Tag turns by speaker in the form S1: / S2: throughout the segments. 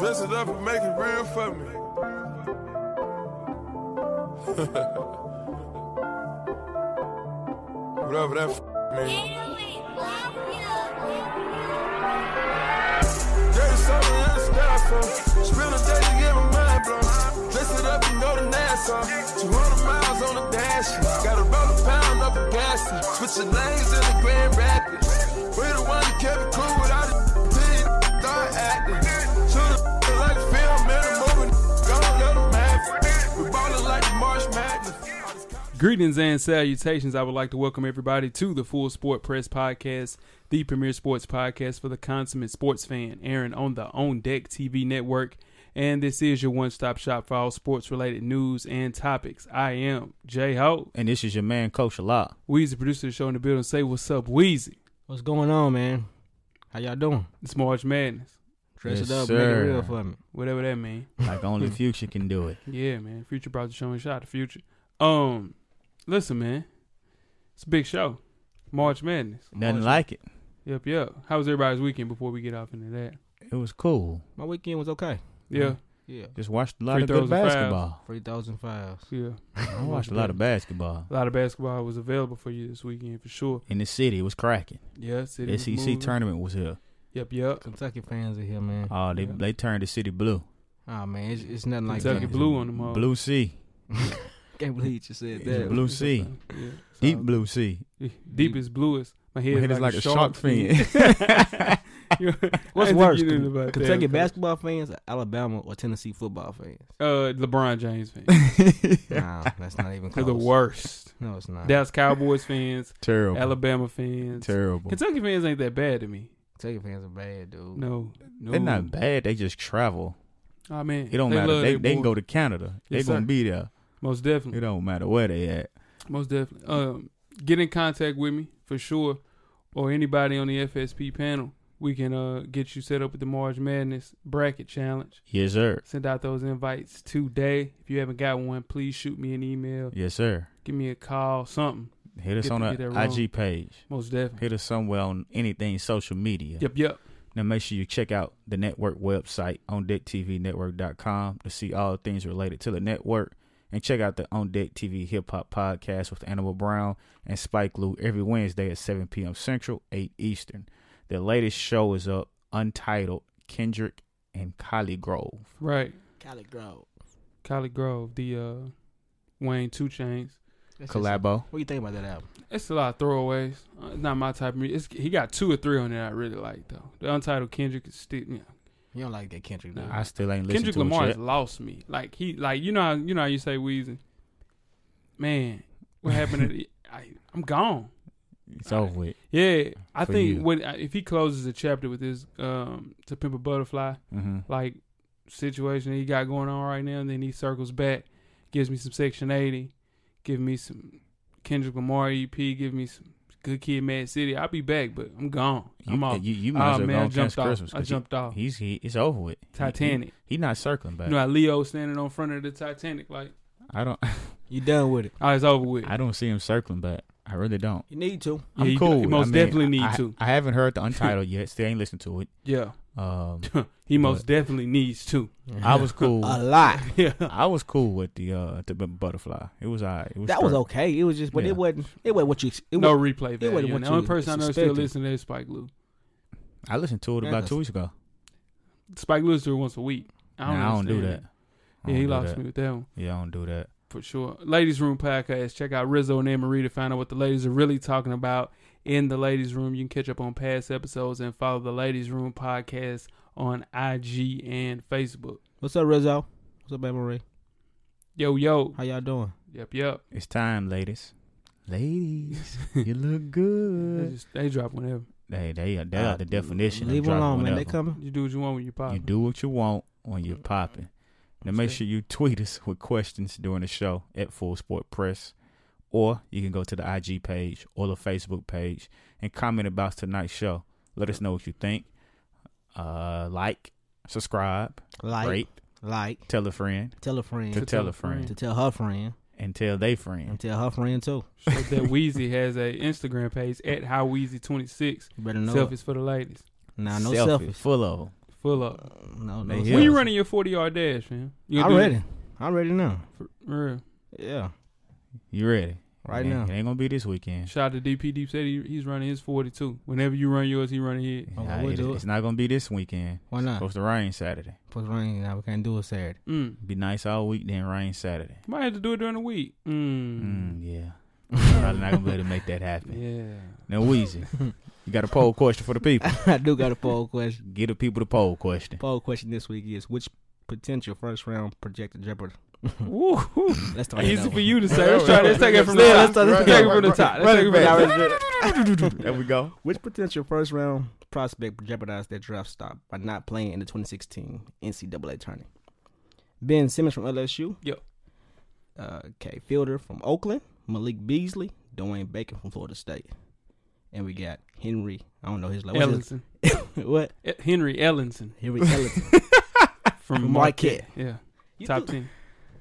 S1: Listen up and make it real for me. Whatever that f- means. Dirty soda and a styrofoam. Spill a day to get my mind blown. Dress it up, you know the Nassau. 200 miles on the dash. Gotta roll a pound up a gas. Switching lanes in the Grand Rapids. We the one that kept it cool without it. Did start acting. Shoot it like a film, man. Moving. Gone, let 'em have it. We ballin' like the Marsh Madness.
S2: Greetings and salutations. I would like to welcome everybody to the Full Sport Press Podcast, the premier sports podcast for the consummate sports fan, Aaron on the On Deck TV network. And this is your one stop shop for all sports related news and topics. I am J Ho.
S3: And this is your man, Coach Law.
S2: Weezy, producer of the show in the building. Say what's up, Weezy.
S4: What's going on, man? How y'all doing?
S2: It's March Madness,
S4: Dress
S3: Yes,
S4: it up,
S3: sir.
S4: make it real for me.
S2: whatever that means.
S3: Like only Future can do it.
S2: Yeah, man. Future brought the show and shot the future. Um, listen, man. It's a big show. March Madness.
S3: Nothing like it.
S2: Yep, yep. How was everybody's weekend before we get off into that?
S3: It was cool.
S4: My weekend was okay.
S2: Yeah,
S4: Yeah,
S3: Just watched a lot
S2: Free
S3: of
S2: throws
S3: good
S2: and fouls.
S3: basketball.
S4: three thousand fives.
S2: yeah.
S3: I watched a lot of basketball.
S2: A lot of basketball was available for you this weekend for sure.
S3: In the city, it was cracking.
S2: Yeah, city
S3: The
S2: was
S3: SEC
S2: moving.
S3: tournament was here.
S2: Yep, yep.
S4: Kentucky fans are here, man.
S3: Oh, they
S2: Yeah.
S3: they turned the city blue.
S4: Oh man, it's, it's nothing like
S2: Kentucky
S4: that.
S2: blue on them all.
S3: Blue sea.
S4: Can't believe you just said
S3: Yeah,
S4: that.
S3: blue
S2: It's
S3: sea.
S2: okay. Yeah.
S3: Deep blue sea.
S2: Deep, deepest bluest. My head,
S3: My head
S2: is Uh, like, a shark, fin. You- I
S4: What's
S2: ain't
S4: worse,
S2: thinking
S4: Ken-
S2: about that,
S4: Kentucky
S2: Coach.
S4: basketball fans, or Alabama or Tennessee football fans?
S2: Uh, LeBron James fan.
S4: Nah, that's not even
S2: They're
S4: close.
S2: the worst.
S4: No, it's not.
S2: Dallas Cowboys fans,
S3: Terrible.
S2: Alabama fans,
S3: Terrible.
S2: Kentucky fans ain't that bad to me.
S4: Kentucky fans are bad, dude.
S2: No, no.
S3: They're not bad. They just travel.
S2: Oh man,
S3: It don't
S2: love
S3: matter. They
S2: their
S3: they can
S2: boy.
S3: go to Canada. They
S2: Yes,
S3: gonna
S2: sir.
S3: be there.
S2: most definitely.
S3: It don't matter where they at.
S2: Most definitely. Um, get in contact with me for sure, or anybody on the FSP panel. We can uh get you set up with the March Madness bracket challenge.
S3: Yes, sir.
S2: Send out those invites today. If you haven't got one, please shoot me an email,
S3: Yes, sir.
S2: give me a call, something.
S3: Hit us
S2: Get-
S3: on
S2: get
S3: our
S2: that wrong.
S3: IG page.
S2: Most definitely.
S3: Hit us somewhere on anything social media.
S2: Yep, yep.
S3: Now make sure you check out the network website on decktvnetwork.com to see all things related to the network. And check out the On Deck TV Hip Hop Podcast with Animal Brown and Spike Lee every Wednesday at 7 p.m. Central, 8 Eastern. The latest show is up, Untitled Kendrick and Kylie Grove.
S2: Right.
S4: Cali Grove.
S2: Kylie Grove, the uh Wayne Two Chains.
S4: That's just-
S3: Collabo.
S4: What do you think about that album?
S2: It's a lot of throwaways. Uh, it's not my type of music. It's, he got two or three on there I really like though. The Untitled Kendrick is still. You know,
S4: You don't like that Kendrick,
S2: Nah,
S4: dude.
S3: I still ain't listening
S2: Kendrick
S3: to
S2: Lamar
S3: it
S2: has
S3: yet.
S2: lost me. Like he, like you know, how, you know how you say Weezy. Man, what happened? to the, I, I'm gone.
S3: It's over with.
S2: Yeah, I
S3: For
S2: think
S3: you.
S2: when uh, if he closes a chapter with this, um, to pimp a butterfly
S3: Mm-hmm.
S2: like situation that he got going on right now, and then he circles back, gives me some Section 80, give me some Kendrick Lamar EP, give me some Good Kid, Mad City. I'll be back, but I'm gone.
S3: You,
S2: I'm off.
S3: you, you might
S2: Ah,
S3: as well
S2: man,
S3: go
S2: I
S3: on
S2: jumped
S3: Christmas.
S2: off.
S3: 'cause
S2: I jumped
S3: he,
S2: off.
S3: He's he, it's over with. He- he-
S2: Titanic.
S3: He, not circling back.
S2: you know, how Leo standing on front of the Titanic, like
S3: I don't.
S4: You done with it?
S2: oh, it's over with.
S3: I don't see him circling back. I really don't.
S4: You need to.
S2: Yeah,
S3: I'm
S2: you do-
S3: cool.
S2: you
S3: with it.
S2: most
S3: I mean,
S2: definitely
S3: I-
S2: need
S3: I,
S2: to.
S3: I haven't heard the Untitled yet. Still ain't listened to it.
S2: Yeah.
S3: Um,
S2: he most definitely needs to.
S3: I was cool.
S4: A lot.
S2: Yeah.
S3: I was cool with the uh the bu- butterfly. It was alright. It was
S4: That was
S3: straight.
S4: okay. It was just, but
S3: Yeah.
S4: it wasn't. It wasn't what you. ex- It
S2: no
S4: was,
S2: replay
S4: it wasn't
S2: value. And
S4: what
S2: the
S4: you
S2: only person I know still
S4: expected.
S2: listening to is Spike Lee.
S3: I listened to it about
S4: That
S3: two weeks ago.
S2: Spike Lee to it once a week. I don't,
S3: Nah, I don't do that.
S2: understand
S3: I
S2: it. Yeah,
S3: don't
S2: he
S3: do
S2: lost
S3: that.
S2: me with that one
S3: Yeah, I don't do that.
S2: for sure. Ladies Room podcast. Check out Rizzo and Anne Marie to find out what the ladies are really talking about in the ladies room. You can catch up on past episodes and follow the Ladies Room podcast on IG and Facebook.
S4: What's up, Rizzo? What's up, Baby Marie?
S2: Yo yo.
S4: How y'all doing?
S2: Yep yep.
S3: It's time, ladies. Ladies, you look good.
S2: They, just, they drop whenever.
S3: They they are, they
S4: Uh,
S3: are the definition.
S4: Leave
S3: of
S4: them alone,
S3: drop
S4: man. They
S3: whatever.
S4: coming.
S2: You do what you want when you pop.
S3: You do what you want when you're popping. Now make
S2: Okay.
S3: sure you tweet us with questions during the show at Full Sport Press, or you can go to the IG page or the Facebook page and comment about tonight's show. Let us know what you think. Uh, like, subscribe,
S4: Like,
S3: rate,
S4: like,
S3: tell a friend,
S4: tell a friend
S3: to
S2: To
S4: to,
S3: tell a friend,
S2: friend.
S4: tell her friend
S3: and tell they
S4: and
S3: friend.
S4: tell her friend too.
S2: So that Weezy has a Instagram page at How Weezy Twenty Six.
S4: You better know.
S2: Selfies for the ladies.
S4: It. Nah, no
S3: Selfies,
S4: selfies.
S3: full of them.
S2: Full up.
S5: No, no.
S3: They
S5: it's
S3: Yeah.
S2: When
S5: not.
S2: you running your forty yard dash, man? You
S5: I'm
S2: do it
S5: ready. I'm ready now.
S2: For real.
S5: Yeah,
S3: You ready?
S5: right
S3: It ain't-
S5: now.
S3: It ain't gonna be this weekend.
S2: Shout out to DP Deep said he, he's running his forty two. Whenever you run yours, he running his.
S5: Okay,
S3: Nah,
S5: we'll
S3: it-
S5: do it.
S3: It's not gonna be this weekend.
S5: Why not?
S3: Supposed to rain Saturday.
S5: It's raining now. We can't do it Saturday.
S2: Mm.
S3: Be nice all week, then rain Saturday.
S2: Might have to do it during the week. Mm.
S3: Mm, yeah. Probably not gonna be able to make that
S5: Mm.
S3: happen.
S2: Yeah.
S3: Now, Weezy, you got a poll question for the people.
S5: I do got a poll question.
S3: Give the people the poll question.
S5: Poll question this week is which potential first round projected Jeopardy. Hmm.
S2: Woo.
S5: Let's start. that
S2: Easy
S5: over.
S2: for you to say. Let's try. Let's take it from the
S5: Yeah,
S2: top.
S5: let's start- let's
S2: Let's take it
S5: go.
S2: from the top. Let's take it from the top.
S3: there we go.
S5: Which potential first round prospect jeopardized their draft stock by not playing in the 2016 NCAA tournament? Ben Simmons from LSU.
S2: Yep.
S5: Uh, Kay Fielder from Oakland. Malik Beasley. Dwayne Bacon from Florida State. And we got Henry. I don't know his last name.
S2: Ellenson.
S5: What?
S2: E- Henry Ellenson
S5: Henry Ellison.
S2: from
S5: From
S2: Marquette.
S5: Marquette.
S2: Yeah.
S5: You
S2: Top
S5: do-
S2: ten.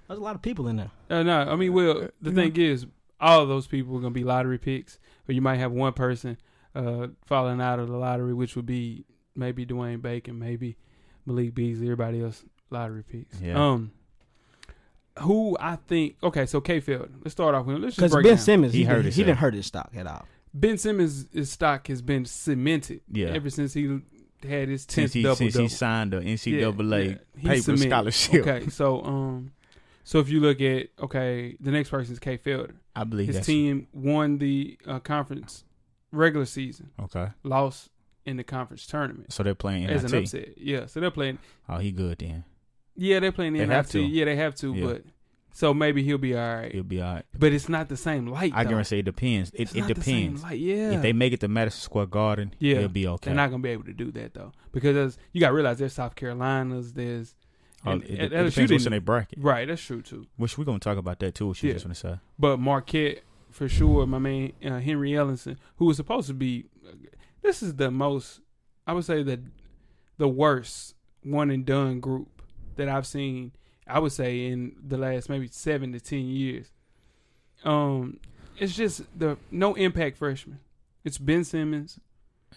S5: There's a lot of people in there.
S2: Uh, no, I mean, well, the thing is, all of those people are gonna be lottery picks, but you might have one person uh, falling out of the lottery, which would be maybe Dwayne Bacon, maybe Malik Beasley, everybody else lottery picks.
S3: Yeah.
S2: Um, who I think? Okay, so Kayfield. Let's start off with. him. Let's just
S5: Because
S2: break
S5: Ben
S2: down.
S5: Simmons,
S3: He
S5: he,
S3: hurt
S5: didn't, he
S3: himself.
S5: didn't hurt his stock at all.
S2: ben Simmons' his stock has been cemented.
S3: Yeah.
S2: Ever since he had his
S3: Since
S2: tenth
S3: he,
S2: double
S3: since
S2: double.
S3: he signed the
S2: Yeah,
S3: NCAA
S2: yeah. He
S3: paper
S2: cemented.
S3: scholarship,
S2: Okay, so um, so if you look at okay, the next person is Kay Felder.
S3: I believe
S2: His
S3: that's
S2: team won the uh, conference regular season,
S3: okay.
S2: lost in the conference tournament
S3: So they're playing
S2: as an
S3: NIT.
S2: upset. Yeah, so they're playing.
S3: Oh, he good then.
S2: Yeah, they're playing the
S3: They
S2: NIT.
S3: have to.
S2: Yeah, they have to.
S3: Yeah.
S2: But so maybe he'll be all right.
S3: He'll be all right.
S2: But it's not the same light.
S3: I
S2: though.
S3: guarantee it depends. It,
S2: It's
S3: it
S2: not the same
S3: depends.
S2: light. Yeah,
S3: If they make it to Madison Square Garden,
S2: Yeah.
S3: he'll be okay.
S2: They're not gonna be able to do that though, because there's- you gotta realize there's South Carolinas, there's
S3: Oh,
S2: and-
S3: it,
S2: and LSU
S3: it depends what's in
S2: didn't-
S3: their bracket.
S2: right. That's true too.
S3: Which we're gonna talk about that too. What you
S2: Yeah.
S3: just want to say?
S2: But Marquette, for sure, my man uh, Henry Ellenson, who was supposed to be, this is the most, I would say the, the worst one and done group that I've seen. I would say in the last maybe seven to ten years. Um, it's just the no impact freshman. It's Ben Simmons.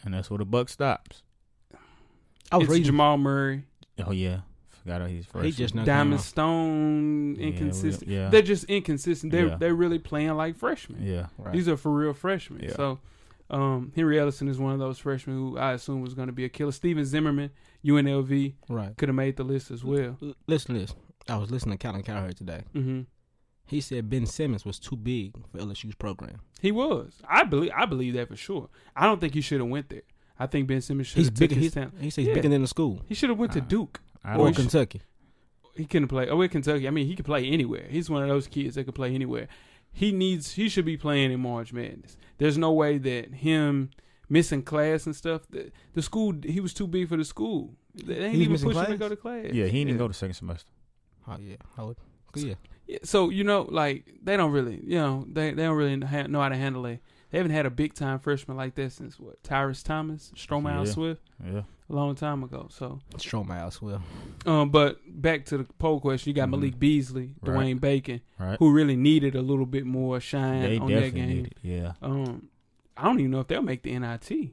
S3: And that's where the buck stops.
S5: I was
S2: it's
S5: reading.
S2: Jamal Murray.
S3: Oh yeah, forgot how he's first.
S5: He just not
S2: Diamond
S5: came
S2: Stone
S3: Yeah, we-
S2: inconsistent.
S3: yeah.
S2: They're just inconsistent. They're
S3: Yeah.
S2: they're really playing like freshmen.
S3: yeah.
S5: out. Right.
S2: These are for real freshmen.
S3: Yeah.
S2: So um, Henry Ellison is one of those freshmen who I assume was going to be a killer. Steven Zimmerman, UNLV,
S5: right.
S2: could have made the list as well.
S5: L- Listen to this. I was listening to Colin Cowherd today.
S2: hmm
S5: He said Ben Simmons was too big for LSU's program.
S2: He was. I believe. I believe that for sure. I don't think he should have went there. I think Ben Simmons should
S5: He's
S2: have took
S5: bigger.
S2: his
S5: He's,
S2: talent.
S5: he said he's
S2: Yeah.
S5: bigger than the school
S2: He should have went to
S3: Uh,
S2: Duke
S3: I
S5: or
S2: Well,
S3: don't.
S2: can-
S5: Kentucky.
S2: he couldn't play. Oh, in Kentucky. I mean, he could play anywhere. He's one of those kids that could play anywhere. He needs. He should be playing in March Madness. There's no way that him missing class and stuff. The, the school. He was too big for the school. They ain't
S5: He was
S2: even
S5: missing
S2: pushing him to
S5: class?
S2: go to class.
S3: Yeah, he didn't even go to second semester.
S5: Oh yeah. Oh yeah.
S2: Yeah, so you know, like they don't really, you know, they they don't really ha- know how to handle it. They haven't had a big time freshman like that since what Tyrus Thomas, Stromile
S3: Yeah.
S2: Swift,
S3: Yeah.
S2: a long time ago. So,
S5: Stroman as well.
S2: um, but back to the poll question, you got
S3: Mhm.
S2: Malik Beasley,
S3: Right.
S2: Dwayne Bacon,
S3: Right.
S2: who really needed a little bit more shine
S3: They
S2: on that
S3: definitely
S2: game.
S3: need it. Yeah.
S2: Um, I don't even know if they'll make the NIT,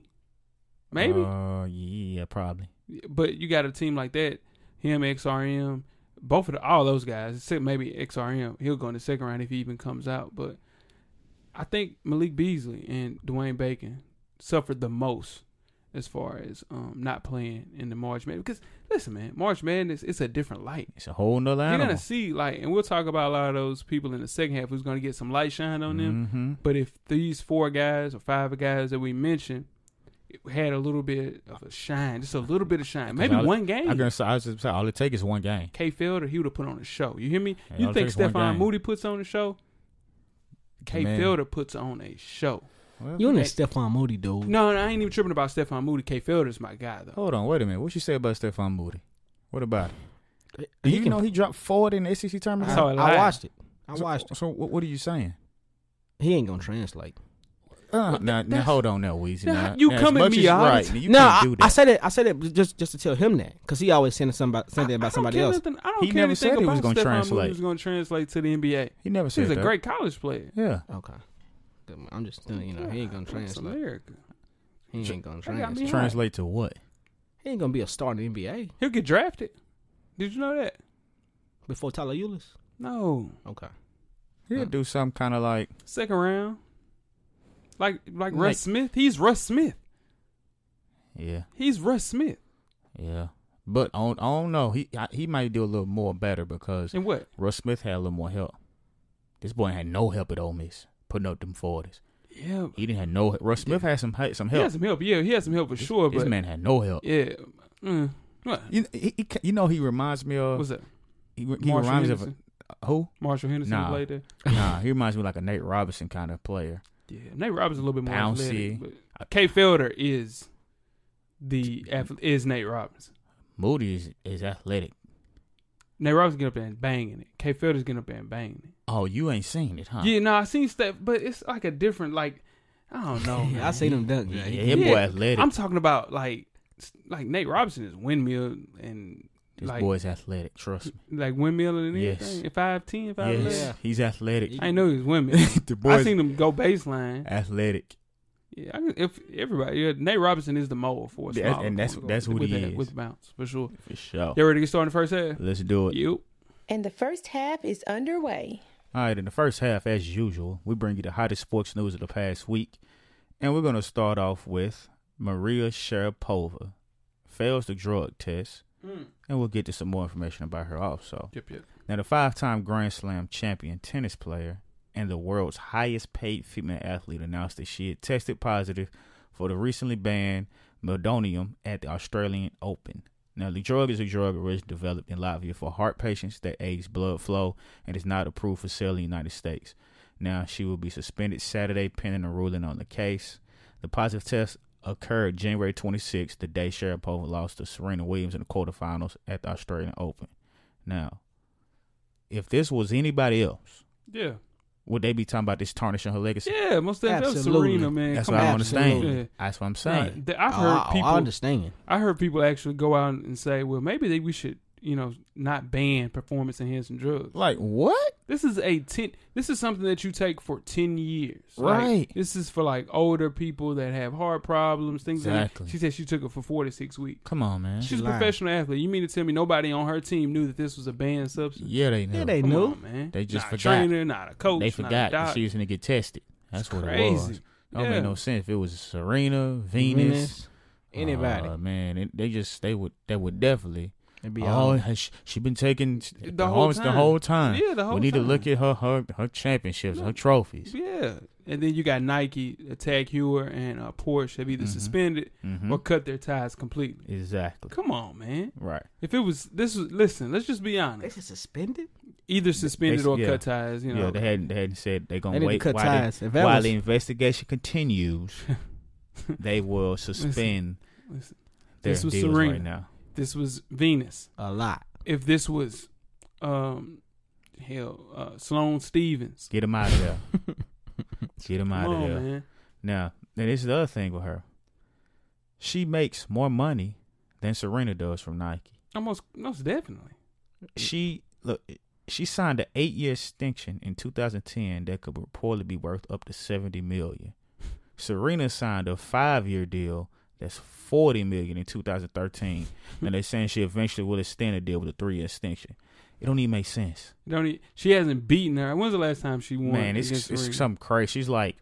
S2: maybe.
S3: Uh, yeah, probably.
S2: but you got a team like that, him, XRM, both of the, all those guys, except maybe XRM, he'll go in the second round if he even comes out. But I think Malik Beasley and Dwayne Bacon suffered the most as far as um, not playing in the March Madness. Because listen, man, March Madness, it's a different light.
S3: It's a whole nother
S2: You're
S3: animal.
S2: gonna see like, and we'll talk about a lot of those people in the second half who's gonna get some light shine on them.
S3: hmm
S2: But if these four guys or five guys that we mentioned had a little bit of a shine, just a little bit of shine, maybe
S3: all-
S2: one
S3: I
S2: game,
S3: gonna say, I was just say, all it takes is one game.
S2: K Fielder, he would have put on a show. You hear me?
S3: Yeah,
S2: You
S3: all it
S2: think
S3: takes is one
S2: Stephon
S3: game.
S2: Moody puts on a show? K
S3: Man.
S2: Fielder puts on a show.
S3: Well,
S5: You don't need Stephon Moody, dude.
S2: No, no, I ain't even tripping about Stephon Moody. K Fielder's my guy though.
S3: Hold on, wait a minute. What you say about Stephon Moody? What about it? Do
S5: He
S3: you
S5: can-
S3: know he dropped forward in the SEC
S5: I,
S3: tournament?
S2: So- saw it
S5: I
S2: live.
S5: watched it. I
S3: So-
S5: watched
S3: So,
S5: it.
S3: what, what are you saying?
S5: He ain't gonna translate.
S3: Uh, now, now
S2: that's-
S3: hold on, now Weezy.
S2: Now,
S3: Now,
S2: you
S3: now, as
S2: coming
S3: much
S2: me
S3: as
S2: out?
S3: Right, you
S5: no,
S3: can't
S5: I,
S3: do
S5: I
S3: that.
S5: said it. I said it just just to tell him that because he always saying somebody something
S2: I
S5: about
S2: don't
S5: somebody
S2: care
S5: else.
S2: nothing- I don't
S3: He
S2: care
S3: never
S2: anything
S3: said he was
S2: about
S3: gonna
S2: Stephon Moody
S3: translate.
S2: was going to translate to the NBA.
S3: he never said
S2: He's a
S3: that.
S2: great college player.
S3: Yeah,
S5: Okay. Good, I'm just telling you, you know, he ain't gonna
S2: That's
S5: translate.
S2: America.
S5: He ain't gonna
S2: That got me hot.
S5: translate.
S3: translate to what?
S5: He
S4: He ain't gonna be a star in the NBA
S2: He'll get drafted. Did you know that?
S4: before Tyler Eulis.
S2: No.
S4: Okay.
S3: He'll do some kind of like
S2: Second round. Like like
S3: Like-
S2: Russ Smith. He's Russ Smith.
S3: yeah,
S2: He's Russ Smith.
S3: yeah. But I don't, I don't know. He I, he might do a little more better because
S2: And what?
S3: Russ Smith had a little more help. This boy had no help at Ole Miss putting up them forties.
S2: Yeah.
S3: He didn't have no. Russ Smith had some he- some
S2: He
S3: help.
S2: had some help. Yeah, he had some help for sure,
S3: this
S2: but
S3: man had no help.
S2: yeah. Mm. What?
S3: You, he, he, you know he reminds me of
S2: What's that?
S3: he, he
S2: Marshall
S3: reminds me of
S2: Henderson.
S3: a- who?
S2: Marshall Henderson
S3: Nah.
S2: played there.
S3: nah, he reminds me like a Nate Robinson kind of player.
S2: Yeah, Nate Robinson's a little bit more
S3: Bouncy.
S2: athletic. But K. Felder is the athlete, is Nate Robinson.
S3: Moody is, is athletic.
S2: Nate Robinson get up there and banging it. K. Felder's getting up there and banging it.
S3: Oh, you ain't seen it, huh?
S2: Yeah, no, I seen stuff, but it's like a different like I don't know. man.
S4: Yeah, I seen him dunk.
S3: yeah,
S4: Yeah,
S3: him
S2: Oh, Yeah,
S3: boy athletic.
S2: I'm talking about like s- like Nate Robinson is windmill and
S3: this
S2: like
S3: boy's athletic. Trust me.
S2: like windmill and
S3: Yes.
S2: everything. If I have ten, if I have
S3: Yes,
S4: Yeah.
S3: he's athletic.
S2: I know he's windmill.
S3: the boy's
S2: I seen him go baseline.
S3: athletic.
S2: Yeah, I, if everybody, yeah, Nate Robinson is the mold for us,
S3: That- and that's- that's who
S2: with
S3: he
S2: that-
S3: is. Oh.
S2: with bounce for sure.
S3: For sure.
S2: Y'all ready to get started in the first half?
S3: Let's do it.
S2: You
S6: And the first half is underway.
S3: All right, in the first half, as usual, we bring you the hottest sports news of the past week. And we're going to start off with Maria Sharapova fails the drug test.
S2: Hmm.
S3: And we'll get to some more information about her also.
S2: Yep, yep.
S3: Now, the five time Grand Slam champion tennis player and the world's highest paid female athlete announced that she had tested positive for the recently banned meldonium at the Australian Open. Now, the drug is a drug originally developed in Latvia for heart patients that aids blood flow and is not approved for sale in the United States. Now, she will be suspended Saturday pending a ruling on the case. The positive test occurred January 26th, the day Sharapova lost to Serena Williams in the quarterfinals at the Australian Open. Now, if this was anybody else,
S2: Yeah,
S3: would they be talking about this tarnishing her legacy?
S2: yeah. Most of that was
S4: Absolutely.
S2: Serena, man.
S3: That's
S2: Come
S3: what I
S2: on.
S3: don't understand.
S2: Absolutely.
S3: That's what I'm
S2: Nah,
S3: saying.
S2: th- I've heard
S4: Oh,
S5: Oh,
S4: I,
S2: people.
S4: I
S2: I,
S4: understand.
S2: heard people actually go out and say, "Well, maybe they, we should, you know, not ban performance-enhancing drugs."
S3: Like what?
S2: This is a ten. This is something that you take for ten years, Like,
S3: Right.
S2: this is for like older people that have heart problems, things. Like
S3: Exactly.
S2: that. She said she took it for four to six weeks.
S3: Come on, man.
S2: She's a
S4: lying.
S2: professional athlete. You mean to tell me nobody on her team knew that this was a banned substance?
S3: Yeah, they know.
S4: Yeah, they
S2: Come
S4: knew.
S2: on, man.
S3: They just
S2: not
S3: forgot.
S2: A trainer, not a coach.
S3: They
S2: Not a
S3: forgot that
S2: doc.
S3: she was gonna get tested. That's
S2: It's
S3: what it
S2: crazy.
S3: was. Don't
S2: Yeah.
S3: make no sense. If it was Serena, Venus,
S4: Anybody.
S3: uh, man, it, they just they would they would definitely.
S4: It'd be
S3: Oh,
S4: all.
S3: has she, she been taking s-
S2: The
S3: the
S2: whole
S3: whole the
S2: time.
S3: whole time.
S2: Yeah, the whole
S3: We need
S2: time.
S3: to look at her her her championships, her trophies.
S2: Yeah, and then you got Nike, Tag Heuer, and uh, Porsche have either suspended
S3: Mhm.
S2: or cut their ties completely.
S3: Exactly.
S2: Come on, man.
S3: Right.
S2: If it was this was listen, let's just be
S4: They
S2: honest.
S4: should suspend it.
S2: Either suspended or
S3: yeah.
S2: cut ties. You know,
S3: Yeah, they hadn't they hadn't said they're gonna
S4: They need to
S3: wait
S4: cut
S3: while,
S4: ties.
S3: The,
S4: If that
S3: while
S4: was-
S3: the investigation continues. they will suspend
S2: listen.
S3: their
S2: This was
S3: deals
S2: Serena.
S3: right now.
S2: this was Venus.
S4: A lot.
S2: If this was, um, hell, uh, Sloane Stevens.
S3: Get them out of there. Get them out
S2: Come
S3: of
S2: on,
S3: there.
S2: man.
S3: Now, and this is the other thing with her. She makes more money than Serena does from Nike.
S2: Almost, most definitely.
S3: She look. She signed an eight-year extension in 2010 that could reportedly be worth up to 70 million. Serena signed a five-year deal that's 40 million in 2013, and they're saying she eventually will extend a deal with a three-year extension. It don't even make sense,
S2: Don't e- she hasn't beaten her? When's the last time she won?
S3: man. It's
S2: against Serena?
S3: it's something crazy. She's like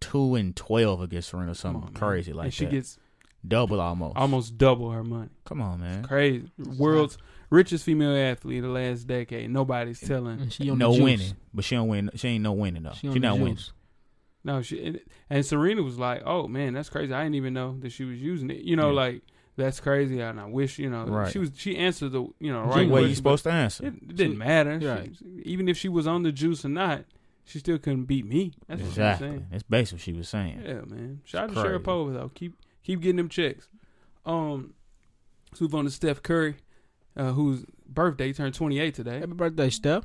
S3: two and 12 against Serena,
S2: Come
S3: something
S2: on, man.
S3: crazy like
S2: and she
S3: that.
S2: gets
S3: Double almost.
S2: almost double her money.
S3: Come on, man.
S2: Crazy. World's richest female athlete of the last decade. Nobody's telling.
S4: she
S3: no winning, but she don't win. She ain't no winning though. She, not winning.
S2: No, she and, and Serena was like, "Oh man, that's crazy. I didn't even know that she was using it. You know,
S3: Yeah.
S2: like that's crazy. And I wish you know
S3: Right.
S2: she was. She answered the you know
S3: Right
S2: right
S3: way
S2: way.
S3: you supposed to answer.
S2: It didn't matter. She-
S4: Right.
S2: even if she was on the juice or not, she still couldn't beat me. That's what
S3: exactly.
S2: I'm
S3: That's basically what she was saying.
S2: saying. Yeah, man. Shout out to
S3: crazy.
S2: Sharapova though. Keep keep getting them checks. Um, so move on to Steph Curry, uh, whose birthday turned 28 today.
S4: Happy birthday, Steph.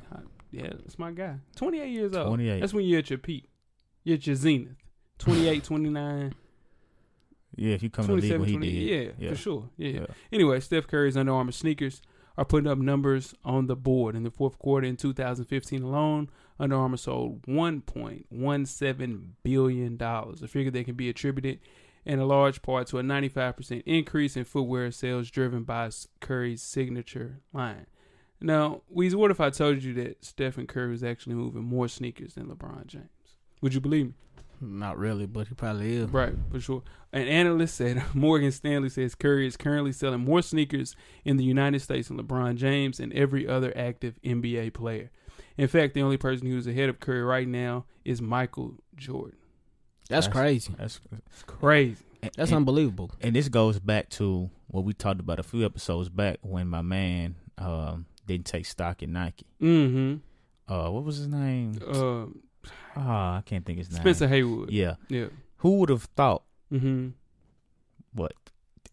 S2: Yeah, that's my guy. 28 years old.
S3: 28.
S2: That's when you're at your peak. You're at your zenith. 28, 29,
S3: Yeah, if you come to league
S2: 27,
S3: what he
S2: 28.
S3: did.
S2: Yeah, for sure. Yeah.
S3: Yeah.
S2: Anyway, Steph Curry's Under Armour sneakers are putting up numbers on the board. In the fourth quarter in 2015 alone, Under Armour sold $1.17 billion, a figure that can be attributed in a large part to a 95% increase in footwear sales driven by Curry's signature line. Now, Weezy, what if I told you that Stephen Curry was actually moving more sneakers than LeBron James? Would you believe me?
S4: Not really, but he probably is.
S2: Right, for sure. An analyst said Morgan Stanley says Curry is currently selling more sneakers in the United States than LeBron James and every other active NBA player. In fact, the only person who's ahead of Curry right now is Michael Jordan.
S4: That's, crazy.
S3: That's
S2: It's crazy.
S4: That's
S3: and,
S4: unbelievable.
S3: and this goes back to what we talked about a few episodes back when my man um, didn't take stock in Nike.
S2: Mm-hmm.
S3: Uh, what was his name?
S2: Uh,
S3: Ah, I can't think his name.
S2: Spencer Haywood. Yeah.
S3: Yeah. Who would have thought?
S2: Mm-hmm.
S3: What?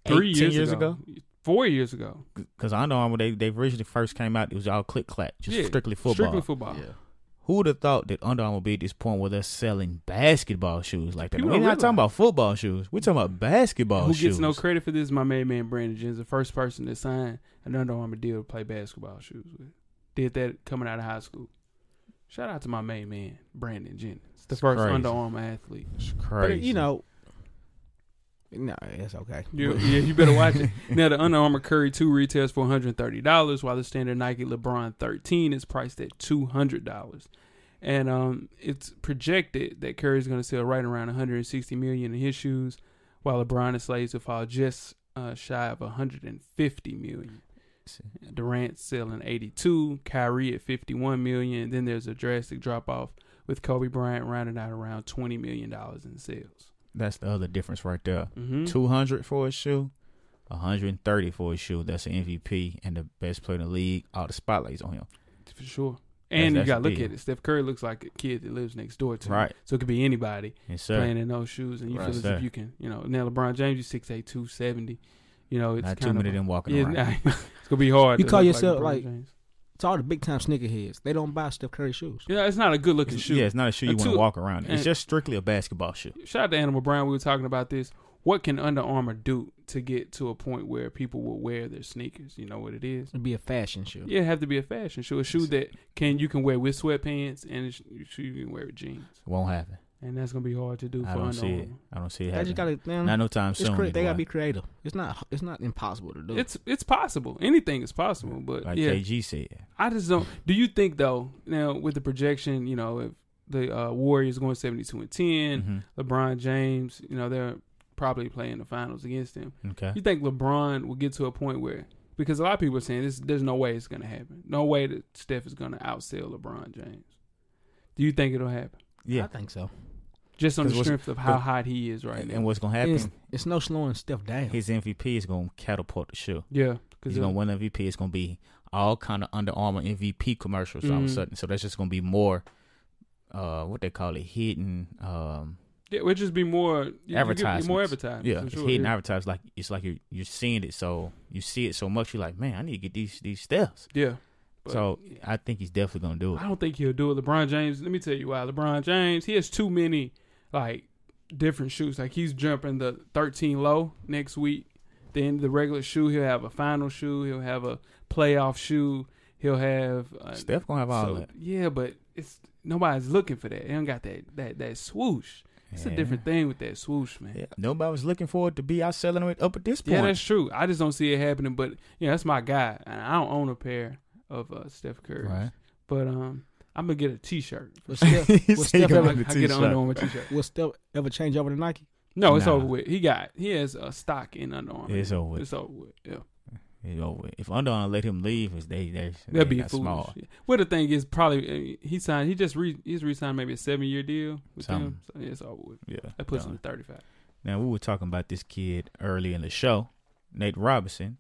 S2: Three
S3: 18
S2: years, ago. Four years ago.
S3: Because I know when they they originally first came out, it was all click clack, just
S2: Yeah,
S3: strictly football.
S2: Strictly football.
S3: Who would have thought that Under Armour would be at this point where they're selling basketball shoes like that?
S2: People
S3: We're
S2: don't
S3: not
S2: realize.
S3: talking about football shoes. We're talking about basketball
S2: Who
S3: shoes.
S2: gets no credit for this is my main man Brandon Jennings, the first person to sign an Under Armour deal to play basketball shoes with. Did that coming out of high school. Shout out to my main man Brandon Jennings, the
S3: It's
S2: first
S3: crazy.
S2: Under Armour athlete.
S3: It's
S4: But,
S3: crazy.
S4: you know, no, it's okay.
S2: You,
S4: But-
S2: yeah, you better watch it. Now the Under Armour Curry Two retails for one hundred thirty dollars, while the standard Nike LeBron thirteen is priced at two hundred dollars. And um, it's projected that Curry's going to sell right around one hundred sixty million in his shoes, while LeBron is slated to fall just uh, shy of one hundred and fifty million. Durant selling eighty two, Kyrie at fifty one million. Then there's a drastic drop off with Kobe Bryant rounding out around twenty million dollars in sales.
S3: That's the other difference right there.
S2: Mm-hmm.
S3: 200 for a shoe, 130 for a shoe. That's an MVP and the best player in the league. All the spotlights on him.
S2: For sure. And
S3: That's-
S2: you
S3: that's
S2: gotta
S3: the
S2: look
S3: deal.
S2: at it. Steph Curry looks like a kid that lives next door to him.
S3: Right.
S2: So it could be anybody
S3: Yes, sir.
S2: playing in those shoes and you
S4: Right,
S2: feel as
S3: sir.
S2: if you can you know, now LeBron James is six eight, two seventy. You know, it's
S3: Not too
S2: kind
S3: many of
S2: of
S3: them walking
S2: yeah,
S3: around.
S2: nah, it's gonna be hard.
S4: You
S2: to
S4: call
S2: look
S4: yourself,
S2: LeBron
S4: like-
S2: James.
S4: It's all the big time sneakerheads. They don't buy Steph Curry shoes.
S2: Yeah, it's not a good looking
S3: It's-
S2: shoe.
S3: Yeah, it's not a shoe you
S2: And
S3: want to
S2: two-
S3: walk around. in. It's
S2: and-
S3: just strictly a basketball shoe.
S2: Shout out to Animal Brown. We were talking about this. What can Under Armour do to get to a point where people will wear their sneakers? You know what it is.
S4: It'd be a fashion shoe.
S2: Yeah, it have to be a fashion shoe, a shoe that can you can wear with sweatpants and a sh- shoe you can wear with jeans,
S3: Won't happen.
S2: and that's gonna be hard to do for
S3: I don't
S2: Under
S3: see
S2: Armour.
S3: it. I don't see it
S4: They
S3: happening.
S4: just gotta, man,
S3: Not no time
S4: it's
S3: soon.
S4: crea- they
S3: either
S4: gotta
S3: way.
S4: be creative. It's not, it's not impossible to do.
S2: It's it's possible. Anything is possible, but
S3: like
S2: yeah,
S3: KG said.
S2: I just don't. Do you think though? Now with the projection, you know, if the uh, Warriors going seventy two and 10
S3: Mhm.
S2: LeBron James, you know, they're probably playing the finals against him.
S3: Okay.
S2: You think LeBron will get to a point where? Because a lot of people are saying this, there's no way it's going to happen. No way that Steph is going to outsell LeBron James. Do you think it'll happen?
S3: Yeah.
S4: I think so.
S2: Just on
S3: 'Cause
S2: the
S3: what's-
S2: strength of how
S3: 'cause-
S2: hot he is right
S3: and,
S2: now.
S3: and what's gonna
S4: It's,
S3: happen?
S4: it's no slowing Steph down.
S3: His MVP is gonna catapult the shoe.
S2: yeah, because
S3: He's gonna win MVP. It's gonna be all kind of Under Armour MVP commercials all of a
S2: Mhm.
S3: sudden. So that's just gonna be more. Uh, what they call it, hidden. Um,
S2: it would just be more advertising, more
S3: Advertisements.
S2: advertising.
S3: yeah,
S2: for
S3: it's
S2: sure,
S3: hidden
S2: yeah.
S3: advertised. Like it's like you're you're seeing it. So you see it so much. You're like, man, I need to get these these steps.
S2: yeah. But-
S3: so I think he's definitely gonna do it.
S2: I don't think he'll do it. LeBron James, let me tell you why. LeBron James, he has too many like different shoes. Like he's jumping the 13 low next week. Then the regular shoe, he'll have a final shoe, he'll have a playoff shoe, he'll have uh,
S3: Steph gonna have all
S2: so-
S3: that.
S2: Yeah, but it's nobody's looking for that. They don't got that that that swoosh. It's a
S3: Yeah.
S2: different thing with that swoosh, man.
S3: Yeah. Nobody was looking forward to be out selling it up at this point.
S2: Yeah, that's true. I just don't see it happening. But you know, that's my guy, and I don't own a pair of uh, Steph Curry's.
S3: Right.
S2: But um, I'm gonna get a T-shirt.
S4: Will Steph,
S3: He
S4: will
S3: said he
S4: Steph
S3: gonna
S2: I,
S4: ever,
S2: I
S3: the
S2: get an
S3: t-shirt.
S2: Under Armour T-shirt.
S4: will Steph ever change over to Nike?
S2: No, it's
S3: Nah.
S2: over with. He got he has a stock in Under Armour.
S3: It's over with.
S2: It's over with. Yeah,
S3: You know, if Under Armour let him leave, is they they
S2: that'd
S3: they
S2: be
S3: got
S2: foolish.
S3: small.
S2: Well, the thing is, probably uh, he signed. He just re he's re-signed maybe a seven year deal with them. So yeah, it's over with.
S3: Yeah,
S2: That puts
S3: done.
S2: him thirty five.
S3: Now we were talking about this kid early in the show, Nate Robinson,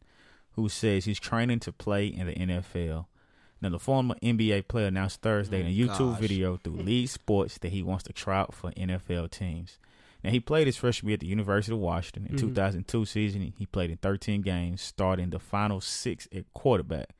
S3: who says he's training to play in the NFL. Now the former NBA player announced Thursday in a YouTube
S4: Gosh.
S3: video through League Sports that he wants to try out for NFL teams. Now he played his freshman year at the University of Washington in
S2: Mhm.
S3: 2002 season. He played in 13 games, starting the final six at quarterback.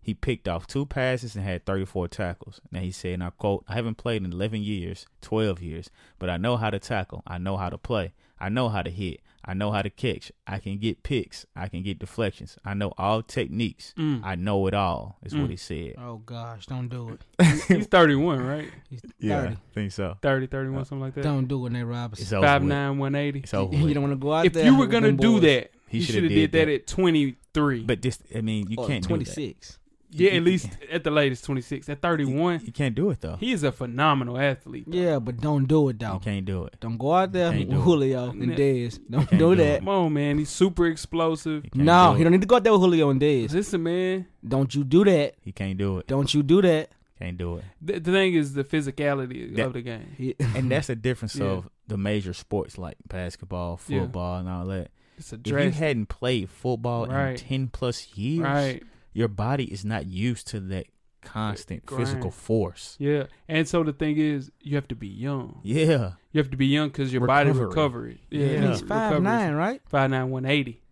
S3: He picked off two passes and had 34 tackles. Now he said, and I quote, I haven't played in 11 years, 12 years, but I know how to tackle. I know how to play. I know how to hit. I know how to catch. I can get picks. I can get deflections. I know all techniques.
S2: Mm.
S3: I know it all. Is what he said.
S2: Uh,
S5: Oh gosh, don't do it.
S2: He's 31, right?
S5: He's 30.
S3: think so.
S2: 30, 31, something like that.
S5: Don't do it, Nate Robinson.
S3: It's over.
S2: Five
S3: with.
S2: nine one eighty.
S3: It's over.
S5: You
S3: with.
S5: don't want to go out
S2: If
S5: there.
S2: you were
S5: with
S2: gonna
S5: them
S2: do
S5: boys.
S2: that,
S3: He
S2: you
S3: shoulda
S2: should have
S3: did
S2: did that
S3: that.
S2: at 23.
S3: But this, I mean, you
S2: Oh,
S4: Or
S3: can't do that.
S4: 26.
S2: yeah, at least at the latest 26. At 31,
S3: You can't do it though.
S2: he is a phenomenal athlete. though.
S5: Yeah, but don't do it
S3: You
S5: though.
S3: can't do it.
S5: Don't go out there
S3: can't
S5: with
S3: do it.
S5: Julio and
S2: Yeah.
S5: Dez. Don't
S3: can't
S5: do
S3: do
S5: that.
S2: Come on, man. He's super explosive.
S3: You can't
S5: No,
S3: do
S5: he
S3: it.
S5: don't need to go out there with Julio and Dez.
S2: Listen, man.
S5: Don't you do that.
S3: He can't do it.
S5: Don't you do that.
S3: Can't do it.
S2: The, the thing is the physicality
S3: That-
S2: of the game.
S5: He-
S3: And that's the difference
S2: Yeah.
S3: of the major sports like basketball,
S2: Yeah.
S3: football, and all that.
S2: It's a
S3: If you
S2: dress.
S3: hadn't played football in
S2: Right.
S3: ten plus years,
S2: Right.
S3: your body is not used to that constant
S2: Grind.
S3: physical force.
S2: Yeah. And so the thing is, you have to be young.
S3: Yeah,
S2: You have to be young because your body
S3: Recovery.
S2: recovery. Yeah.
S3: Yeah.
S5: He's five nine, right?
S2: Five nine one eighty.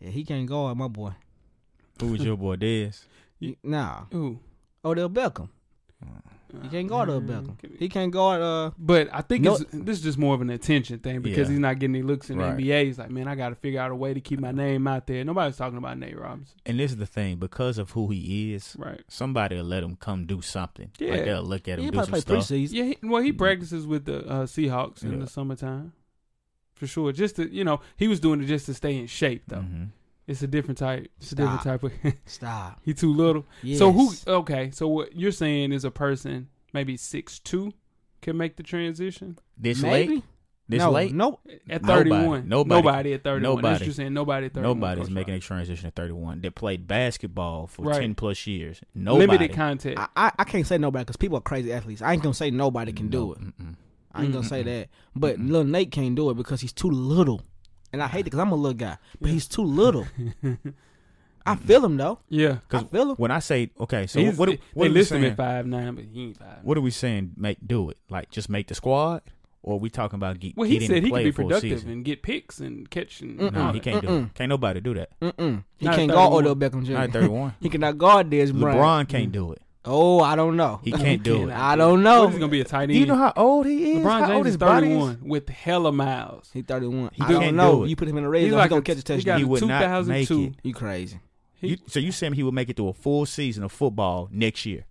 S5: Yeah, he can't go out, my boy.
S3: who was your boy Dez?
S2: You-
S5: Nah,
S2: Ooh.
S5: Odell Beckham. He can't go out Odell
S2: Man,
S5: Beckham.
S2: Uh, give me-
S5: He can't go out. Uh,
S2: But I think
S5: No-
S2: it's, this is just more of an attention thing because
S3: Yeah.
S2: he's not getting any looks in
S3: Right.
S2: the NBA. He's like, man, I got to figure out a way to keep my name out there. Nobody's talking about Nate Robinson,
S3: And this is the thing because of who he is,
S2: right?
S3: somebody will let him come do something.
S2: Yeah.
S3: Like they'll look at him
S5: he
S3: do
S5: probably
S3: some
S5: play
S3: stuff.
S5: preseason.
S2: Yeah. He, well, he practices with the uh, Seahawks in
S3: Yeah.
S2: the summertime, for sure. Just to you know, he was doing it just to stay in shape, though.
S3: Mhm.
S2: It's a different type. It's a different type of.
S5: Stop.
S2: he too little. So who?
S5: Yes.
S2: Okay. So what you're saying is a person maybe six two can make the transition
S3: This
S5: Maybe.
S3: late, this
S5: no,
S3: late,
S5: Nope.
S2: at
S3: Nobody.
S2: 31.
S3: Nobody.
S2: at 31. That's
S3: Nobody.
S2: what you're saying. Nobody at 31.
S3: nobody's
S2: Coach
S3: making
S2: Rob.
S3: a transition to 31 that played basketball for
S2: Right.
S3: 10 plus years. Nobody
S2: limited contact.
S5: I, I, I can't say nobody because people are crazy athletes. I ain't gonna say nobody can do it.
S3: Mm-mm.
S5: I ain't gonna say
S3: Mm-mm.
S5: that. But
S3: Mm-mm.
S5: little Nate can't do it because he's too little. And I hate it because I'm a little guy, but he's too little. I feel him though.
S2: yeah.
S5: I
S3: 'Cause
S5: feel him.
S3: When I say okay, so
S2: He's-
S3: what
S2: they-
S3: what, what
S2: they
S3: are we
S2: list him
S3: saying?
S2: at five nine, but he ain't five.
S3: What are we saying? Make do it like just make the squad, or are we talking about get,
S2: Well,
S3: get
S2: he
S3: in
S2: said
S3: and
S2: he
S3: play
S2: could be
S3: for a
S2: productive
S3: season?
S2: and get picks and catch and
S5: Mm-mm.
S3: No,
S2: all
S3: he
S2: that.
S3: can't do
S5: Mm-mm.
S3: it. Can't nobody do that.
S5: Mm-mm. He
S2: Not at
S5: can't go
S2: 31.
S5: Odell Beckham Jr.
S3: Not at 31.
S5: He cannot guard this Bryant.
S3: LeBron can't do it.
S5: Oh, I don't know.
S3: He can't do it.
S2: cannot.
S5: I don't
S2: Well,
S5: know.
S2: he's gonna be a tight end.
S3: Do you know how old he is?
S2: LeBron
S3: how
S2: James
S3: old
S2: is
S3: his body is?
S2: 31 with hella miles.
S5: He 31.
S3: He
S5: I
S3: can't
S5: don't
S3: do
S5: know.
S3: it.
S5: You put him in the red
S2: He's
S5: zone,
S2: like
S5: he gonna
S2: a-
S5: catch a
S2: he got
S5: touchdown.
S3: He
S2: a
S3: would not make
S2: 2002.
S3: it.
S5: You crazy.
S2: He-
S3: You- so you saying he would make it through a full season of football next year?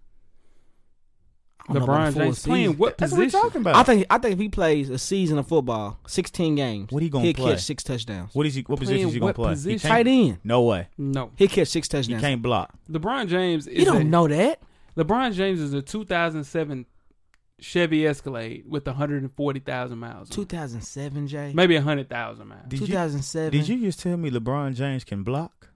S5: I don't know about
S2: LeBron
S5: the full
S2: James playing
S5: season.
S2: what
S3: That's
S2: position?
S3: what we're talking about.
S5: I think I think if he plays a season of football, sixteen games,
S3: What he gonna
S5: he'll
S3: play?
S5: catch six touchdowns.
S3: what is he? What position
S2: Playing
S3: is he gonna
S2: what
S3: play? He
S2: position?
S3: can't-
S5: Tight end,
S3: No way.
S2: No,
S5: he'll catch six
S3: He
S5: touchdowns.
S3: can't block.
S2: LeBron James is
S5: You don't
S2: a-
S5: know that.
S2: LeBron James is a 2007 Chevy Escalade with 140,000 miles. on it.
S5: 2007, Jay.
S2: Maybe 100,000 miles.
S3: Did you?
S5: 2007.
S3: Did you just tell me LeBron James can block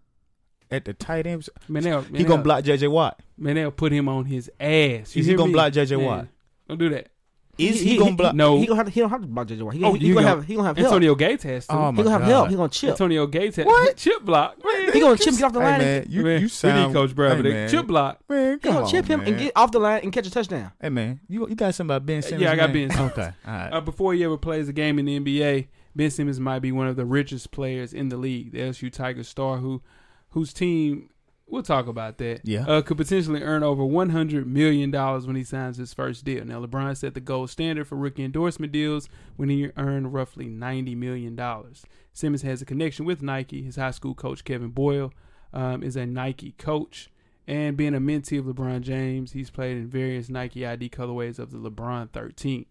S3: at the tight end?
S2: Man, they'll, man,
S3: He gonna
S2: they'll-
S3: block JJ Watt.
S2: Man, they'll put him on his ass. You
S3: Is he
S2: hear
S3: gonna
S2: me?
S3: block JJ
S2: Man,
S3: Watt?
S2: Don't do that.
S3: Is he gonna block?
S2: No.
S5: He gonna have to, he don't have to block JJ Watt. He,
S2: Oh,
S5: he,
S2: you
S5: he gonna
S2: gonna-
S5: have he gonna have help.
S2: Antonio Gates has to.
S3: Oh
S5: he
S3: my
S5: gonna have
S3: God.
S5: help. He gonna chip.
S2: Antonio Gates has
S3: What?
S2: chip block. Man,
S5: He gonna chip get off the
S3: Hey,
S5: line.
S3: man, you,
S2: man,
S3: you sound
S2: we need Coach Brown,
S3: hey,
S2: but they
S3: man.
S2: chip block.
S3: Man,
S5: He
S3: come
S5: gonna
S3: on,
S5: chip him
S3: man.
S5: and get off the line and catch a touchdown.
S3: Hey man, you you got something about Ben Simmons?
S2: yeah, I got
S3: man?
S2: Ben Simmons.
S3: Okay, all right.
S2: Uh, before he ever plays a game in the NBA, Ben Simmons might be one of the richest players in the league. The LSU Tiger star, who whose team we'll talk about that.
S3: Yeah.
S2: uh, could potentially earn over one hundred million dollars when he signs his first deal. Now, LeBron set the gold standard for rookie endorsement deals when he earned roughly ninety million dollars. Simmons has a connection with Nike. His high school coach Kevin Boyle um, is a Nike coach. And being a mentee of LeBron James, he's played in various Nike ID colorways of the LeBron 13.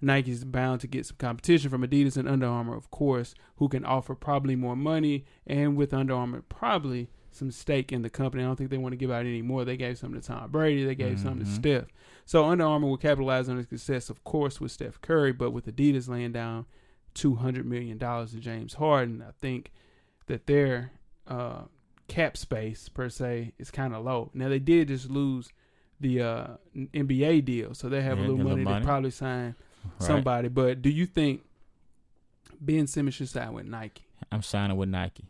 S2: Nike's bound to get some competition from Adidas and Under Armour, of course, who can offer probably more money and with Under Armour probably some stake in the company. I don't think they want to give out any more. They gave some to Tom Brady, they gave some to
S3: Mhm.
S2: Steph. So Under Armour will capitalize on his success, of course, with Steph Curry, but with Adidas laying down two hundred million dollars to James Harden, I think that their uh, cap space per se is kind of low. Now they did just lose the uh, NBA deal, so they have
S3: Yeah,
S2: a little
S3: get a little
S2: money
S3: money.
S2: to probably sign
S3: Right.
S2: somebody. But do you think Ben Simmons should sign with Nike?
S3: I'm signing with Nike,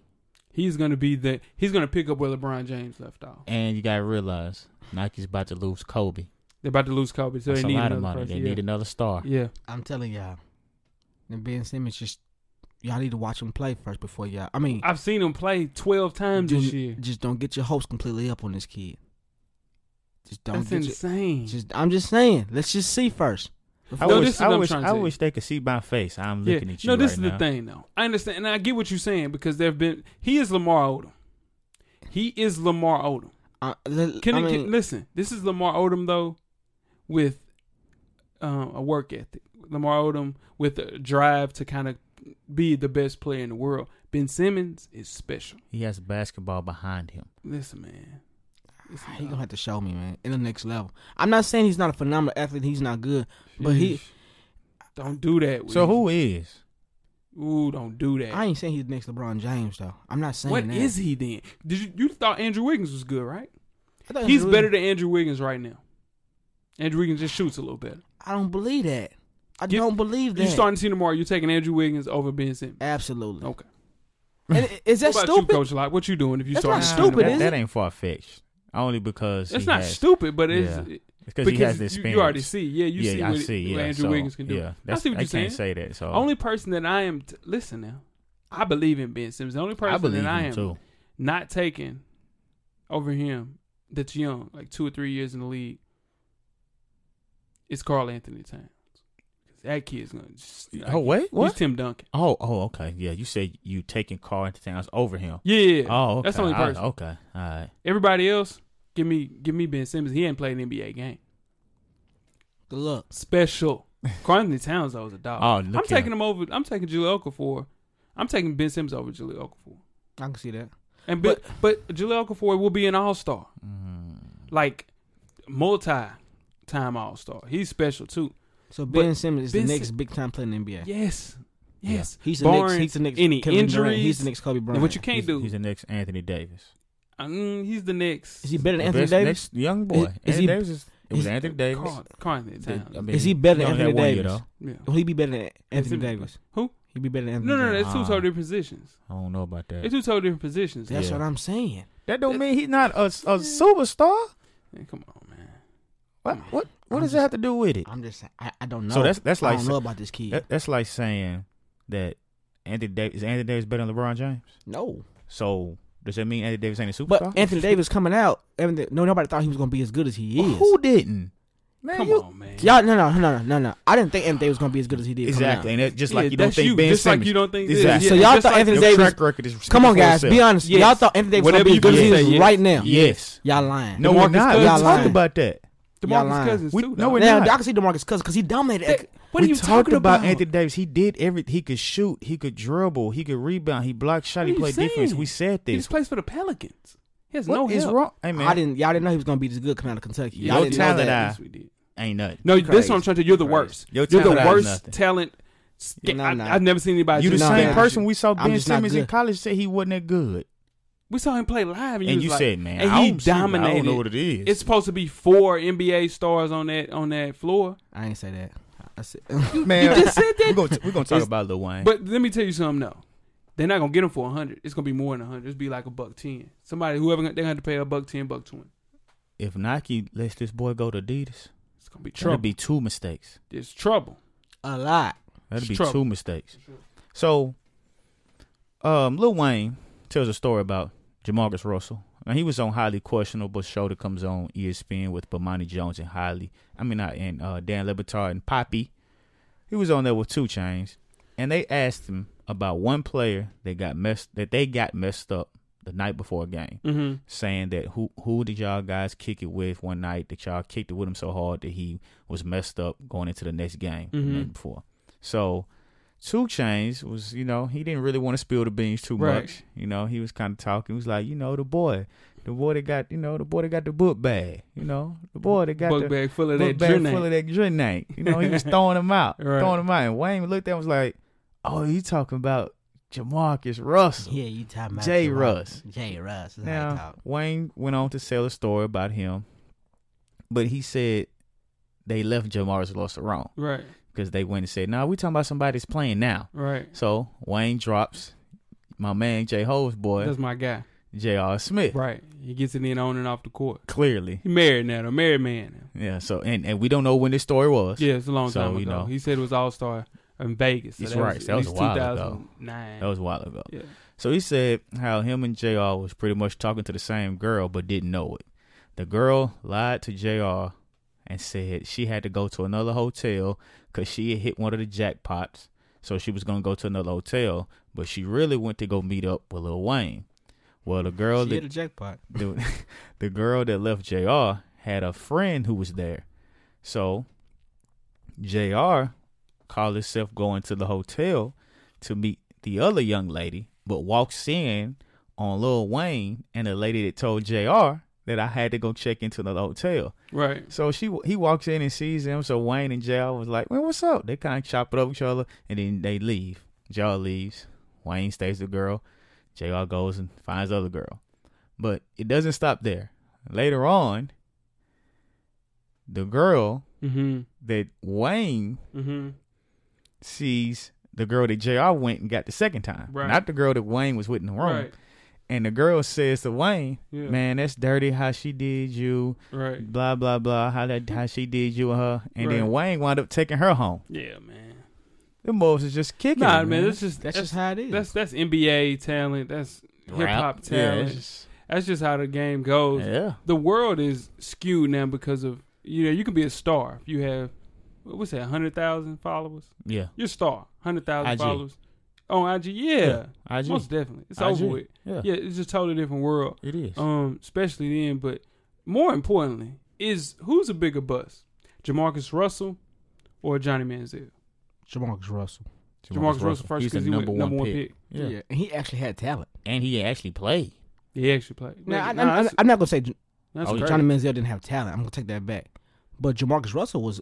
S2: He's gonna be the he's gonna pick up where LeBron James left off.
S3: and you gotta realize Nike's about to lose Kobe.
S2: They're about to lose Kobe, so
S3: That's
S2: they
S3: a
S2: need
S3: lot
S2: another
S3: of money.
S2: person.
S3: They
S2: yeah.
S3: need another star.
S2: yeah,
S5: I'm telling y'all, and Ben Simmons just y'all need to watch him play first before y'all. I mean,
S2: I've seen him play twelve times
S5: do-
S2: this year.
S5: just don't get your hopes completely up on this kid. Just don't
S2: That's
S5: get your-
S2: insane.
S5: just I'm just saying. Let's just see first.
S3: I
S2: No,
S3: wish,
S2: this is
S3: I,
S2: what I'm
S3: wish
S2: trying to
S3: I
S2: tell you.
S3: wish they could see my face. I'm looking at you.
S2: No, this
S3: right
S2: is
S3: now.
S2: the thing though. I understand and I get what you're saying because there've been he is Lamar Odom. He is Lamar Odom.
S5: I, l-
S2: Can,
S5: I
S2: it- can-
S5: mean,
S2: listen, this is Lamar Odom though with um, a work ethic. Lamar Odom with a drive to kind of be the best player in the world. Ben Simmons is special.
S3: He has basketball behind him.
S2: Listen, man. Listen,
S5: Ah, he
S2: dog.
S5: gonna have to show me, man, in the next level. I'm not saying he's not a phenomenal athlete. He's not good, but he.
S2: Sheesh. don't do that.
S3: So who is?
S2: who? Ooh, don't do that.
S5: I ain't saying he's the next LeBron James though. I'm not saying
S2: What
S5: that.
S2: is he then? Did you, you thought Andrew Wiggins was good, right?
S5: I thought he
S2: He's
S5: was-
S2: better than Andrew Wiggins right now. Andrew Wiggins just shoots a little better.
S5: I don't believe that. I
S2: You-
S5: don't believe that.
S2: You starting to see tomorrow? You taking Andrew Wiggins over Ben Simmons?
S5: Absolutely.
S2: Okay.
S5: And i- is that
S2: what about you,
S5: stupid?
S2: Coach Locke? What you doing if you
S5: That's
S2: start?
S5: not
S2: seeing
S5: stupid,
S2: tomorrow?
S3: that,
S5: is
S3: that
S5: it?
S3: ain't far fetched. Only because
S2: It's
S3: he
S2: not
S3: has,
S2: stupid, but it's
S3: Yeah.
S2: it-
S3: because he has the
S2: you,
S3: experience.
S2: you already see. Yeah, you
S3: yeah,
S2: see,
S3: I
S2: what,
S3: see.
S2: what
S3: Yeah,
S2: Andrew
S3: so,
S2: Wiggins can do.
S3: Yeah,
S2: I
S3: that's,
S2: see what
S3: I
S2: you're saying.
S3: can't say that. So
S2: Only person that I am t- listen now. I believe in Ben Simmons. The only person
S3: I believe
S2: that I am
S3: him too.
S2: not taking over him that's young, like two or three years in the league, is Carl Anthony Towns. 'Cause That kid's gonna. Just,
S3: Oh wait, what?
S2: He's Tim Duncan.
S3: Oh, oh, okay. Yeah, you said you taking Carl into Towns over him.
S2: Yeah, yeah, yeah.
S3: Oh, okay.
S2: that's the only
S3: I-
S2: person.
S3: okay, all right.
S2: Everybody else, give me, give me Ben Simmons. He ain't played an NBA game.
S5: Good luck.
S2: Special. Carl Anthony Towns though is a dog.
S3: Oh,
S2: I'm
S3: look at
S2: taking
S3: him.
S2: him over. I'm taking Julie Okafor. I'm taking Ben Simmons over Julie Okafor.
S5: I can see that.
S2: And but but Julie Okafor will be an all star,
S3: Mm.
S2: like multi time all star. He's special too.
S5: So
S2: But
S5: Ben Simmons is
S2: Ben
S5: the next
S2: Sim-
S5: big time player in the NBA.
S2: Yes, yes.
S5: He's the
S2: Barnes,
S5: next. He's the next.
S2: Any
S5: Kevin
S2: injuries?
S5: Durant. He's the next Kobe
S2: And
S5: Bryant.
S2: what you can't
S3: he's,
S2: do.
S3: He's the next Anthony Davis.
S2: Mm, he's the next.
S5: is he
S3: The
S5: better than Anthony
S3: best-
S5: Davis?
S3: next young boy.
S5: Is- is
S3: Anthony
S5: he-
S3: Davis is, it was
S5: is-
S3: Anthony Davis.
S2: Carl, Carl Anthony Towns.
S3: I mean,
S5: Is he better than
S3: only had
S5: Anthony
S3: one year,
S5: Davis?
S2: yeah.
S5: Will he be better than Anthony
S2: Simmons.
S5: Davis?
S2: Who?
S5: He'd be better than Anthony
S2: No, no, no.
S5: Davis.
S2: That's two
S3: Ah.
S2: totally different positions.
S3: though. I don't know about
S2: They're
S3: that.
S2: two totally different positions.
S5: That's
S3: Yeah.
S5: what I'm saying.
S3: That don't mean he's not a, a superstar.
S2: Man, come on, man.
S3: What what what
S5: I'm
S3: does that have to do with it?
S5: I'm just. saying, I, I don't know.
S3: So that's- that's
S5: I
S3: like-
S5: don't know about this kid.
S3: That, that's like saying that Anthony Davis is Anthony Davis better than LeBron James.
S5: no,
S3: So does that mean Anthony Davis ain't a superstar?
S5: but Anthony Davis coming out. Anthony- No, nobody thought he was gonna be as good as he is.
S3: who didn't? Man,
S2: Come
S3: you-
S2: on, man.
S5: Y'all, no, no, no, no, no, no. I didn't think Anthony Davis was gonna be as good as he did. coming out.
S3: Exactly, and that, just
S2: Yeah,
S3: like you don't
S2: that's
S3: think
S2: you.
S3: Ben
S2: Just like
S3: Simmons-
S2: you don't think-
S3: exactly.
S2: Yeah,
S5: So y'all
S2: just
S5: thought
S2: like
S5: Anthony
S3: Your
S5: Davis.
S3: track record is
S5: Come on,
S3: speaking for
S5: guys, be
S3: itself.
S5: honest.
S2: Yes.
S5: Y'all thought Anthony Davis was
S2: Whatever
S5: gonna be
S2: you
S5: as good as he
S2: believe,
S5: is
S2: yes.
S5: right now.
S3: Yes.
S5: Y'all lying.
S3: No, we're
S2: DeMarcus
S3: not. We
S2: Cousins.
S3: talked
S5: Y'all
S3: about that.
S5: Y'all
S2: DeMarcus
S5: lying.
S2: Cousins
S3: We-
S2: too.
S3: no,
S2: dog.
S3: we're
S5: now
S3: not.
S5: I can see DeMarcus Cousins because he dominated.
S2: That- what
S3: we
S2: are you
S3: talked
S2: talking about?
S3: Anthony Davis. He did everything. He could shoot. He could dribble. He could rebound. He blocked shot.
S2: What
S3: He
S2: are you
S3: played defense.
S2: saying?
S3: We said
S2: He
S3: this.
S2: just plays for the Pelicans. He has
S3: What
S2: no
S3: is
S2: help.
S3: wrong? Hey man,
S5: I didn't. Y'all didn't know he was gonna be this good coming out of Kentucky.
S2: Yeah,
S5: Y'all
S3: Your
S5: didn't know
S3: talent
S5: that.
S3: eye
S2: Yes, we did.
S3: ain't nothing.
S2: No, this is
S5: crazy.
S2: what I'm trying to. You're the
S5: Crazy.
S2: worst.
S3: Your
S2: You're the
S3: talent out of
S2: worst
S3: nothing.
S2: talent. st-
S5: No,
S2: I,
S5: no.
S2: I've never seen anybody.
S3: You the
S2: do
S5: Nah,
S2: that.
S3: same
S5: nah.
S3: person we saw
S5: I'm
S3: Ben
S5: just not
S3: Simmons in
S5: good.
S3: college said he wasn't that good,
S2: We saw him play live, and,
S3: and,
S2: he was
S3: you
S2: like-
S3: said, "Man,
S2: and
S3: I
S2: he
S3: don't see-
S2: dominated.
S3: I don't know what it is."
S2: It's supposed to be four NBA stars on that on that floor.
S5: I ain't say that. I said,
S3: man,
S2: you just said that.
S3: We're gonna, we're gonna talk
S2: It's-
S3: about Lil Wayne.
S2: But let me tell you something though. They're not gonna get him for hundred. It's gonna be more than hundred. It's be like a buck ten. Somebody whoever they're gonna have to pay a buck ten, buck twenty.
S3: if Nike lets this boy go to Adidas,
S2: It's gonna be trouble.
S3: that'd be two mistakes.
S2: it's trouble.
S5: a lot.
S3: That'd be
S2: Trouble.
S3: two mistakes. So, um, Lil Wayne tells a story about Jamarcus Russell. Now he was on highly questionable show that comes on E ESPN with Bomani Jones and highly, I mean, not and uh, Dan Lebatard and Poppy. He was on there with Two Chains, and they asked him about one player that got messed that they got messed up the night before a game,
S2: Mhm.
S3: saying that who who did y'all guys kick it with one night that y'all kicked it with him so hard that he was messed up going into the next game the
S2: Mhm.
S3: night before. So Two Chains was, you know, he didn't really want to spill the beans too
S2: Right.
S3: much. You know, he was kind of talking. He was like, you know, the boy, the boy that got, you know, the boy that got the book bag. You know, the boy that got
S2: Buck
S3: the
S2: bag full of
S3: book
S2: that
S3: bag
S2: drink.
S3: full of that drink. You know, he was throwing him out,
S2: Right.
S3: throwing him out. And Wayne looked at him and was like, oh, you talking about Jamarcus Russell?
S5: Yeah, you talking about
S3: Jay
S5: Jerome.
S3: Russ.
S5: Jay Russ. That's how
S3: Now,
S5: you talk.
S3: Wayne went on to tell a story about him, but he said they left Jamarcus Russell wrong
S2: Right,
S3: because they went and said, "No, nah, we talking about somebody that's playing now."
S2: right.
S3: So Wayne drops my man J Ho's boy
S2: That's my guy.
S3: J.R. Smith.
S2: Right, he gets it in on and off the court.
S3: Clearly,
S2: He married now. A married man. Now.
S3: yeah. So and, and we don't know when this story was.
S2: Yeah, it's a long
S3: So,
S2: time ago.
S3: you know.
S2: he said it was All Star in Vegas. So
S3: That's
S2: that
S3: right.
S2: Was,
S3: That was a while ago.
S2: 2009.
S3: that was a while ago.
S2: yeah.
S3: So he said how him and Jr. was pretty much talking to the same girl but didn't know it. The girl lied to Jr. and said she had to go to another hotel because she had hit one of the jackpots. So she was gonna go to another hotel, but she really went to go meet up with Lil Wayne. Well, the girl
S4: She
S3: that
S4: hit a jackpot.
S3: the, the girl that left JR had a friend who was there. So JR called himself going to the hotel to meet the other young lady, but walks in on Lil Wayne and the lady that told JR that I had to go check into the hotel.
S2: Right.
S3: So she he walks in and sees him. So Wayne and JR was like, man, what's up? They kind of chop it up with each other and then they leave. JR leaves. Wayne stays the girl. JR goes and finds the other girl. But it doesn't stop there. Later on, the girl
S2: Mm-hmm.
S3: that Wayne
S2: Mm-hmm.
S3: sees, the girl that JR went and got the second time,
S2: Right.
S3: not the girl that Wayne was with in the room.
S2: Right.
S3: And the girl says to Wayne,
S2: Yeah.
S3: Man, that's dirty how she did you,
S2: Right.
S3: blah, blah, blah, how that how she did you and her. And
S2: Right.
S3: then Wayne wound up taking her home.
S2: Yeah, man.
S3: The most is just kicking.
S2: Nah,
S3: it,
S2: man. That's just
S4: That's, just how it is.
S2: that's that's NBA talent. That's hip hop
S3: Rap. Yeah,
S2: talent.
S3: it's just-
S2: that's just how the game goes.
S3: yeah.
S2: The world is skewed now because of you know you can be a star if you have what was that hundred thousand followers.
S3: Yeah.
S2: You're a star, hundred thousand
S3: IG.
S2: followers on IG. Yeah,
S3: I just,
S2: most definitely. It's
S3: IG.
S2: over with.
S3: yeah.
S2: Yeah, it's just a totally different world.
S3: It is.
S2: Um, especially then, but more importantly, is who's a bigger bust, Jamarcus Russell or Johnny Manziel?
S5: Jamarcus Russell.
S2: Jamarcus, Russell first
S3: He's the
S2: because he went number one pick.
S3: Yeah.
S4: and he actually had talent.
S3: And he actually played.
S2: He actually played.
S5: Now,
S2: Nigga,
S5: I,
S2: nah,
S5: am
S2: that's,
S5: I'm not gonna say J-
S2: that's
S3: oh,
S2: crazy.
S5: Johnny Manziel didn't have talent. I'm gonna take that back. But Jamarcus Russell was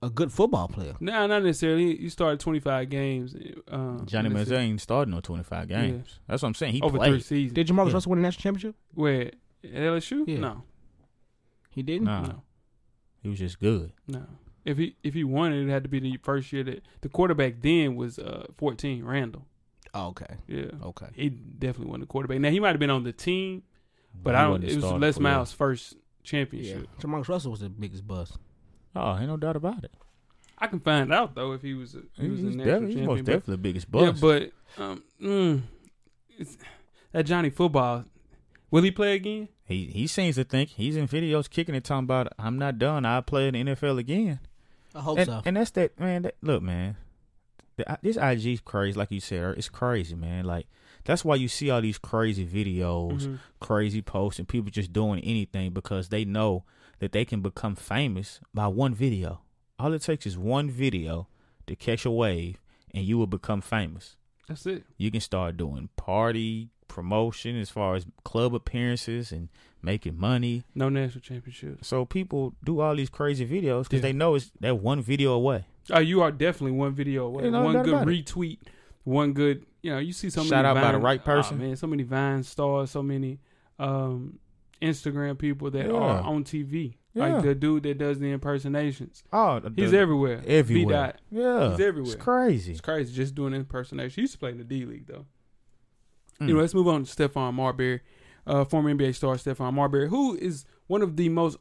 S5: a good football player.
S2: No, not necessarily. You started 25 games. Um,
S3: Johnny
S2: let's
S3: Manziel
S2: see,
S3: ain't started no 25 games. That's what I'm saying. He
S2: over three
S3: played.
S2: seasons.
S5: Did Jamarcus
S3: Yeah.
S5: Russell win a national championship?
S2: Where? At LSU?
S5: Yeah.
S2: No.
S5: He didn't.
S3: Nah,
S2: No.
S3: he was just good.
S2: No. If he if he won it, it had to be the first year that the quarterback then was uh 14, Randall.
S5: Oh, okay.
S2: Yeah.
S5: Okay.
S2: He definitely wasn't the quarterback. Now he might have been on the team, but I
S3: He
S2: don't
S3: wasn't
S2: it was
S3: starting
S2: Les
S3: for real.
S2: Miles' first
S5: Yeah.
S2: championship.
S5: Jamarcus Russell was the biggest bust.
S3: Oh, ain't no doubt about it.
S2: I can find out though if he was a, he was
S3: he's
S2: a national
S3: definitely, he's
S2: champion.
S3: most
S2: but-
S3: definitely the biggest bust.
S2: Yeah, but um, mm, it's, that Johnny football, will he play again?
S3: he he seems to think he's in videos kicking and talking about I'm not done. I play in the NFL again.
S5: I hope
S3: and,
S5: so.
S3: and that's that man. That, look, man, the, I- this IG crazy, like you said, it's crazy, man. Like that's why you see all these crazy videos,
S5: Mm-hmm.
S2: Mhm.
S3: crazy posts, and people just doing anything because they know that they can become famous by one video. All it takes is one video to catch a wave, and you will become famous.
S2: That's it.
S3: You can start doing party promotion as far as club appearances and making money.
S2: No national championships.
S3: So people do all these crazy videos because
S2: Yeah.
S3: they know it's that one video away.
S2: Oh, you are definitely one video away.
S3: Ain't no
S2: one
S3: doubt
S2: good
S3: about it.
S2: retweet. One good, you know, you see so many.
S3: Shout out by
S2: Vine-
S3: the right
S2: Aw,
S3: person.
S2: man, so many Vine stars, so many um, Instagram people that are
S3: Yeah.
S2: on TV.
S3: Yeah.
S2: Like the dude that does the impersonations.
S3: Oh,
S2: He's
S3: the-
S2: everywhere. B
S3: Everywhere.
S2: dot.
S3: Yeah.
S2: He's everywhere.
S3: It's crazy.
S2: It's crazy just doing impersonation. He used to play in the D League though.
S3: Mm.
S2: Anyway, let's move on to Stephon Marbury, uh, former NBA star Stephon Marbury, who is one of the most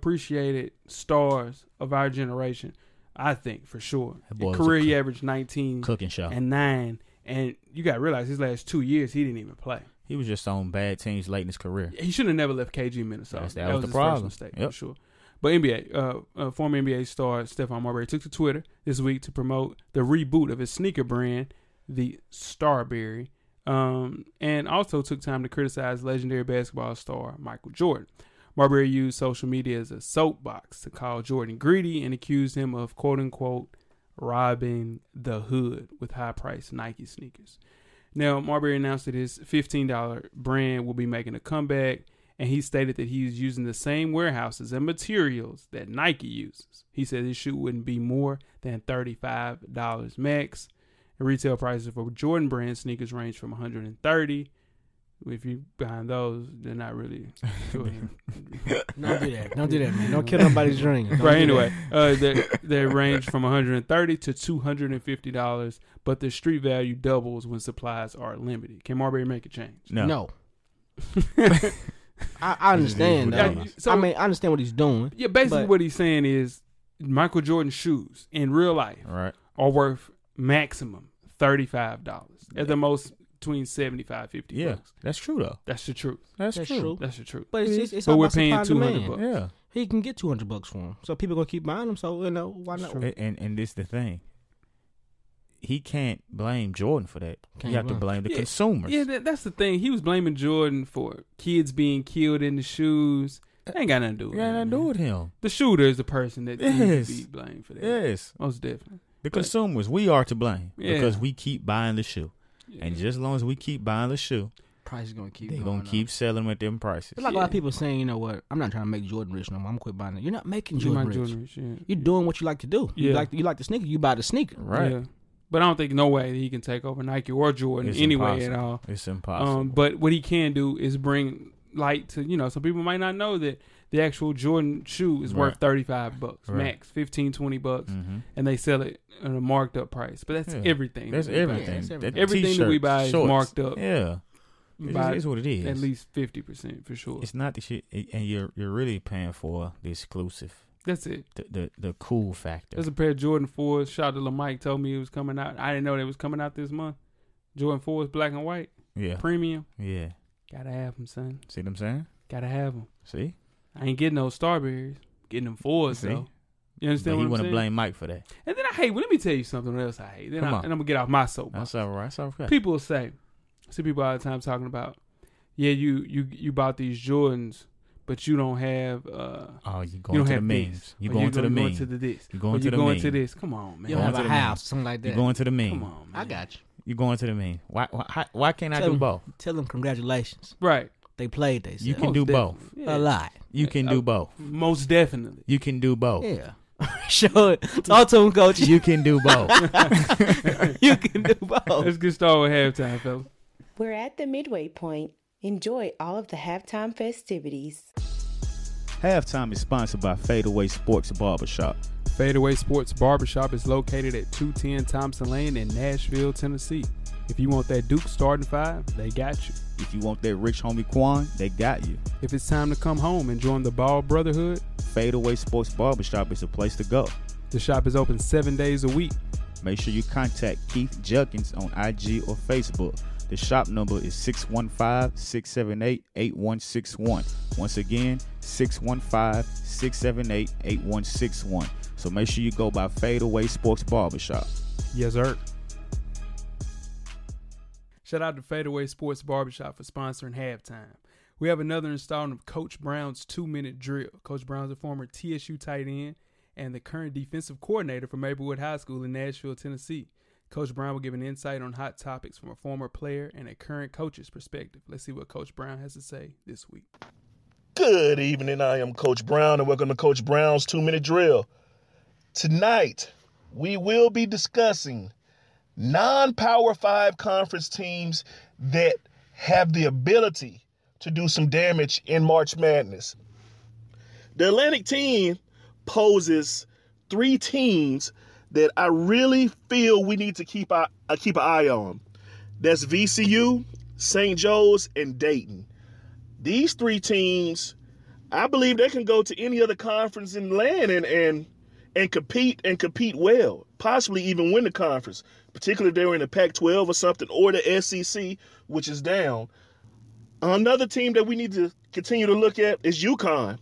S2: underappreciated stars of our generation, I think for sure.
S3: That boy was a
S2: Career he
S3: cook.
S2: averaged nineteen
S3: Cooking show.
S2: and nine, and you got to realize his last two years he didn't even play.
S3: he was just on bad teams late in his career.
S2: He should have never left KG Minnesota.
S3: That's-
S2: that,
S3: that
S2: was,
S3: was the
S2: his
S3: problem.
S2: first mistake
S3: Yep.
S2: for sure. But NBA, uh, uh, former NBA star Stephon Marbury took to Twitter this week to promote the reboot of his sneaker brand, the Starberry, um, and also took time to criticize legendary basketball star Michael Jordan. Marbury used social media as a soapbox to call Jordan greedy and accused him of quote unquote robbing the hood with high priced Nike sneakers. Now, Marbury announced that his $15 brand will be making a comeback, and he stated that he is using the same warehouses and materials that Nike uses. He said his shoe wouldn't be more than $35 max. The retail prices for Jordan brand sneakers range from 130 if you behind those, they're not really.
S5: Don't do that. Don't do that, man. Don't kill nobody's dream. Don't
S2: Right.
S5: do that.
S2: Anyway, uh, they they range from 130 to 250 dollars, but the street value doubles when supplies are limited. Can Marbury make a change?
S3: No.
S5: No. I, I understand.
S3: Yeah,
S5: though.
S3: you-
S2: so-
S5: I mean, I understand what he's doing.
S2: Yeah, basically
S5: But-
S2: what he's saying is Michael Jordan shoes in real life
S3: All right.
S2: are worth maximum thirty five dollars at the most between 75 50
S3: Yeah.
S2: bucks.
S3: That's true, though.
S2: That's the truth.
S3: That's,
S5: That's
S3: true.
S5: true.
S2: That's the truth.
S5: But it's, it's, it's
S2: But
S5: all
S2: we're
S5: about
S2: paying
S5: supply and
S2: 200
S5: demand.
S2: bucks.
S3: Yeah.
S5: He can get two hundred bucks for him, so people gonna keep buying him. So you know why not?
S3: A- And and this the thing. He can't blame Jordan for that.
S5: Can't
S3: you have to blame
S5: blame.
S3: the
S2: Yeah,
S3: consumers.
S2: Yeah, that, that's the thing. He was blaming Jordan for kids being killed in the shoes. That ain't got nothing to do with
S3: you
S2: it.
S3: ain't nothing to do with him.
S2: The shooter is the person that needs
S3: Yes.
S2: to be blamed for that.
S3: Yes,
S2: Most definitely.
S3: the
S2: But-
S3: consumers. We are to blame
S2: Yeah.
S3: because we keep buying the shoe,
S2: Yeah.
S3: and just as long as we keep buying the shoe,
S5: Price is gonna keep.
S3: they're
S5: going
S3: gonna
S5: up.
S3: keep selling them at them prices.
S5: It's like a lot of
S2: Yeah.
S5: people saying, you know what? I'm not trying to make Jordan rich no more. I'm quit buying it. You're not making
S2: You
S5: Jordan
S2: might
S5: rich.
S2: Jordan rich, yeah.
S5: You're doing what you like to do. You
S2: Yeah.
S5: like you like the sneaker. You buy the sneaker.
S3: Right?
S2: Yeah. But I don't think no way that he can take over Nike or Jordan
S3: It's
S2: anyway at
S3: impossible.
S2: all.
S3: It's impossible.
S2: Um, but what he can do is bring light to you know. Some people might not know that the actual Jordan shoe is worth
S3: Right.
S2: thirty five bucks
S3: Right.
S2: max, 15, 20 bucks,
S3: hmm
S2: and they sell it at a marked up price. But that's
S3: Yeah.
S2: everything.
S3: That's
S2: that we buy.
S3: everything.
S5: that's
S3: That
S5: everything.
S2: Everything that we
S3: t-shirt,
S2: buy is
S3: shorts.
S2: marked up
S3: Yeah,
S2: You
S3: it's,
S2: buy
S3: it's what it is.
S2: at least fifty percent for sure.
S3: it's not the shit, and you're you're really paying for the exclusive,
S2: That's it.
S3: the the, the cool factor.
S2: There's a pair of Jordan fours. Shout out to Lil Mike told me it was coming out. I didn't know they was coming out this month. Jordan fours, black and white,
S3: yeah,
S2: premium.
S3: yeah.
S2: Gotta have them, son.
S3: See what I'm saying?
S2: Gotta have them.
S3: See,
S2: I ain't getting no starberries. Getting them fours
S3: See?
S2: though. You
S3: but
S2: understand
S3: he
S2: what I'm
S3: wanna
S2: saying?
S3: blame Mike for that.
S2: And then I hate. Well, let me tell you something else I hate. Then I,
S3: Come
S2: and
S3: on.
S2: I'm gonna get off my soapbox.
S3: That's all right. That's all right.
S2: People say, I see people all the time talking about, yeah, you you you bought these Jordans, but you don't have uh,
S3: Oh, you
S2: you
S3: going
S2: don't
S3: to the
S2: have
S3: memes?
S2: this.
S3: You
S2: Or
S3: going to the
S2: you
S3: meme?
S2: to the this?
S3: You
S2: Or
S3: going
S2: you
S3: to the
S2: going to
S3: meme?
S2: this? Come on, man.
S5: You
S3: Going
S5: don't have
S3: to
S5: a
S3: the
S5: house, something like
S3: You
S5: that.
S3: going to the
S2: Come
S3: meme?
S2: on, man.
S5: I got you.
S3: You going to the meme? Why? Why? how- Why can't I
S5: Tell
S3: do
S5: me.
S3: both?
S5: Tell them congratulations.
S2: right.
S5: They played. They
S3: You
S5: said Oh,
S3: can
S2: Most
S3: do both.
S2: definitely.
S5: a
S2: Yeah.
S5: lot.
S3: You can
S2: Uh,
S3: do both.
S2: Most definitely.
S3: You can do both.
S5: Yeah. Show it. Talk to him, coach.
S3: You can do both.
S5: you can do both.
S2: Let's get started with halftime, fellas.
S6: We're at the midway point. Enjoy all of the halftime festivities.
S3: Halftime is sponsored by Fadeaway Sports Barbershop.
S2: Fadeaway Sports Barbershop is located at 210 Thompson Lane in Nashville, Tennessee. If you want that Duke starting five, they got you.
S3: If you want that rich homie Quan, they got you.
S2: If it's time to come home and join the Ball Brotherhood,
S3: Fadeaway Sports Barbershop is the place to go.
S2: the shop is open seven days a week.
S3: Make sure you contact Keith Judkins on IG or Facebook. The shop number is 615 678 8161. Once again, 615 678 8161. So make sure you go by Fadeaway Sports Barbershop.
S2: Yes, sir. Shout out to Fadeaway Sports Barbershop for sponsoring halftime. We have another installment of Coach Brown's two minute drill. Coach Brown's a former TSU tight end and the current defensive coordinator for Maplewood High School in Nashville, Tennessee. Coach Brown will give an insight on hot topics from a former player and a current coach's perspective. Let's see what Coach Brown has to say this week.
S7: Good evening. I am Coach Brown, and welcome to Coach Brown's Two Minute Drill. Tonight, we will be discussing non Power Five conference teams that have the ability to do some damage in March Madness. The Atlantic team poses three teams that I really feel we need to keep, our, uh, keep an eye on that's VCU, St. Joe's, and Dayton these three teams, I believe they can go to any other conference in the land and and and compete and compete well, possibly even win the conference, particularly if they were in the Pac-12 or something, or the SEC, which is down. Another team that we need to continue to look at is UConn.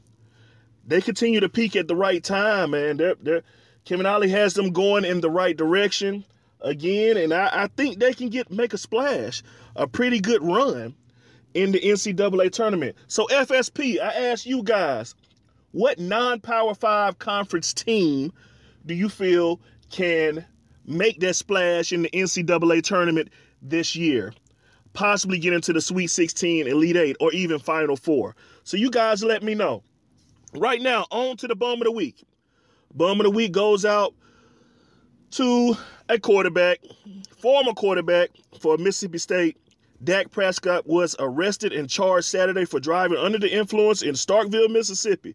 S7: They continue to peak at the right time, man. They're, they're, Kevin Ollie has them going in the right direction again, and I, I think they can get make a splash, a pretty good run in the NCAA tournament. So FSP, I ask you guys, what non-power five conference team do you feel can make that splash in the NCAA tournament this year? Possibly get into the Sweet 16, Elite Eight, or even Final Four. So you guys let me know. Right now, on to the bum of the week. Bum of the week goes out to a quarterback, former quarterback for Mississippi State, Dak Prescott was arrested and charged Saturday for driving under the influence in Starkville, Mississippi.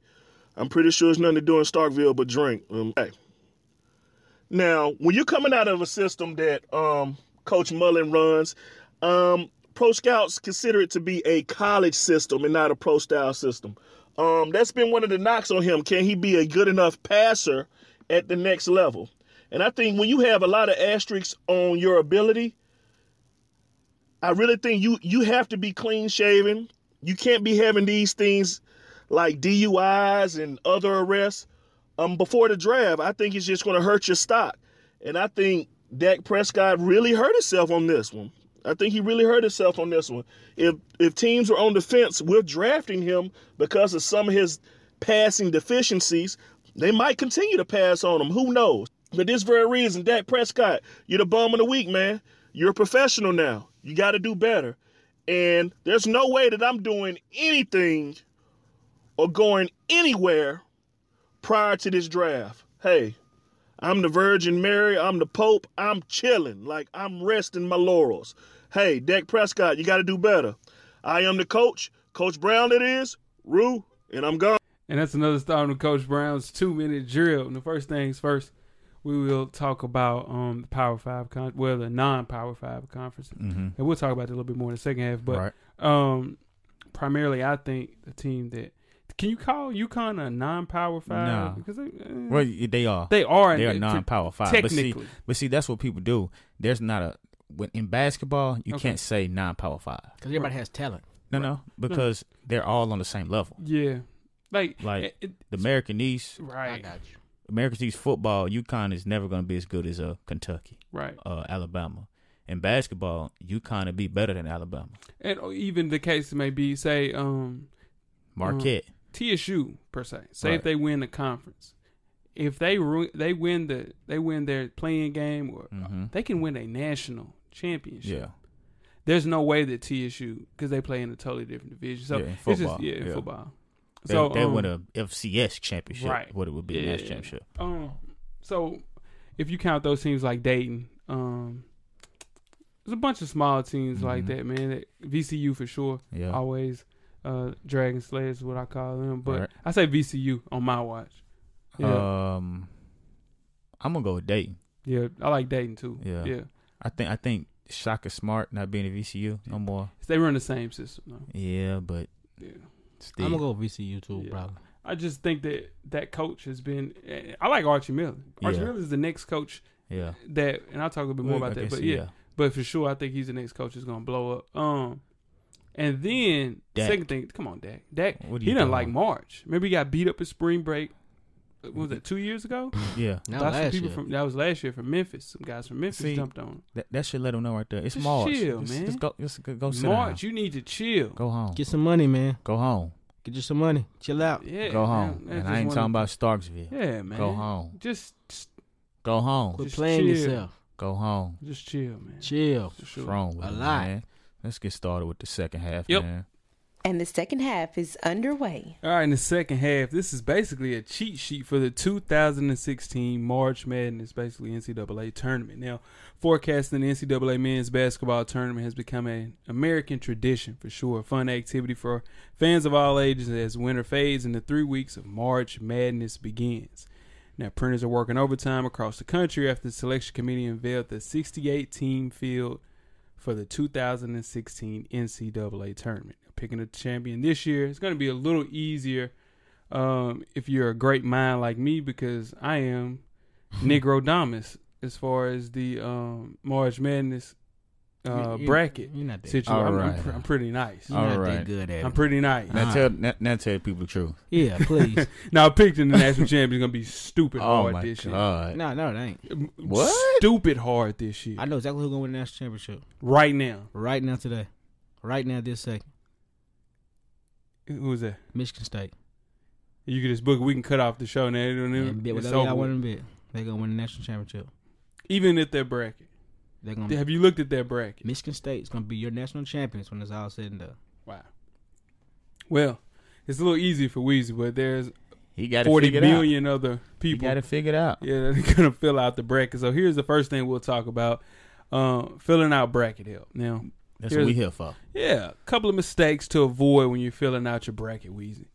S7: I'm pretty sure it's nothing to do in Starkville but drink. Um, hey. Now, when you're coming out of a system that um, Coach Mullen runs, um, pro scouts consider it to be a college system and not a pro style system. Um, that's been one of the knocks on him. Can he be a good enough passer at the next level? And I think when you have a lot of asterisks on your ability, I really think you you have to be clean shaven. You can't be having these things like DUIs and other arrests um, before the draft, I think it's just going to hurt your stock. And I think Dak Prescott really hurt himself on this one. I think he really hurt himself on this one. If if teams were on the fence with drafting him because of some of his passing deficiencies, they might continue to pass on him. Who knows? For this very reason, Dak Prescott, you're the bum of the week, man. You're a professional now. You got to do better. And there's no way that I'm doing anything or going anywhere prior to this draft. Hey, I'm the Virgin Mary. I'm the Pope. I'm chilling. Like, I'm resting my laurels. Hey, Dak Prescott, you got to do better. I am the coach. Coach Brown, it is. Rue, and I'm gone.
S2: And that's another start on Coach Brown's two minute drill. And the first things first, we will talk about um the Power Five con well the non Power Five conference, and we'll talk about that a little bit more in the second half. But
S3: Mm-hmm. Right.
S2: um, primarily, I think the team that can you call UConn a non Power Five
S3: No.
S2: because they, eh,
S3: Well, y- they are.
S2: they are
S3: They are
S2: to-
S3: non-power five. But
S2: technically.
S3: see, but see, that's what people do. There's not a when in basketball, you
S2: Okay.
S3: can't say non-power five.
S5: because everybody has talent.
S3: No, no, because they're all on the same level.
S2: yeah, like
S3: Like
S2: it- it-
S3: the American East,
S5: I
S2: right,
S5: got you.
S3: American East football, UConn is never going to be as good as uh, Kentucky,
S2: right,
S3: uh, Alabama. In basketball, UConn would be better than Alabama.
S2: and or even the case may be say um
S3: Marquette,
S2: TSU per se. Say if
S3: Right.
S2: they win the conference, if they ru- they win the they win their playing game, or they can win a national championship.
S3: Mm-hmm. yeah,
S2: There's no way that TSU because they play in a totally different division. So
S3: Yeah, in
S2: it's just
S3: football,
S2: yeah, in
S3: yeah.
S2: football.
S3: they,
S2: so
S3: they
S2: um,
S3: win a FCS championship.
S2: right.
S3: What it would be a
S2: Yeah.
S3: national championship.
S2: um, so if you count those teams like Dayton, um, there's a bunch of small teams like
S3: Mhm.
S2: that, man. That- VCU for sure,
S3: Yeah,
S2: always. Uh, Dragon Slayers is what I call them, but
S3: Right.
S2: I say VCU on my watch. Yeah.
S3: um, I'm gonna go with Dayton.
S2: Yeah, I like Dayton too.
S3: Yeah.
S2: yeah.
S3: I think I think Shaka Smart not being at VCU no more.
S2: They run the same system. Though.
S3: Yeah, but
S2: Yeah.
S3: still,
S5: I'm gonna go with VCU too,
S2: Yeah.
S5: probably.
S2: I just think that that coach has been. eh, I like Archie Miller. Archie
S3: Yeah.
S2: Miller is the next coach
S3: yeah.
S2: that, and I'll talk a bit more
S3: I
S2: about that.
S3: guess,
S2: But yeah, but for sure, I think he's the next coach that's gonna blow up. Um, and then
S3: Dak.
S2: second thing, come on, Dak. Dak,
S3: What are
S2: he
S3: you
S2: didn't
S3: doing?
S2: like March. Remember, he got beat up at spring break. What was that two years ago?
S3: yeah.
S5: Now
S2: By some
S5: last
S2: people
S5: year,
S2: from that was last year from Memphis. Some guys from Memphis
S3: See,
S2: jumped on.
S3: That, that should let him know right there. It's
S2: Just
S3: March.
S2: chill,
S3: just,
S2: man.
S3: Just go, just go, go sit
S2: March,
S3: down.
S2: you need to chill.
S3: Go home.
S5: get some money, man.
S3: go home.
S5: Get you some money. Chill out.
S2: yeah,
S3: go
S2: man,
S3: home.
S2: that's
S3: and
S2: just
S3: I ain't
S2: one
S3: talking
S2: of-
S3: about Starksville.
S2: Yeah, man.
S3: Go home.
S2: Just, just,
S3: Go home.
S5: Quit
S2: Just
S5: playing
S2: chill.
S5: yourself.
S3: Go home.
S2: just chill, man.
S5: Chill.
S2: For
S3: What's
S2: sure.
S3: wrong with
S5: A
S3: it,
S5: lot.
S3: man? Let's get started with the second half,
S2: Yep.
S3: man.
S6: And the second half is underway.
S2: All right, in the second half, this is basically a cheat sheet for the 2016 March Madness, basically NCAA tournament. Now, forecasting the NCAA men's basketball tournament has become an American tradition for sure, a fun activity for fans of all ages as winter fades and the three weeks of March Madness begins. Now, printers are working overtime across the country after the selection committee unveiled the 68 team field for the 2016 NCAA tournament. Picking a champion this year it's going to be a little easier um, if you're a great mind like me because I am Negro Domus as far as the um, March Madness uh,
S5: You- you-
S2: bracket
S5: You're not that.
S2: situation. I'm, I'm,
S3: Alright.
S2: pr- I'm pretty nice.
S5: You're not
S3: Alright.
S5: that good at
S2: I'm
S5: it.
S2: pretty nice.
S3: Now
S5: Ah.
S3: tell now, now tell people the truth.
S5: Yeah, please.
S2: Now, picking the national champion is going to be stupid
S3: Oh
S2: hard
S3: my
S2: this
S3: god.
S5: no, no, it ain't.
S2: year.
S3: What?
S2: Stupid hard this year.
S5: I know exactly who's gonna win the national championship
S2: Right now.
S5: right now today, right now this second.
S2: Who's that?
S5: Michigan State.
S2: You can just book. it. We can cut off the show now. It don't even-
S5: And bet
S2: it's
S5: whatever
S2: over
S5: y'all
S2: with.
S5: want them to bet, they gonna win the national championship.
S2: Even at their bracket.
S5: They're gonna.
S2: Have you looked at their bracket?
S5: Michigan State's gonna be your national champions when it's all said and done.
S2: Wow. Well, it's a little easy for Weezy, but there's
S3: He got it
S2: 40
S3: figured out.
S2: billion other
S3: He
S2: people.
S3: got it figured out.
S2: Yeah, they're gonna fill out the bracket. So here's the first thing we'll talk about: uh, filling out bracket help. Now,
S3: That's
S2: Here's-
S3: what we here for.
S2: yeah, a couple of mistakes to avoid when you're filling out your bracket, Weezy.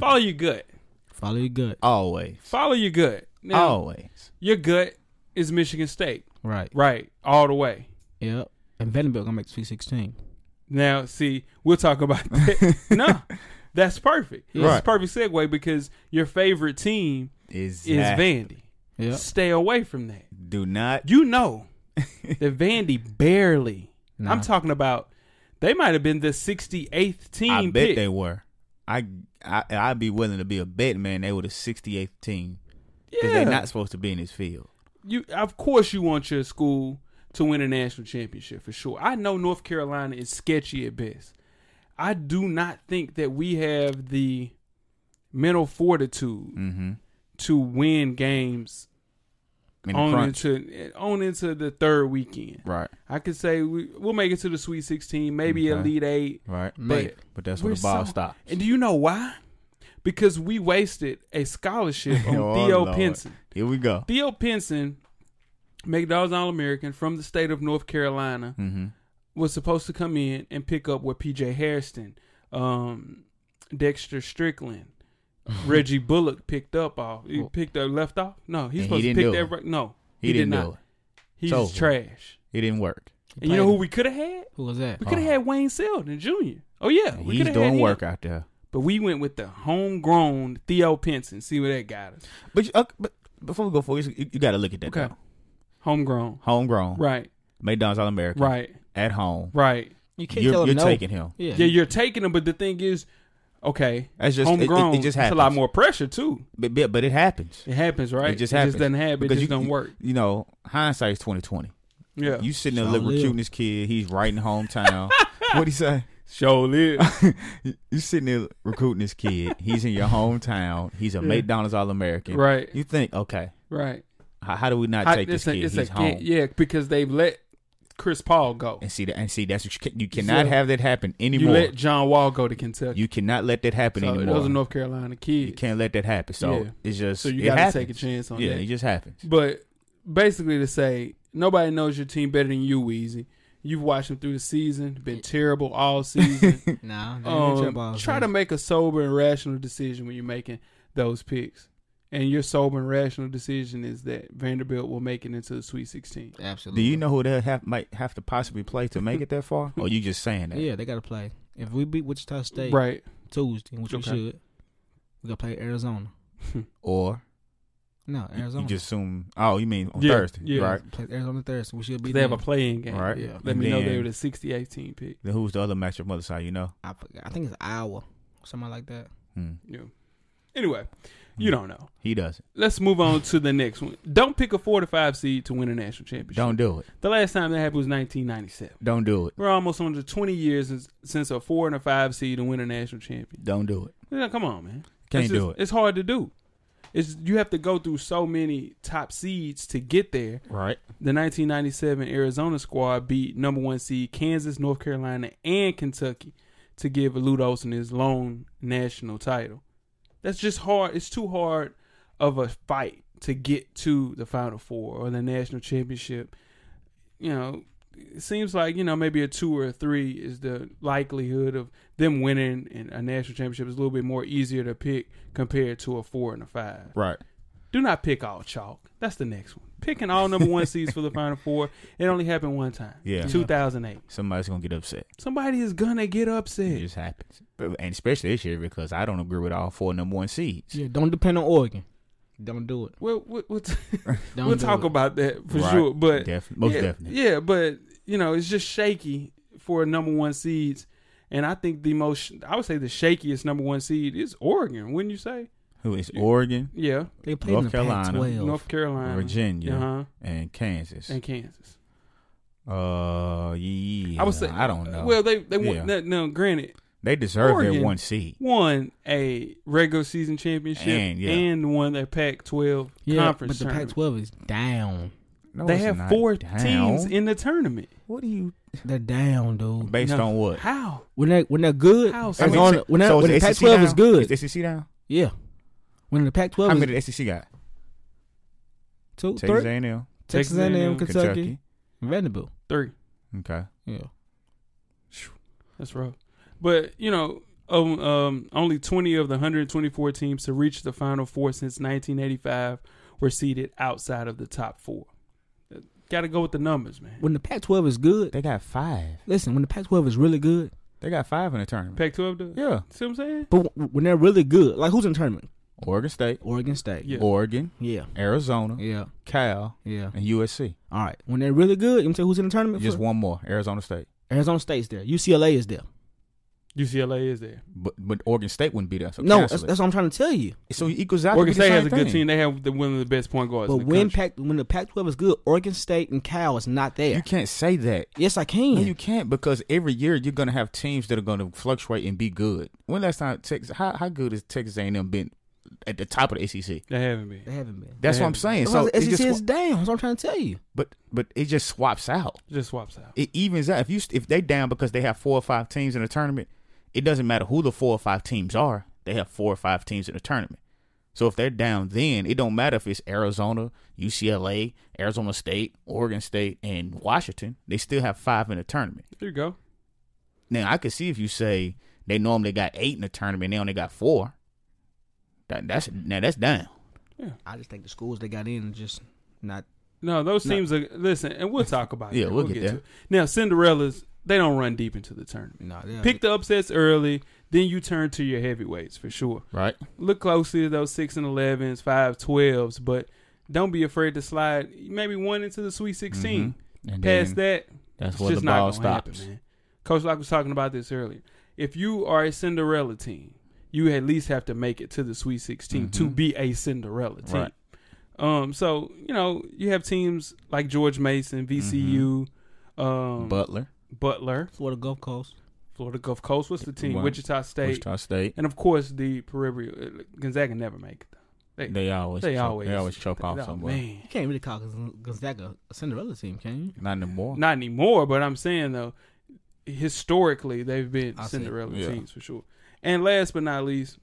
S2: Follow your gut.
S5: Follow your gut.
S3: Always.
S2: Follow your gut. Now,
S5: Oh,
S3: Always.
S2: your gut is Michigan State,
S5: Right.
S2: right? All the way.
S5: Yep. And Vanderbilt gonna make the Sweet Sixteen.
S2: Now, see, we'll talk about that. no, that's perfect. It's
S3: Right.
S2: a perfect segue because your favorite team
S3: Is
S2: is Vandy.
S5: Yep.
S2: Stay away from that.
S3: Do not
S2: You know that Vandy barely.
S5: Nah.
S2: I'm talking about. They might have been the 68th team.
S3: I bet
S2: pick.
S3: they were. I, I I'd be willing to be a bet man. They were the 68th team because they're not supposed to be in this field.
S2: you of course you want your school to win a national championship for sure. I know North Carolina is sketchy at best. I do not think that we have the mental fortitude
S3: Mm-hmm.
S2: to win games
S3: In the
S2: on
S3: crunch.
S2: into on into the third weekend.
S3: right,
S2: I could say we, we'll make it to the Sweet 16, maybe
S3: Okay.
S2: Elite Eight.
S3: right.
S2: Mate,
S3: But but that's where the ball
S2: so-
S3: stops.
S2: And do you know why? Because we wasted a scholarship on
S3: Oh,
S2: Theo
S3: Lord.
S2: Pinson.
S3: Here we go.
S2: Theo Pinson, McDonald's All American from the state of North Carolina,
S3: Mm-hmm.
S2: was supposed to come in and pick up where PJ Harrison, um, Dexter Strickland, Reggie Bullock picked up off. He picked up left off. No, he's
S3: And he
S2: supposed to
S3: didn't
S2: pick
S3: do
S2: that
S3: it.
S2: right. No,
S3: He, didn't do it.
S2: He's
S3: It's over.
S2: trash.
S3: It didn't work.
S2: And you know who we could have had?
S5: Who was that?
S2: We
S3: Oh.
S2: could have had Wayne Selden Jr. Oh yeah, we
S3: He's
S2: coulda had
S3: doing
S2: him.
S3: work out there.
S2: But we went with the homegrown Theo Pinson. See where that got us.
S3: But, you- uh, but before we go forward, you, you got to look at that.
S2: Okay,
S3: Okay.
S2: homegrown.
S3: Homegrown,
S2: Right,
S3: McDonald's All American,
S2: right,
S3: At home,
S2: right.
S5: You can't
S3: you're,
S5: tell him
S3: you're
S5: no.
S3: taking him.
S5: Yeah.
S2: Yeah, you're taking them, but the thing is, okay,
S3: That's just- it- it- it
S2: homegrown.
S3: just
S2: It's a lot
S3: happens.
S2: more pressure too.
S3: But, but but it happens.
S2: It happens, right?
S3: It just happens.
S2: doesn't happen.
S3: Because
S2: it just
S3: you-
S2: don't
S3: you-
S2: work.
S3: You know, hindsight's twenty twenty.
S2: Yeah,
S3: You sitting there
S5: Sure
S3: look,
S5: live.
S3: recruiting this kid. He's right in hometown. what do you say?
S2: show live.
S3: you sitting there recruiting this kid. He's in your hometown. He's a McDonald's All American.
S2: Right.
S3: You think, okay,
S2: right.
S3: how, how do we not
S2: Hot-
S3: take this
S2: a-
S3: kid?
S2: it's a
S3: He's home.
S2: kid- yeah, because they've let Chris Paul go.
S3: And see that. And see that's what you, can- you cannot
S2: Yeah.
S3: have that happen
S2: You
S3: anymore. You,
S2: let John Wall go to Kentucky.
S3: cannot let that happen
S2: so
S3: anymore.
S2: those are North Carolina kids.
S3: you can't let that happen. So
S2: Yeah.
S3: it's just
S2: So you
S3: it
S2: gotta
S3: happens.
S2: take a chance on
S3: Yeah,
S2: that.
S3: it just happens.
S2: But basically, to say nobody knows your team better than you, Weezy. You've watched them through the season. Been terrible all season.
S5: Nah.
S2: um, try to make a sober and rational decision when you're making those picks. And your sober and rational decision is that Vanderbilt will make it into the Sweet 16.
S3: Do
S5: Absolutely.
S3: you know who they have might have to possibly play to make it that far? Or you just saying that?
S5: Yeah, they got to play. If we beat Wichita State
S2: Right.
S5: Tuesday, which we
S2: Okay.
S5: should, we got to play Arizona.
S3: Or
S5: No,
S3: you-
S5: Arizona.
S3: you just assume? Oh, you mean on
S2: Yeah,
S3: Thursday,
S2: yeah.
S3: right?
S5: play Arizona Thursday. We should be
S2: They have a
S5: there.
S2: playing game.
S3: Right.
S5: Yeah.
S2: Let
S3: And
S2: me know they
S3: then-
S2: were the 68 team pick.
S3: Then who's the other matchup from the other side? You know,
S5: I forgot. I think it's Iowa, something like that.
S3: hmm.
S2: Yeah. Anyway, you don't know.
S3: he doesn't.
S2: Let's move on to the next one. Don't pick a 4 to 5 seed to win a national championship.
S3: Don't do it.
S2: The last time that happened was 1997.
S3: Don't do it.
S2: We're almost on to 20 years since, since a 4 and a 5 seed to win a national championship.
S3: Don't do it.
S2: Yeah, come on, man.
S3: Can't
S2: It's just-
S3: do it.
S2: It's hard to do. It's you have to go through so many top seeds to get there.
S3: Right.
S2: The 1997 Arizona squad beat number one seed Kansas, North Carolina, and Kentucky to give Lute Olson his lone national title. That's just hard. It's too hard of a fight to get to the Final Four or the national championship. You know, it seems like you know maybe a two or a three is the likelihood of them winning and a national championship is a little bit more easier to pick compared to a four and a five.
S3: Right.
S2: Do not pick all chalk. That's the next one. Picking all number one seeds for the final four. It only happened one time.
S3: Yeah.
S2: 2008.
S3: Somebody's gonna get upset.
S2: Somebody is gonna get
S3: It
S2: upset.
S3: just happens, But- and especially this year because I don't agree with all four number one seeds.
S5: Yeah, don't depend on Oregon. Don't do it.
S2: We'll, we'll, we'll,
S5: Don't
S2: we'll
S5: do
S2: talk
S5: it.
S2: about that for
S3: Right.
S2: sure. But
S3: Def- most
S2: yeah,
S3: definitely.
S2: yeah, but you know, it's just shaky for number one seeds. And I think the most, I would say, the shakiest number one seed is Oregon. Wouldn't you say?
S3: Who is Oregon,
S2: Yeah,
S5: They played
S3: North
S5: in the
S3: Carolina.
S5: Pac-12.
S2: North Carolina,
S3: Virginia,
S2: uh-huh,
S3: and Kansas?
S2: and Kansas.
S3: uh, yeah.
S2: I would say
S3: I don't know.
S2: Well, they they won.
S3: Yeah.
S2: no, no, granted,
S3: they deserve
S2: Oregon-
S3: their one seed.
S2: won a regular season championship and,
S3: And, yeah.
S2: won their Pac-12
S5: yeah,
S2: conference
S5: but the
S2: tournament.
S5: Pac-12 is down.
S3: No,
S2: they
S3: it's
S2: have
S3: not
S2: four
S3: down.
S2: teams in the tournament.
S3: What do you
S5: They're down, dude.
S3: based
S2: No.
S3: on what?
S2: How?
S5: When they when they're good,
S2: How so?
S3: I mean,
S5: Arizona,
S3: so-
S5: when, that,
S3: so
S5: when the
S3: is
S5: Pac-12
S3: SEC
S5: is
S3: down?
S5: good,
S3: Is the SEC down?
S5: yeah. When the Pac-12
S3: How
S5: is
S3: many the SEC got?
S5: two,
S3: Texas
S5: three,
S3: A&M,
S5: Texas
S2: Texas
S5: A&M,
S2: A&M,
S5: Kentucky,
S3: Kentucky.
S5: Vanderbilt.
S2: Three.
S3: Okay.
S5: Yeah,
S2: That's rough. But you know, um, um, only 20 of the 124 teams to reach the Final Four since 1985 were seeded outside of the top four. Got to go with the numbers, man.
S5: when the Pac-12 is good,
S3: They got five.
S5: listen. When the Pac-12 is really good,
S3: They got five in the tournament.
S2: Pac-12 does.
S3: Yeah.
S2: See what I'm saying?
S5: but w- when they're really good, like who's in the tournament?
S3: Oregon State,
S5: Oregon State.
S2: Yeah.
S3: Oregon,
S5: yeah,
S3: Arizona,
S5: yeah.
S3: Cal,
S5: yeah.
S3: and USC.
S5: All right. When they're really good, you tell who's in the tournament?
S3: Just
S5: for?
S3: one more. Arizona State.
S5: Arizona State's there. UCLA is there.
S2: UCLA is there.
S3: But but Oregon State wouldn't be there. So
S5: No,
S3: cancel
S5: that's, that's what I'm trying to tell you.
S3: it. so he equals out.
S2: Oregon
S3: to be the
S2: State has
S3: same
S2: a good
S3: thing.
S2: team. They have the, one of the best point guards.
S5: But
S2: in the
S5: when
S2: country.
S5: Pac, when the Pac-12 is good, Oregon State and Cal is not there.
S3: You can't say that.
S5: yes, I
S3: No,
S5: can.
S3: you can't because every year you're gonna have teams that are gonna fluctuate and be good. When last time Texas, how how good has Texas A&M been at the top of the SEC?
S2: they haven't been.
S5: they haven't been.
S3: That's
S2: They
S3: what I'm
S2: haven't.
S3: saying.
S5: So
S3: So
S5: the
S3: it
S5: SEC
S3: just
S5: is
S3: swa-
S5: E down. That's what I'm trying to tell you.
S3: but but it just swaps out.
S2: Just swaps out.
S3: It evens out. If you st- if they down because they have four or five teams in a tournament, it doesn't matter who the four or five teams are. They have four or five teams in the tournament. So if they're down, then it don't matter if it's Arizona, UCLA, Arizona State, Oregon State, and Washington. They still have five in the tournament.
S2: There you go.
S3: Now I could see if you say they normally got eight in the tournament, they only got four. That, that's now that's down.
S5: I just think the schools they got in just not.
S2: No, those teams are listen, and we'll talk about it.
S3: Yeah, we'll get there.
S2: to it. Now, Cinderellas, they don't run deep into the tournament.
S5: No, they
S2: Pick the upsets early, then you turn to your heavyweights for sure.
S3: Right.
S2: Look closely at those six and elevens, five twelves, but don't be afraid to slide maybe one into the Sweet 16
S3: And
S2: Past
S3: Mm-hmm. then
S2: that,
S3: that's
S2: it's
S3: where
S2: just
S3: the
S2: not
S3: ball
S2: gonna happen,
S3: stops.
S2: man. Coach Locke was talking about this earlier. If you are a Cinderella team, you at least have to make it to the Sweet 16 to be a Cinderella team.
S3: Mm-hmm. Right.
S2: Um, so you know you have teams like George Mason, VCU,
S3: Mm-hmm.
S2: um,
S3: Butler,
S2: Butler,
S5: Florida Gulf Coast.
S2: Florida Gulf Coast. What's the team?
S3: Well,
S2: Wichita State,
S3: Wichita State,
S2: and of course the Peripheral. Gonzaga never make it. Though.
S3: they always
S2: they
S3: choke,
S2: always
S3: they always choke off
S2: oh,
S3: somewhere.
S2: man.
S5: You can't really call Gonz- Gonzaga a Cinderella team, can you?
S3: Not anymore.
S2: Not anymore, but I'm saying though, historically they've been
S5: I see.
S2: Cinderella
S3: Yeah.
S2: teams for sure. And last but not least,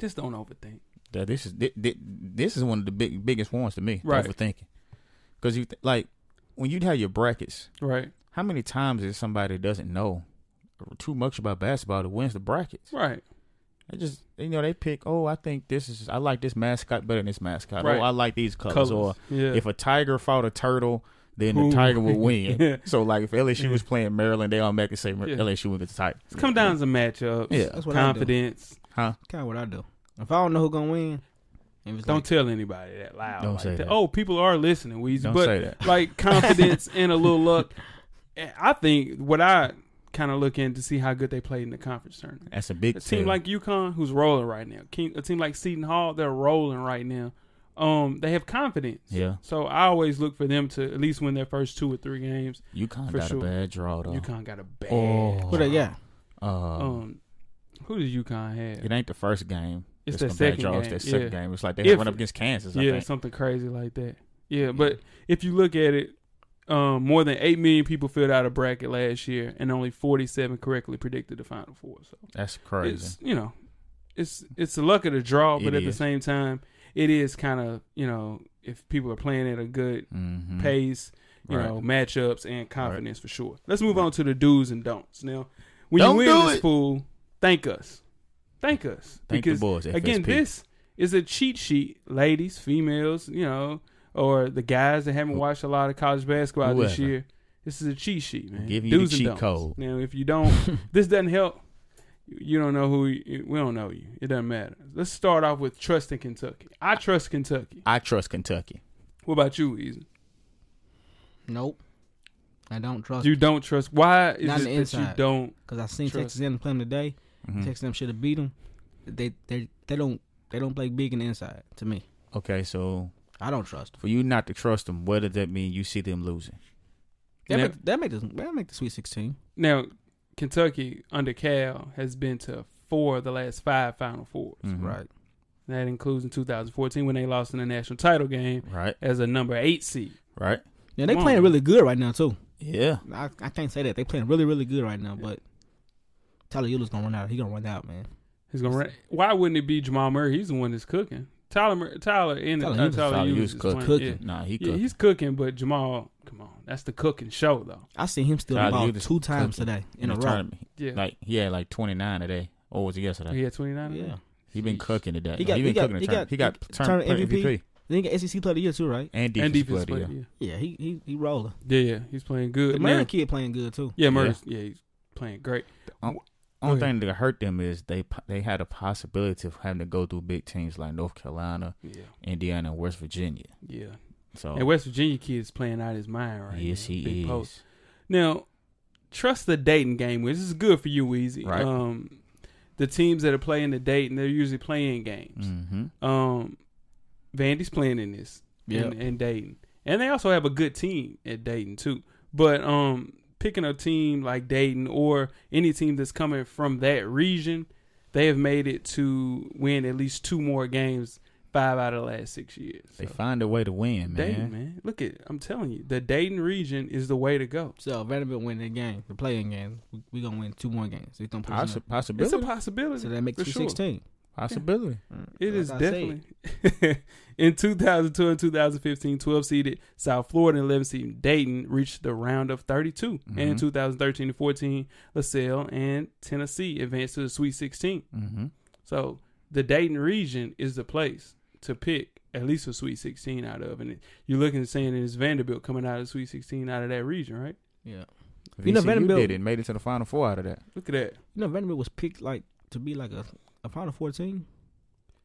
S2: just don't overthink.
S3: Yeah, this is thi- thi- this is one of the big biggest ones to me.
S2: Right.
S3: Overthinking, because you th- like when you have your brackets.
S2: Right,
S3: How many times is somebody doesn't know too much about basketball that wins the brackets?
S2: right,
S3: They just you know they pick. Oh, I think this is I like this mascot better than this mascot.
S2: Right.
S3: Oh, I like these colors.
S2: Colours,
S3: Or
S2: yeah.
S3: if a tiger fought a turtle, then
S2: Who-
S3: the tiger would win.
S2: Yeah.
S3: So like if LSU was playing Maryland, they automatically say Mar-
S2: Yeah.
S3: LSU would get the tiger.
S2: it's come down to matchups,
S3: Yeah.
S5: That's what I do.
S2: confidence.
S3: Huh?
S5: Kind of what I do. If I don't know who gonna win, if it's
S2: Don't
S5: like-
S2: tell anybody that loud.
S3: Don't
S2: like
S3: say that.
S2: Oh, people are listening, Weezy.
S3: Don't
S2: but
S3: say that.
S2: like confidence and a little luck. eh, I think what I kind of look in to see how good they played in the conference tournament.
S3: That's a big
S2: A team
S3: tell.
S2: like UConn, who's rolling right now. King- A team like Seton Hall, they're rolling right now. Um, they have confidence.
S3: Yeah.
S2: So I always look for them to at least win their first two or three games.
S3: UConn
S2: for
S3: got
S2: sure.
S3: a bad draw though.
S2: UConn got a bad.
S3: Oh,
S5: who they got.
S3: uh,
S2: Um, who does UConn have?
S3: It ain't the first game.
S2: It's
S3: that's
S2: their
S3: gonna
S2: second
S3: be a draw. It's
S2: game,
S3: their second
S2: yeah.
S3: game. It's like they
S2: If-
S3: run up against Kansas. I
S2: yeah,
S3: think.
S2: something crazy like that. Yeah, but if you look at it, um, more than eight million people filled out a bracket last year, and only forty-seven correctly predicted the final four. So
S3: That's crazy.
S2: it's you know, it's it's the luck of the draw, but
S3: It
S2: at the
S3: is.
S2: same time, it is kind of you know if people are playing at a good
S3: Mhm.
S2: pace, you
S3: Right.
S2: know, matchups and confidence for sure. Let's move on to the do's and don'ts. Now, when
S3: Don't
S2: you win
S3: do
S2: this
S3: it.
S2: pool, thank us. Thank us.
S3: Thank the boys,
S2: again,
S3: FSP.
S2: this is a cheat sheet, ladies, females, you know, or the guys that haven't watched a lot of college basketball this
S3: Whoever.
S2: year. This is a cheat sheet, man.
S3: giving you the
S2: Do's and
S3: cheat
S2: don'ts.
S3: code.
S2: Now, if you don't, this doesn't help. You don't know who you, we don't know you. It doesn't matter. Let's start off with trusting Kentucky. I trust Kentucky.
S3: I trust Kentucky.
S2: What about you, Eason?
S5: Nope, I don't trust
S2: You don't trust. Why is
S5: Not on the
S2: it that you
S5: inside.
S2: don't?
S5: because I seen
S2: Trust.
S5: Texas A&M play them today.
S3: Mm-hmm.
S2: Mm-hmm.
S5: Texas A&M should have beat them. They they they don't they don't play big in the inside to me.
S3: Okay, so
S5: I don't trust them.
S3: for you not to trust them, what does that mean? You see them losing.
S5: That
S2: Now-
S5: make, that make the that make the Sweet Sixteen.
S2: Now, Kentucky under Cal has been to four of the last five Final Fours.
S5: Right.
S2: That includes in 2014 when they lost in the national title game
S3: Right.
S2: as a number eight seed.
S3: Right.
S5: Yeah, they
S2: Come on,
S5: playing
S2: man.
S5: really good right now too.
S3: Yeah.
S5: I, I can't say that they playing really really good right now, but Tyler Euler's gonna run out. He gonna run out, man.
S2: He's gonna. Run. Why wouldn't it be Jamal Murray? He's the one that's cooking. Tyler, Mur- Tyler, and
S5: Tyler
S2: uh,
S5: Hughes-
S2: Tyler,
S3: Tyler
S2: Hughes
S3: Hughes
S2: is
S3: cook-
S2: playing.
S5: cooking.
S2: Yeah.
S3: Nah, he
S2: Yeah,
S3: could.
S2: he's cooking, but Jamal, come on, that's the cooking show though.
S5: I seen him steal the
S3: Tyler
S5: ball
S3: Hughes is
S5: two times
S3: cooking
S5: today in a
S3: the
S5: row.
S3: tournament.
S2: Yeah.
S3: Like he had like twenty nine today. Or was it yesterday?
S2: He had 29.
S5: Yeah.
S3: He been cooking today.
S5: He got-
S3: he
S5: he
S3: been
S5: got-
S3: cooking
S5: he
S3: the tournament.
S5: got-
S3: He got
S5: he-
S3: turn,
S5: tournament
S3: MVP.
S5: MVP. Then he got SEC player of the year too, right?
S3: and
S2: and
S3: defense,
S2: defense
S3: player of the
S2: player.
S3: year.
S2: Yeah.
S5: Yeah, he he he rolling.
S2: yeah, yeah, he's playing good.
S5: The
S2: Now-
S5: Murray kid playing good too.
S2: yeah, Murray's, yeah, he's playing great.
S3: Oh, Only
S2: Go
S3: thing that hurt them is they po- they had a possibility of having to go through big teams like North Carolina,
S2: Yeah,
S3: Indiana, and West Virginia.
S2: yeah.
S3: So
S2: And West Virginia kid is playing out his mind right
S3: Oh. yes,
S2: now.
S3: he
S2: Big
S3: is.
S2: Post. Now, trust the Dayton game wins. This is good for you, Easy.
S3: Right.
S2: Um, the teams that are playing the Dayton, they're usually playing games.
S3: Mm-hmm.
S2: Um, Vandy's playing in this
S5: Yep.
S2: in, in Dayton, and they also have a good team at Dayton too. But um, picking a team like Dayton or any team that's coming from that region, they have made it to win at least two more games, five out of the last six years.
S3: They
S2: So,
S3: find a way to win, man.
S2: Dayton, man, look at I'm telling you, the Dayton region is the way to go.
S5: So if Vanderbilt win that game, the playing game, we, we gonna win two more games. It's gonna put us
S3: Possi-
S5: in-
S2: It's
S3: possibility.
S2: a possibility.
S5: so that makes
S2: for
S5: two sixteen.
S3: possibility.
S2: It is
S5: Like I
S2: definitely in 2002 and 2015, 12 seeded South Florida and 11 seeded Dayton reached the round of 32, and
S5: Mm-hmm.
S2: in
S3: Mhm.
S2: 2013 and 14, LaSalle and Tennessee advanced to the Sweet 16.
S3: Mm-hmm.
S2: So the Dayton region is the place to pick at least a Sweet 16 out of, and you're looking and saying it's Vanderbilt coming out of the Sweet 16 out of that region, right?
S5: Yeah.
S3: VCU
S5: You know, Vanderbilt-
S3: did it. Made it to the final four out of that.
S2: Look at that.
S5: You know Vanderbilt was picked like to be like a a final fourteen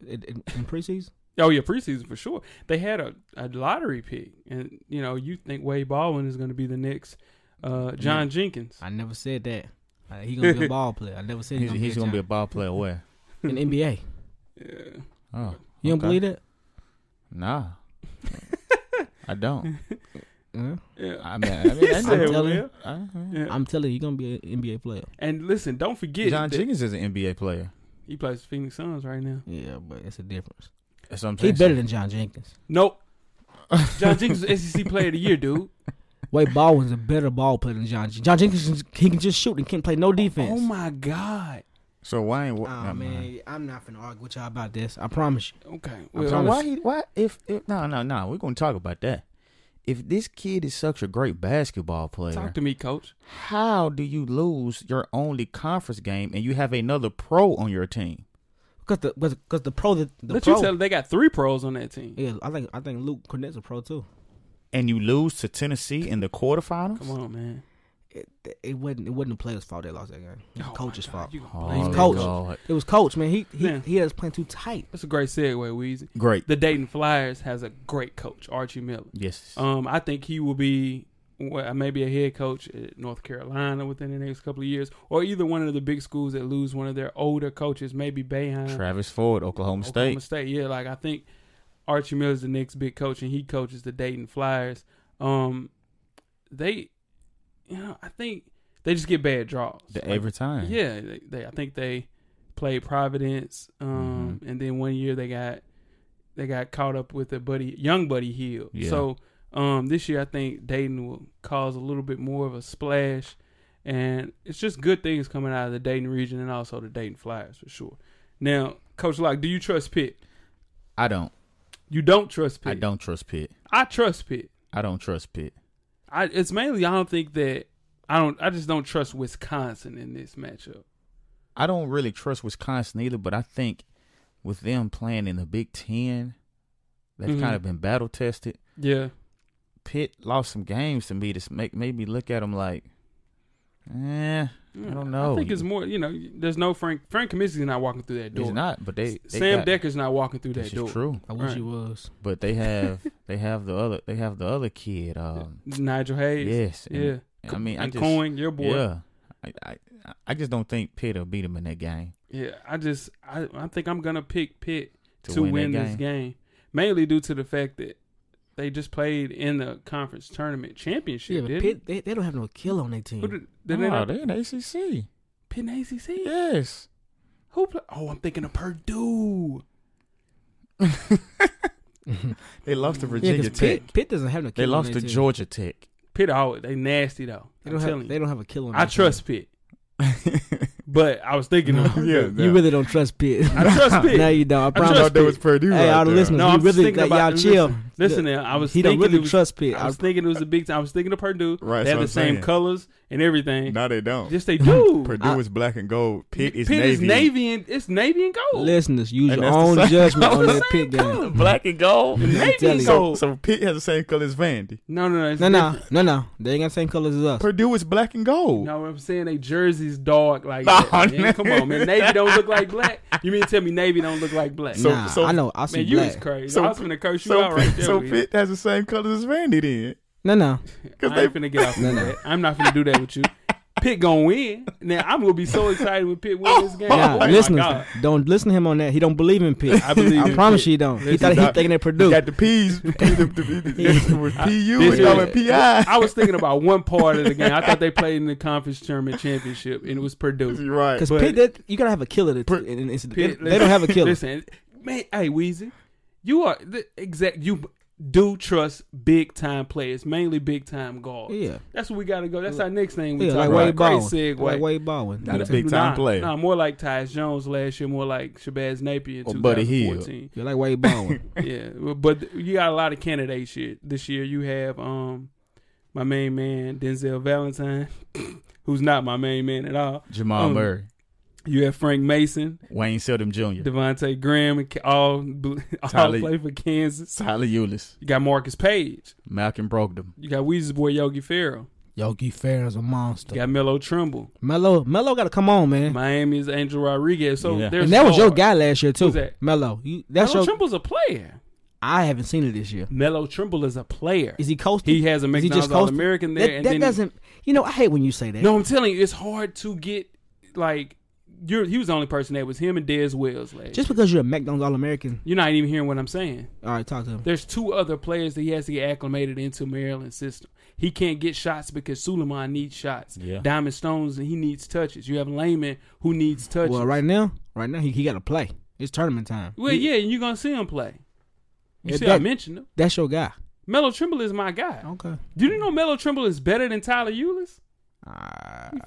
S5: in, in, in preseason.
S2: Oh yeah, preseason for sure. They had a, a lottery pick, and you know you think Wade Baldwin is going to be the next uh, John Jenkins.
S5: I never said that. Uh, he gonna be a ball player. I never said
S3: He's, he's
S5: gonna
S3: gonna be a
S5: giant.
S3: ball player. Where?
S5: in NBA.
S2: Yeah.
S3: Oh,
S5: You don't
S3: okay.
S5: believe that?
S3: Nah, I don't.
S5: Uh,
S2: Yeah.
S3: I mean, I mean, I
S2: Said,
S3: know-
S5: telling
S2: well,
S3: I- I-
S2: yeah.
S5: I'm telling you, you're gonna be an NBA player.
S2: And listen, don't forget
S3: John
S2: that
S3: Jenkins is an NBA player.
S2: he plays for Phoenix Suns right now.
S5: Yeah, but it's a difference.
S3: That's what I'm
S5: He
S3: saying.
S5: better than John Jenkins.
S2: Nope. John Jenkins is SEC Player of the Year, dude.
S5: Wade Baldwin's a better ball player than John Jenkins. John Jenkins, he can just shoot and can't play no defense.
S2: Oh my God.
S3: So why ain't? Wa-
S5: Nah,
S3: never mind.
S5: Ah, man, I'm not finna argue with y'all about this. I promise you.
S2: Okay.
S3: So
S2: Well,
S3: why he why if, if no no no we're gonna talk about that. If this kid is such a great basketball player,
S2: talk to me, Coach.
S3: how do you lose your only conference game and you have another pro on your team?
S5: Cause the cause, cause the pro the, the
S2: Let
S5: pro.
S2: you tell they got three pros on that team.
S5: yeah, I think I think Luke Cornett's a pro too.
S3: And you lose to Tennessee in the quarterfinals?
S2: Come on, man.
S5: It, it wasn't it wasn't the players' fault they lost that game. It was
S2: Oh,
S5: coach's
S2: my God,
S5: fault.
S2: you gonna
S3: Oh,
S2: blame
S5: He's
S2: the
S5: coach.
S3: God.
S5: It was coach man. He he
S2: Yeah.
S5: he has playing too tight.
S2: That's a great segue, Weezy.
S3: Great.
S2: The Dayton Flyers has a great coach, Archie Miller.
S3: yes.
S2: Um, I think he will be well, maybe a head coach at North Carolina within the next couple of years, or either one of the big schools that lose one of their older coaches, maybe Bayheim,
S3: Travis Ford, Oklahoma,
S2: Oklahoma
S3: State.
S2: State. Yeah, like I think Archie Miller's the next big coach, and he coaches the Dayton Flyers. Um, they, you know, I think they just get bad draws.
S3: The
S2: Like,
S3: every time.
S2: yeah, they, they I think they played Providence, um,
S3: Mm-hmm.
S2: and then one year they got they got caught up with a buddy, young buddy Hill.
S3: Yeah.
S2: So um, this year I think Dayton will cause a little bit more of a splash, and it's just good things coming out of the Dayton region and also the Dayton Flyers for sure. Now, Coach Locke, do you trust Pitt?
S3: I don't.
S2: You don't trust Pitt.
S3: I don't trust Pitt.
S2: I trust Pitt.
S3: I don't trust Pitt.
S2: I it's mainly I don't think that I don't I just don't trust Wisconsin in this matchup.
S3: I don't really trust Wisconsin either, but I think with them playing in the Big Ten, they've
S2: Mhm.
S3: kind of been battle tested.
S2: Yeah.
S3: Pitt lost some games to me to make made me look at them like, eh, I don't know.
S2: I think it's more, you know, there's no Frank. Frank Kaminsky's not walking through that door.
S3: he's not, but they, they
S2: Sam
S3: got,
S2: Decker's not walking through
S3: This
S2: that door.
S3: is true,
S5: I wish
S2: Right.
S5: he was.
S3: but they have they have the other they have the other kid. Um,
S2: Uh, Nigel Hayes.
S3: yes, and-
S2: Yeah.
S3: and I mean, I
S2: and
S3: just
S2: Coyne, your boy. Yeah.
S3: yeah, I, I I just don't think Pitt will beat them in that game.
S2: I just, I, I think I'm going to pick Pitt to,
S3: To
S2: win,
S3: win that
S2: this
S3: game.
S2: game, mainly due to the fact that they just played in the conference tournament championship,
S5: Yeah, but
S2: didn't
S5: Pitt, they, they don't have no kill on their team.
S2: Who did, did they
S3: no,
S2: not?
S3: Oh, they in ACC.
S2: Pitt and ACC?
S3: Yes,
S2: Who play? Oh, I'm thinking of Purdue.
S3: they lost to
S5: Yeah,
S3: Virginia
S5: because
S3: Tech.
S5: Pitt, Pitt doesn't have no
S3: they
S5: kill on
S3: lost
S5: their
S3: to
S5: team.
S3: Georgia Tech.
S2: Pitt always, they nasty, though.
S5: They
S2: I'm
S5: don't,
S2: telling
S5: have, they
S2: you.
S5: don't have a kill on
S2: I
S5: their team.
S2: trust Pitt, but I was thinking of
S3: yeah,
S5: You really don't trust Pitt.
S2: I trust Pitt.
S5: no, you don't. I
S2: I
S3: I
S5: promise.
S2: trust
S3: thought that
S2: Pitt.
S3: was Purdue.
S5: hey,
S3: right
S5: all the
S3: there.
S5: listeners,
S2: No,
S5: you
S2: I'm just
S5: really
S2: thinking
S5: that
S2: about-
S5: y'all
S2: listen,
S5: chill.
S2: Listen, now, I was
S5: he don't
S2: thinking
S5: really
S2: it was,
S5: trust Pitt.
S2: I was thinking it was a big time. I was thinking of Purdue.
S3: Right, that's
S2: they have
S3: what
S2: the
S3: I'm
S2: same
S3: saying.
S2: colors and everything.
S3: No, they don't.
S2: Yes, they do.
S3: Purdue
S5: I-
S3: is black and gold. Pitt is
S2: Pitt
S3: navy.
S2: is navy and it's navy and gold.
S5: listeners, use
S3: And
S5: your
S3: that's the
S5: own
S3: same
S5: judgment on
S2: It's the
S5: that
S2: same
S5: Pitt game.
S2: color.
S3: Black and gold.
S2: Navy
S5: telling
S2: and
S5: you.
S3: So,
S2: gold.
S3: so Pitt has the same color as Vandy.
S2: no, no, no. it's
S5: No, no,
S2: different.
S5: no, no. They ain't got the same colors as us.
S3: Purdue is black and gold.
S2: No, I'm saying they jerseys dark like
S3: Nah,
S2: that. Man.
S3: man.
S2: Come on, man. Navy don't look like black. You mean to tell me navy don't look like black?
S3: So-
S5: nah, I know. I see
S2: man, you
S5: black.
S2: is crazy.
S3: So-
S2: I was gonna curse you
S3: so
S2: out right there.
S3: so
S2: Weezy.
S3: Pitt has the same colors as Vandy then.
S5: No, no.
S2: I ain't finna get off of
S5: No, no.
S2: that. I'm not finna do that with you. Pitt gonna win. Now I'm gonna be so excited when Pitt wins this game.
S5: Nah,
S2: Oh my
S5: listen,
S2: God.
S5: don't listen to him on that. He don't believe in Pitt.
S2: I believe in
S5: promise
S2: Pitt.
S5: you, he don't. he
S2: Listen,
S5: thought he
S2: I-
S5: thinking at Purdue.
S3: Got the P's. the, the, the, it was PU
S2: This
S3: and now
S2: is-
S3: it's PI.
S2: I was thinking about one part of the game. I thought they played in the conference tournament championship, and it was Purdue.
S3: You're right.
S5: Because
S2: but-
S5: Pitt, that, you gotta have a killer. To, and- and it's-
S2: Pitt-
S5: they, they don't have a killer.
S2: Listen, man, hey Weezy, you are the exact. You do trust big time players, mainly big time guards.
S5: Yeah.
S2: that's what we got to go. That's our next thing we
S5: yeah,
S2: talk
S5: like
S2: about.
S5: Wade
S2: Great
S5: Baldwin.
S2: segue.
S5: Like Wade Baldwin.
S3: Not a big time
S2: Nah,
S3: player.
S2: Nah, more like Tyus Jones last year, more like Shabazz Napier in
S3: Or Buddy Hield.
S2: 2014.
S5: You're like Wade Baldwin.
S2: yeah, well, but you got a lot of candidates here this year. You have um my main man Denzel Valentine, who's not my main man at all.
S3: Jamal
S5: Mm.
S2: Um,
S3: Murray,
S2: You have Frank Mason,
S3: Wayne Seldom Jr.,
S2: Devontae Graham, and Ca- all bl- all
S3: Tyler-
S2: play for Kansas.
S3: Tyler Eulis,
S2: You got Marcus Page.
S3: Malcolm Brogdon,
S2: You got Weezy's boy Yogi Ferrell.
S5: Yogi Fair is a monster.
S2: You got Melo Trimble.
S5: Melo, Melo gotta come on, man.
S2: Miami's Angel Rodriguez. So
S3: Yeah.
S2: there's
S5: And that was your
S2: guard.
S5: guy last year too.
S2: Who's that?
S5: Melo. You, that's
S2: Melo
S5: your.
S2: Trimble's a player.
S5: I haven't seen it this year.
S2: Melo Trimble is a player.
S5: Is he coasting?
S2: He has a
S5: Is he
S2: McDonald's
S5: just coasting?
S2: All-American there,
S5: That,
S2: and
S5: that
S2: then he-
S5: doesn't. You know, I hate when you say that.
S2: No, I'm telling you, it's hard to get like you're. He was the only person that was him and Dez Wells last.
S5: Just
S2: year.
S5: because you're a McDonald's All American.
S2: you're not even hearing what I'm saying.
S5: All right, talk to him.
S2: There's two other players that he has to get acclimated into Maryland system. He can't get shots because Suleiman needs shots.
S3: Yeah.
S2: Diamond Stones and he needs touches. You have Layman who needs touches.
S5: Well, right now, right now he, he got to play. It's tournament time.
S2: Well, yeah, and you're gonna see him play. You
S5: Yeah,
S2: see, I
S5: that-
S2: mentioned him.
S5: That's your guy.
S2: Melo Trimble is my guy.
S5: Okay.
S2: Do you know Melo Trimble is better than Tyler Eulis?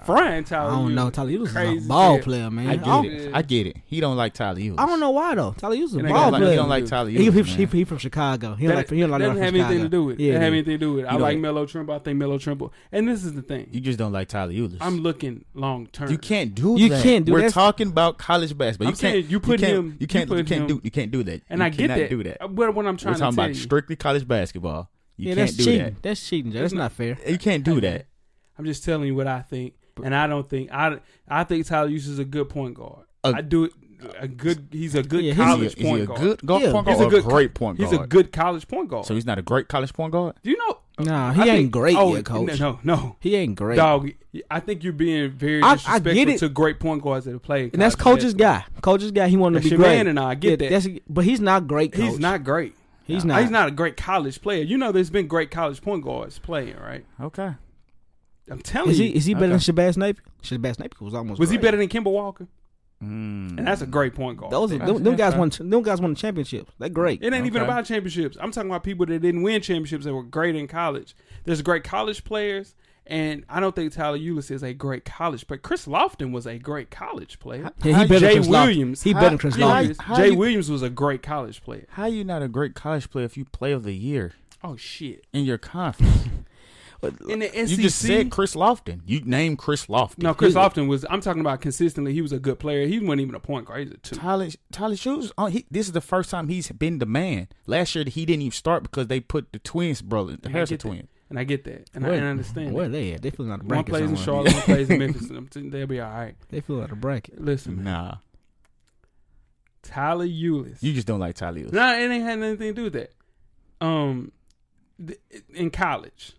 S2: Frying Tyler.
S5: Ah. I don't know.
S2: Ulis.
S5: Tyler Ulis is
S2: Crazy
S5: a ball
S2: shit.
S5: player, man.
S3: I
S5: I
S3: get
S5: don't,
S3: it. I get it. He don't like Tyler Eulis.
S5: I don't know why though. Tyler Ulis is a
S2: And I
S3: He
S5: ball
S3: don't like, he
S5: player.
S3: don't like Tyler Eulis.
S5: he, he,
S3: man.
S5: he, he from Chicago. He don't like. He don't like.
S2: doesn't
S5: from
S2: have
S5: Chicago.
S2: anything to do with it.
S5: Yeah,
S2: Yeah, have
S5: yeah.
S2: anything to do with it. I
S5: You
S2: like
S5: know-
S2: Melo Trimble. I think Melo Trimble. And this is the thing.
S3: you just don't like Tyler Eulis.
S2: I'm looking long term.
S3: you can't do
S5: You
S3: that.
S5: can't do
S3: We're
S5: that.
S3: talking about college basketball.
S2: I'm
S3: you can't.
S2: saying you put
S3: can't,
S2: him-
S3: You can't.
S2: you
S3: You,
S2: put
S3: can't
S2: him-
S3: do. You can't do that.
S2: And
S3: You
S2: I get
S3: cannot
S2: that.
S3: Do that.
S2: Uh, But what I'm trying
S3: We're talking
S2: to tell
S3: about
S2: you,
S3: strictly college basketball. You
S5: Yeah,
S3: can't
S5: that's
S3: do
S5: cheating.
S3: that.
S5: That's cheating. Jay. That's not fair.
S3: You can't do that.
S2: I'm just telling you what I think, and I don't think I. I think Tyler Hughes is a good point guard.
S3: A-
S2: I do it. A good. He's a good
S5: Yeah, he's a-
S2: college
S3: Is he a,
S2: point
S3: is he a
S2: guard.
S3: good go-
S5: Yeah.
S3: point guard
S2: He's a
S3: or
S2: good
S3: great point guard?
S2: He's a good college point guard.
S3: So he's not a great college point guard.
S2: do you know?
S5: Nah, he
S2: I
S5: ain't
S2: think-
S5: great
S2: oh,
S5: yet, coach.
S2: No, no,
S5: He ain't great.
S2: dog. I think you're being very
S5: I- I
S2: disrespectful
S5: get it.
S2: to great point guards that have played.
S5: And that's
S2: college
S5: coach's
S2: basketball.
S5: guy. Coach's guy. He wanted
S2: That's
S5: to be
S2: your
S5: great.
S2: man and I. I get that.
S5: That's, but he's not great. Coach.
S2: He's not great.
S5: He's not.
S2: He's not a great college player. You know, there's been great college point guards playing, right?
S3: Okay.
S2: I'm telling
S5: Is
S2: you.
S5: he? Is he better than Shabazz Napier? Shabazz Napier was almost.
S2: was he
S5: great.
S2: better than Kimball Walker?
S3: Mm.
S2: And that's a great point guard.
S5: Those are, them, them guys won. Them guys won the championships. They're great.
S2: It ain't even
S3: Okay.
S2: about championships. I'm talking about people that didn't win championships that were great in college. There's great college players, and I don't think Tyler Eulis is a great college player. Chris Lofton was a great college player.
S5: Yeah, he
S3: How-
S5: better than
S2: Jay
S5: Chris Lofton.
S2: Williams.
S5: He better than Chris
S3: How-
S5: Lofton.
S2: Yes,
S3: Lofton. how
S2: Jay
S3: you-
S2: Williams was a great college player.
S3: How you not a great college player if you player of the year
S2: Oh shit!
S3: in your conference?
S2: In the SEC,
S3: you just said Chris Lofton. You named Chris Lofton.
S2: no. Chris Lofton was. I'm talking about consistently. He was a good player. He wasn't even a point guard. He's a two.
S3: Tyler Tyler Shoes. Oh, he, this is the first time he's been the man. Last year he didn't even start because they put the twins brother,
S2: And
S3: the
S2: I
S3: Harrison
S2: get that.
S3: twins.
S2: And I get that. And I,
S3: Where-
S2: and I understand.
S5: Where
S2: that.
S5: they at? They feeling out of
S2: One
S5: bracket.
S2: plays in
S5: somewhere.
S2: Charlotte, one plays in Memphis. I'm t- They'll be all right.
S5: They feel out of bracket.
S2: Listen, man.
S3: Nah,
S2: Tyler Eulis.
S3: you just don't like Tyler. Lewis.
S2: No, it ain't had anything to do with that. Um, th- in college,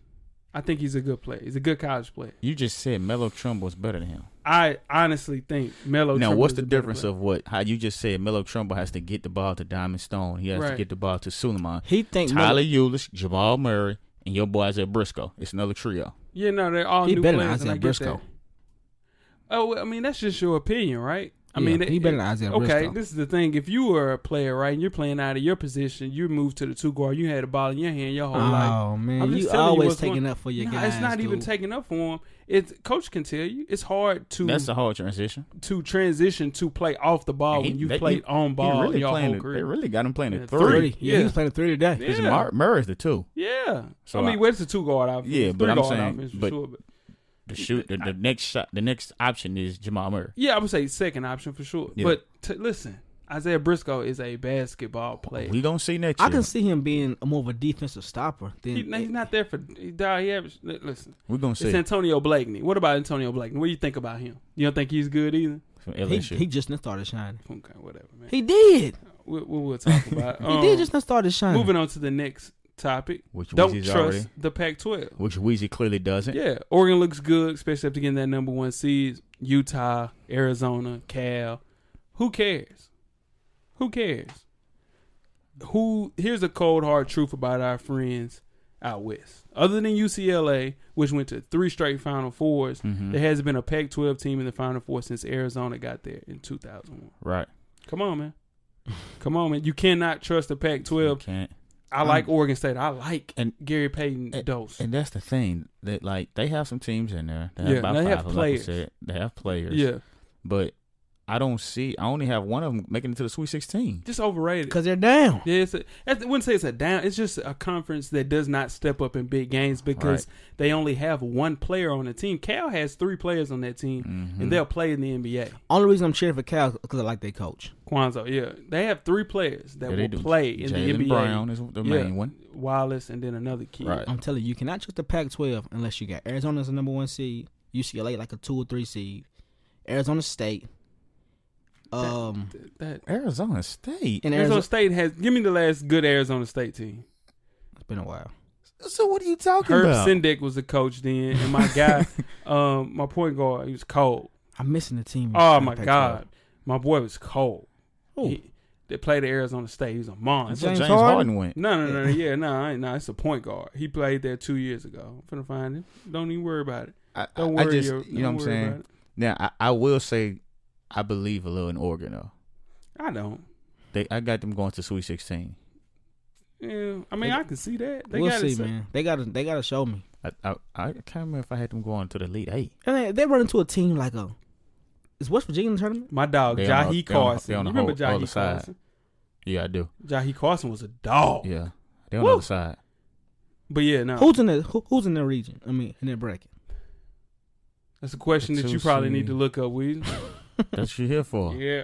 S2: I think he's a good player. He's a good college player.
S3: You just said Melo Trumbull's better than him.
S2: I honestly think Melo.
S3: now,
S2: Trimble
S3: what's
S2: is
S3: the
S2: a better
S3: difference
S2: player.
S3: of what how you just said? Melo Trumbull has to get the ball to Diamond Stone. He has
S2: Right.
S3: to get the ball to Suleiman.
S5: He think
S3: Tyler Eulis, Jamal Murray, and your boy Isaiah Briscoe. It's another trio.
S2: Yeah, no, they're all
S5: He
S2: new
S5: better than
S2: players. and I
S5: Isaiah
S2: get
S5: Briscoe.
S2: that. Oh, well, I mean, that's just your opinion, right? I
S5: Yeah,
S2: mean,
S5: he
S2: it-
S5: better
S2: it-
S5: than Isaiah
S2: Okay,
S5: Briscoe.
S2: this is the thing. If you were a player, right, and you're playing out of your position, you moved to the two guard, you had a ball in your hand your whole life.
S5: Oh
S2: I'm
S5: man,
S2: just
S5: you
S2: telling
S5: always
S2: what's
S5: taking
S2: going-
S5: up for your
S2: Nah,
S5: guys.
S2: It's not even
S5: dude.
S2: taking up for him. It's coach can tell you. It's hard to
S3: That's a hard transition.
S2: to transition to play off the ball
S3: He-
S2: when you
S3: they-
S2: played
S3: he-
S2: on
S3: he
S2: ball
S3: really
S2: your
S3: playing
S2: whole
S3: the-
S2: career.
S3: They really got him playing at
S2: Yeah,
S3: three.
S2: three.
S5: Yeah,
S2: Yeah.
S5: he was playing three today.
S2: Yeah.
S3: Because Mar- Murray's the two.
S2: Yeah.
S3: So
S2: I mean,
S3: I-
S2: where's the two guard offense?
S3: Yeah, but
S2: Three
S3: I'm
S2: guard
S3: saying-
S2: offense for
S3: but-
S2: sure. But
S3: The shoot. The, the next shot. The next option is Jamal Murray.
S2: yeah, I would say second option for sure.
S3: Yeah.
S2: But t- listen, Isaiah Briscoe is a basketball player.
S3: We gonna see next
S5: I
S3: year.
S5: can see him being a more of a defensive stopper than
S2: He- he's not there for he died. He averaged. li- Listen,
S3: We're gonna see
S2: it's Antonio Blakeney. What about Antonio Blakeney? What do you think about him? You don't think he's good either?
S3: from
S5: He,
S3: LSU.
S5: he just now started shining.
S2: Okay, whatever, man.
S5: He did.
S2: We, we, will talk about.
S5: He
S2: Um,
S5: did just now started shining.
S2: Moving on to the next topic.
S3: Which
S2: Don't
S3: Weezy's
S2: trust
S3: already-
S2: the Pac-12.
S3: which Weezy clearly doesn't.
S2: Yeah, Oregon looks good, especially after getting that number one seed. Utah, Arizona, Cal. Who cares? Who cares? Who? Here's a cold hard truth about our friends out west. Other than UCLA, which went to three straight Final 4s
S3: Mm-hmm.
S2: there hasn't been a Pac-12 team in the Final Four since Arizona got there in 2001.
S3: Right.
S2: Come on, man. Come on, man. You cannot trust the
S3: You
S2: Pac-12.
S3: can't.
S2: I like Oregon State. I like
S3: And-
S2: Gary Payton. Dose.
S3: And that's the thing that like they have some teams in there. They have
S2: Yeah,
S3: about
S2: they
S3: five
S2: have
S3: of them,
S2: players.
S3: Like you said. They have players.
S2: yeah,
S3: But I don't see. I only have one of them making it to the Sweet Sixteen.
S2: just overrated.
S5: because they're down.
S2: Yeah, it's a, I wouldn't say it's a down. It's just a conference that does not step up in big games because they only have one player on the team. Cal has three players on that team,
S3: Mm-hmm.
S2: and they'll play in the NBA.
S5: Only reason I'm cheering for Cal because I like their coach.
S2: Kwanzaa, yeah, they have three players that
S3: Yeah, they
S2: will
S3: do.
S2: play in
S3: Jalen
S2: the NBA.
S3: Brown is the main one.
S2: Wallace, and then another kid.
S3: Right.
S5: I'm telling you, you cannot trust the Pac-12 unless you got Arizona as a number one seed, UCLA like a two or three seed, Arizona State, um,
S2: That- that-
S3: Arizona State.
S5: and
S2: Arizona
S5: Arizona.
S2: State has. Give me the last good Arizona State team.
S5: It's been a while.
S3: So what are you talking
S2: Herb
S3: about?
S2: Sendek was the coach then, and my guy, um, my point guard, he was cold.
S5: I'm missing the team.
S2: Oh
S5: in the
S2: my
S5: Pac-12.
S2: god, my boy was cold.
S5: Who?
S2: He- they played at Arizona State. He was a
S3: That's
S2: monster.
S3: where
S5: James
S3: James
S5: Harden?
S3: Harden went.
S2: No, no, no, no, yeah, no, I ain't, no. It's a point guard. He played there two years ago. I'm finna find him. Don't even worry about it.
S3: I,
S2: Don't
S3: I
S2: worry.
S3: just,
S2: your-
S3: you know
S2: don't
S3: what
S2: worry
S3: I'm saying.
S2: about it.
S3: Now I, I will say, I believe a little in Oregon though.
S2: I don't.
S3: They, I got them going to Sweet Sixteen.
S2: Yeah, I mean, I can see that. They
S5: we'll
S2: got
S5: see,
S2: it.
S5: man. They gotta, they gotta show me.
S3: I, I, I can't remember if I had them going to the Elite Eight.
S5: And they, they run into a team like a. Is West Virginia in the tournament?
S2: My dog,
S3: They
S2: Jahi
S3: on the- they on the-
S2: Carson.
S3: they on the
S2: You remember
S3: whole- other
S2: Jahi
S3: side.
S2: Carson?
S3: Yeah, I do.
S2: Jahi Carson was a dog.
S3: Yeah, they on
S2: Woo!
S3: the other side.
S2: But yeah, no.
S5: Who's in the who, Who's in their region? I mean, in their bracket.
S2: That's a question
S3: The
S2: that
S3: two
S2: you probably
S3: seed.
S2: need to look up, Weezy.
S3: That's what you're here for.
S2: Yeah.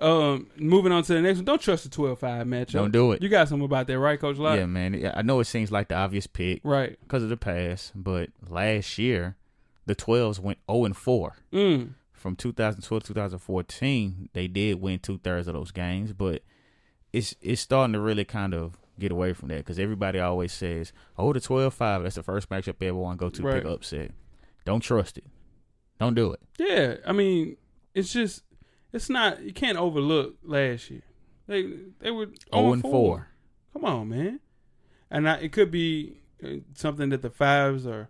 S2: Um, moving on to the next one. Don't trust the 12-5 matchup.
S3: Don't do it.
S2: You got something about that, right, Coach Lott?
S3: Yeah, man. Yeah, I know it seems like the obvious pick
S2: Right.
S3: because of the past, but last year the 12s went 0 and 4.
S2: Mm.
S3: From 2012 to 2014, they did win two thirds of those games, but it's it's starting to really kind of get away from that because everybody always says, "Oh, the 12-5, that's the first matchup everyone go to
S2: Right.
S3: pick upset." Don't trust it. Don't do it.
S2: Yeah. I mean, it's just it's not you can't overlook last year. They they were
S3: 0
S2: 0
S3: and 4.
S2: Come on, man. And I, it could be uh, something that the fives are,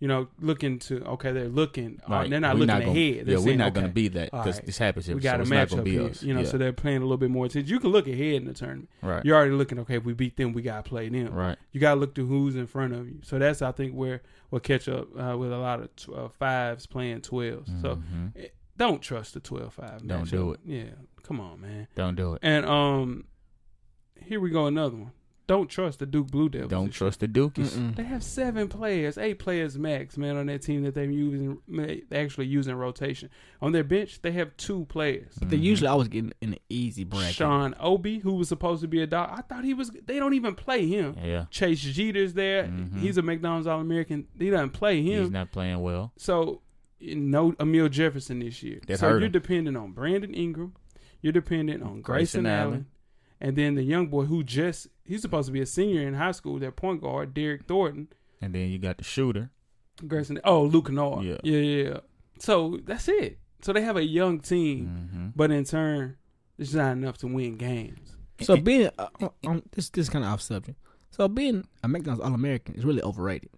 S2: you know, looking to. Okay, they're looking. uh,
S3: Right.
S2: they're not
S3: We're
S2: looking
S3: gonna-
S2: ahead. They're
S3: yeah, we're
S2: saying,
S3: not going
S2: okay,
S3: to be that
S2: all
S3: because
S2: right,
S3: this happens.
S2: we got
S3: so
S2: a
S3: it's not
S2: matchup
S3: gonna be
S2: here,
S3: us.
S2: you know.
S3: Yeah.
S2: So they're playing a little bit more attention. You can look ahead in the tournament.
S3: right,
S2: You're already looking. Okay, if we beat them, we got to play them.
S3: right.
S2: You got to look to who's in front of you. So that's I think where we'll catch up uh, with a lot of tw- uh, fives playing 12s So
S3: Mhm.
S2: eh, don't trust the 12-5
S3: Don't
S2: matchup.
S3: do it.
S2: Yeah, come on, man.
S3: don't do it.
S2: And um, here we go another one. Don't trust the Duke Blue Devils.
S3: Don't
S2: this
S3: trust the Dukies.
S2: year. They have seven players, eight players max, man, on that team that they're using, they actually using rotation. On their bench, they have two players.
S5: They usually always get in, in the easy bracket.
S2: Sean Obi, who was supposed to be a dog, I thought he was. They don't even play him.
S3: Yeah,
S2: Chase Jeter's there. He's a McDonald's All American. He doesn't play
S3: Mm-hmm. he's
S2: him.
S3: not playing well.
S2: so no Emil Jefferson this year.
S3: That
S2: so
S3: hurt
S2: you're
S3: him.
S2: dependent on Brandon Ingram. You're dependent on Grayson,
S3: Grayson
S2: Allen.
S3: Allen.
S2: And then the young boy who just he's supposed to be a senior in high school, their point guard, Derek Thornton.
S3: And then you got the shooter.
S2: Grayson oh, Luke Kennard.
S3: Yeah.
S2: yeah, yeah. yeah. So that's it. So they have a young team,
S3: Mm-hmm.
S2: but in turn, it's not enough to win games.
S5: So being uh, uh, um, this this kind of off subject. So being a McDonald's All American is really overrated.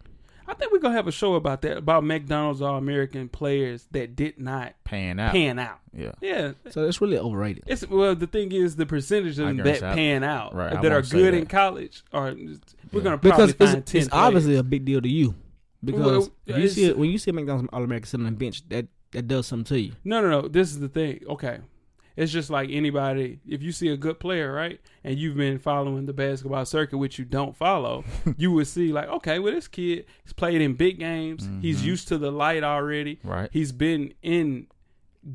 S2: I think we're gonna have a show about that about McDonald's All American players that did not
S3: Pan out.
S2: pan out.
S3: Yeah.
S2: Yeah,
S5: So it's really overrated.
S2: it's well. The thing is, the percentage of
S3: I
S2: them
S3: guess
S2: that
S3: I-
S2: pan out
S3: right, I
S2: that are
S3: won't say
S2: good in
S3: that.
S2: college are we're gonna probably
S5: Because
S2: find
S5: it's,
S2: ten. players.
S5: it's obviously a big deal to you. Because
S2: Well,
S5: if you see
S2: it's-
S5: it, when you see a McDonald's All American sitting on the bench, that that does something to you.
S2: no, no, no. This is the thing. Okay, it's just like anybody. If you see a good player, right, and you've been following the basketball circuit, which you don't follow, you would see like, okay, well, this kid has played in big games. He's used to the light already.
S3: Right.
S2: He's been in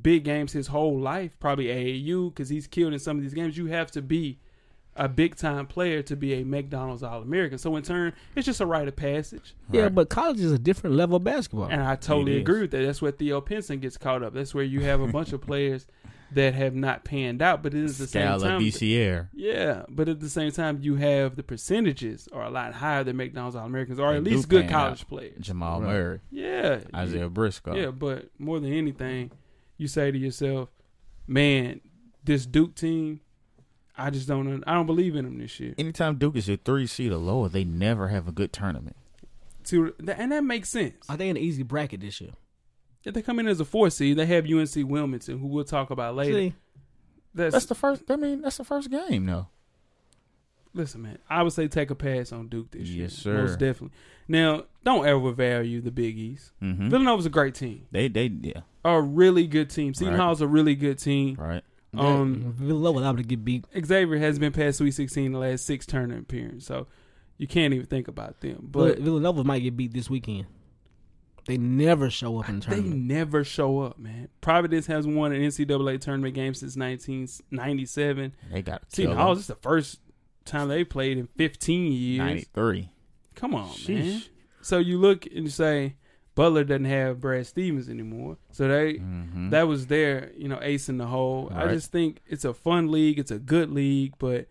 S2: big games his whole life, probably AAU, because he's killed in some of these games. You have to be a big time player to be a McDonald's All American. So in turn, it's just a rite of passage.
S5: Yeah, but college is a different level of basketball.
S2: And I totally
S3: Oh, It
S2: agree
S3: is.
S2: with that. That's where Theo Pinson gets caught up. That's where you have a bunch of players that have not panned out. But it is the same time.
S3: Scalabissiere.
S2: Yeah, but at the same time, you have the percentages are a lot higher than McDonald's All Americans, or
S3: They
S2: at
S3: do
S2: least good
S3: pan out.
S2: college players.
S3: Jamal Murray,
S2: Yeah,
S3: Isaiah Briscoe.
S2: Yeah, but more than anything, you say to yourself, "Man, this Duke team, I just don't, I don't believe in them this year."
S3: Anytime Duke is a three seed or lower, they never have a good tournament.
S2: To and that makes sense.
S5: Are they in an easy bracket this year?
S2: If they come in as a four seed, they have UNC Wilmington, who we'll talk about later.
S5: See,
S2: that's,
S3: That's the first. I mean, that's the first game, though.
S2: listen, man. I would say take a pass on Duke this year.
S3: Yes, sir.
S2: Most definitely. Now, don't overvalue the Big East.
S3: Mm-hmm.
S2: Villanova's a great team.
S3: They, they, yeah,
S2: a really good team. Seton
S3: Right.
S2: Hall's a really good team.
S3: right.
S2: Um,
S5: Villanova allowed to get beat.
S2: Xavier has been past Sweet 16 the last six tournament appearance, so you can't even think about them.
S5: But
S2: But
S5: Villanova might get beat this weekend. They never show up in the
S2: they
S5: tournament.
S2: never show up, man. Providence has won an NCAA tournament game since 1997.
S3: They got a
S2: Seton
S3: killer.
S2: Hall's is the first time they played in 15 years.
S3: ninety-three.
S2: Come on,
S3: Sheesh.
S2: man. So you look and you say Butler doesn't have Brad Stevens anymore. So they
S3: Mm-hmm.
S2: that was their you know ace in the hole. I
S3: Right.
S2: just think it's a fun league. It's a good league, but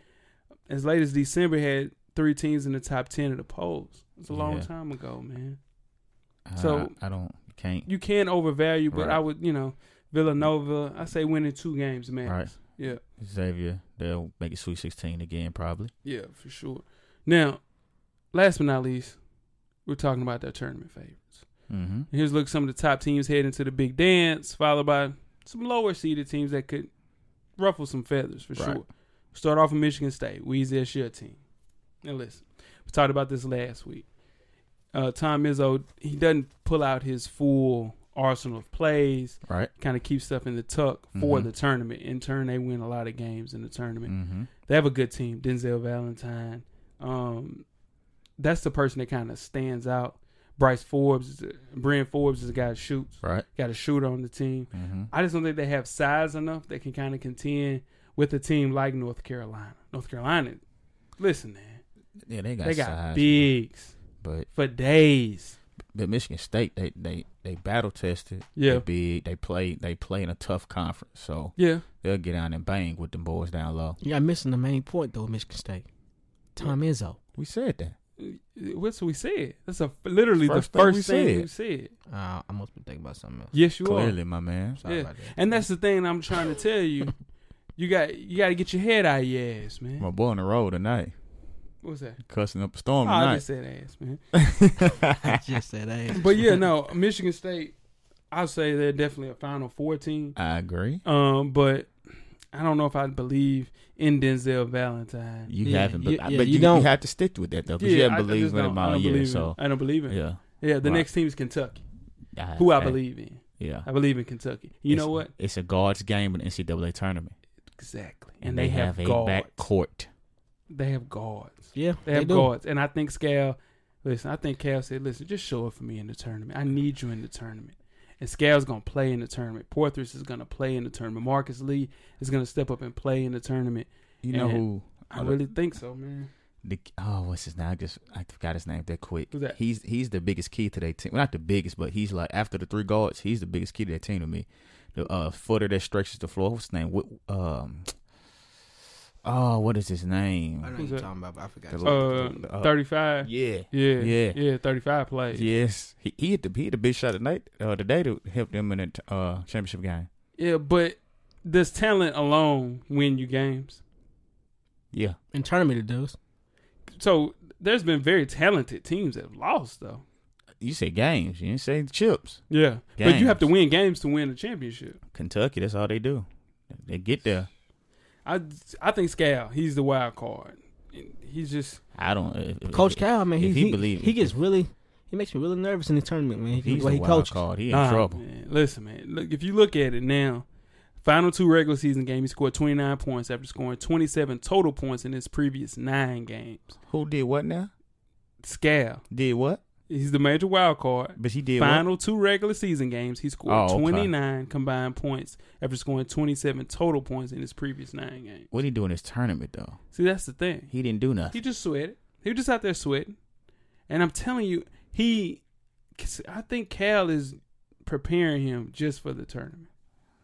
S2: as late as December had three teams in the top ten of the polls. It's a long
S3: Yeah.
S2: time ago, man.
S3: so
S2: so-
S3: I, don't can't.
S2: You can overvalue, but
S3: Right.
S2: I would you know Villanova. I say winning two games matters.
S3: Right.
S2: Yeah,
S3: Xavier, they'll make it Sweet Sixteen again, probably.
S2: yeah, for sure. Now, last but not least, we're talking about their tournament favorites.
S3: Mm-hmm.
S2: And Here's a look at some of the top teams heading to the big dance, followed by some lower seeded teams that could ruffle some feathers for
S3: Right.
S2: sure. Start off with Michigan State, Weezy as your team. Now listen, we talked about this last week. Uh, Tom Izzo he doesn't pull out his full arsenal of plays,
S3: Right.
S2: kind of keeps stuff in the tuck for
S3: Mhm.
S2: the tournament. In turn, they win a lot of games in the tournament
S3: Mm-hmm.
S2: they have a good team. Denzel Valentine. Um, that's the person that kind of stands out. Bryce Forbes, is Brian Forbes is a guy that shoots.
S3: Right.
S2: Got a shooter on the team.
S3: Mm-hmm.
S2: I just don't think they have size enough that can kind of contend with a team like North Carolina. North Carolina, listen, man,
S3: Yeah, they got
S2: they got
S3: size,
S2: bigs
S3: but
S2: for days.
S3: but Michigan State, they they they battle tested.
S2: Yeah.
S3: They big. They play. They play in a tough conference, so
S2: Yeah,
S3: they'll get down and bang with them boys down low.
S5: Y'all missing the main point though, Michigan State. Tom Izzo.
S3: We said that.
S2: what's we said? That's a literally
S3: First
S2: the
S3: thing
S2: first
S3: we
S2: thing
S3: said.
S2: you said.
S5: Uh, I must be thinking about something else.
S2: Yes, you are.
S3: Clearly, my man.
S5: Sorry
S2: Yeah.
S5: about that.
S2: And that's the thing I'm trying to tell you. You got you got to get your head out of your ass, man.
S3: My boy on the road tonight,
S2: What's that?
S3: cussing up a storm
S2: Oh, I
S3: tonight.
S2: just said ass, man.
S5: I just said that.
S2: But yeah, no, Michigan State. I'll say they're definitely a Final Four team.
S3: I agree.
S2: Um, but I don't know if I believe in Denzel Valentine.
S3: You
S5: Yeah,
S3: haven't, but,
S5: you- yeah,
S3: but
S5: you
S3: you, you,
S5: don't.
S3: have to stick with that though, because you
S2: I- I
S3: haven't believed
S2: just
S3: in
S2: don't-
S3: him
S2: I
S3: all
S2: don't
S3: year.
S2: believe in
S3: So
S2: him. I don't believe in. him.
S3: yeah,
S2: Yeah, the
S3: Right.
S2: next team is Kentucky, who I
S3: hey,
S2: believe in.
S3: Yeah,
S2: I believe in Kentucky. You
S3: It's-
S2: know what?
S3: It's a guards game in the NCAA tournament,
S2: Exactly. And, they, have,
S3: a
S2: guards.
S3: back court.
S2: They have guards.
S5: Yeah,
S2: They have guards. And I think Scal, listen, I think Cal said, listen, just show up for me in the tournament. I need you in the tournament. And Scal's going to play in the tournament. Porthos is going to play in the tournament. Marcus Lee is going to step up and play in the tournament.
S3: You know
S2: And-
S3: who?
S2: I
S3: Oh, the-
S2: really think so, man.
S3: The, oh, what's his name? I just I forgot his name that quick.
S2: Who's that?
S3: He's he's the biggest key to their team. Well, not the biggest, but he's like after the three guards, he's the biggest key to their team to me. The uh, footer that stretches the floor. What's his name? What, um, oh, what is his
S5: I
S3: name?
S5: know
S2: Who's
S5: who you're
S2: that?
S5: talking about, but I forgot.
S3: The-
S2: Uh,
S3: the- uh,
S2: 35.
S3: Yeah,
S2: Yeah.
S3: Yeah.
S2: Yeah, 35 plays. Yeah.
S3: yes. He, he hit the he hit the big shot tonight uh, today to help them in the uh, championship game.
S2: but does talent alone win you games?
S3: Yeah,
S5: In tournament, it does.
S2: So there's been very talented teams that have lost, though.
S3: you said games. You didn't say chips.
S2: Yeah. But you have to
S3: Games.
S2: win games to win a championship.
S3: Kentucky. That's all they do. They get there.
S2: I, I think Scal, he's the wild card. He's just
S3: I don't. If, if-
S5: Coach
S3: if-
S5: Cal, man, he
S3: if
S5: he,
S3: he believe-
S5: he gets really. He makes me really nervous in the tournament, man.
S3: if
S5: He,
S3: He's
S5: the way
S3: a
S5: he
S3: wild
S5: coaches.
S3: card. He in
S2: Nah,
S3: trouble.
S2: man. Listen, man. Look, if you look at it now, final two regular season game, he scored 29 points after scoring 27 total points in his previous nine games.
S3: Who did what now?
S2: Scal,
S3: Did what?
S2: he's the major wild card.
S3: But he did what?
S2: Final two regular season games, he scored
S3: Oh, okay.
S2: 29 combined points after scoring 27 total points in his previous nine games.
S3: What he do in this tournament though?
S2: See, that's the thing.
S3: He didn't do nothing.
S2: He just sweated. He was just out there sweating. And I'm telling you, he, I think Cal is preparing him just for the tournament.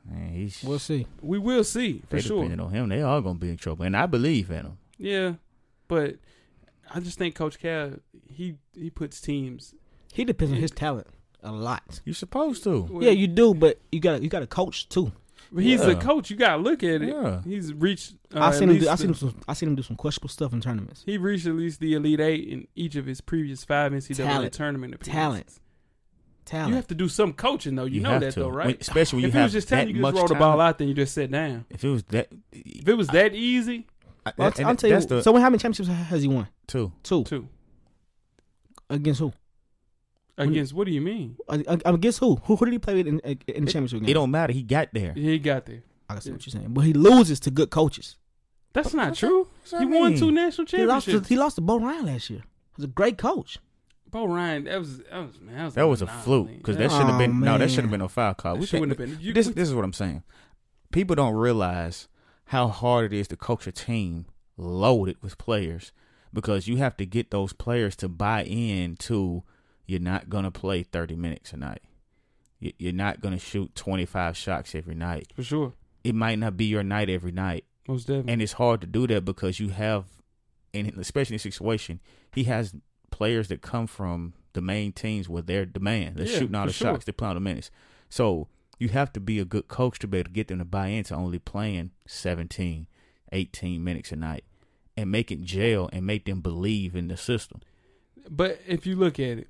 S3: Man, he's
S5: We'll see.
S2: We will see for
S3: they
S2: sure.
S3: depending on him. They are gonna be in trouble, and I believe in him.
S2: Yeah, but I just think Coach Cal he he puts teams.
S5: He depends on his talent a lot.
S3: You're supposed to.
S5: Yeah, you do, but you got you got a coach too.
S2: But he's a
S3: Yeah.
S2: coach. You gotta look at it.
S3: Yeah.
S2: He's reached. Uh,
S5: I
S2: at
S5: seen him. Do,
S2: least
S5: I seen
S2: the-
S5: him. Some, I seen him do some questionable stuff in tournaments.
S2: He reached at least the elite eight in each of his previous five NCAA
S5: Talent.
S2: tournament appearances.
S5: Talent.
S2: You
S5: Talent.
S2: have to do some coaching though. You, know
S3: have
S2: that
S3: to.
S2: though,
S3: When-
S2: right?
S3: especially when
S2: if
S3: you
S2: he
S3: have
S2: was just telling
S3: that
S2: you, you
S3: much
S2: just roll the
S3: talent.
S2: ball out there and you just sit down.
S3: If it was that,
S2: If it was that easy,
S5: I'll,
S3: and
S5: I'll tell you.
S3: that's the
S5: so, how many championships has he won?
S3: two.
S5: Two.
S2: too.
S5: Against who?
S2: Against what do you mean?
S5: Ag- ag- Against who? Who, who did he play with in, in the championship game?
S3: It don't matter. He got there.
S2: He got there.
S5: I can see what you're saying, but he loses to good coaches.
S2: That's not true.
S3: what
S2: He
S3: I
S2: won
S3: mean.
S2: two national
S5: He lost. To,
S2: championships.
S5: he lost to Bo Ryan last year. He's a great coach.
S2: Bo Ryan, that was that was man, that was,
S3: That was a
S2: nah,
S3: fluke
S2: man. Uh-huh.
S3: because that
S5: Oh,
S3: should have been no.
S5: man.
S3: That should have been a foul call.
S2: That
S3: We
S2: shit
S3: can't-
S2: wouldn't have been- you-
S3: this this is what I'm saying. People don't realize how hard it is to coach a team loaded with players because you have to get those players to buy in to you're not gonna play 30 minutes a night. You- You're not gonna shoot 25 shots every night.
S2: for sure.
S3: It might not be your night every night,
S2: Most definitely.
S3: and it's hard to do that because you have, and especially in this situation, he has players that come from the main teams with their demand. They're
S2: Yeah,
S3: shooting all
S2: for
S3: the
S2: sure.
S3: shots, they're playing all the minutes. So you have to be a good coach to be able to get them to buy into only playing 17, 18 minutes a night and make it jail and make them believe in the system.
S2: But if you look at it,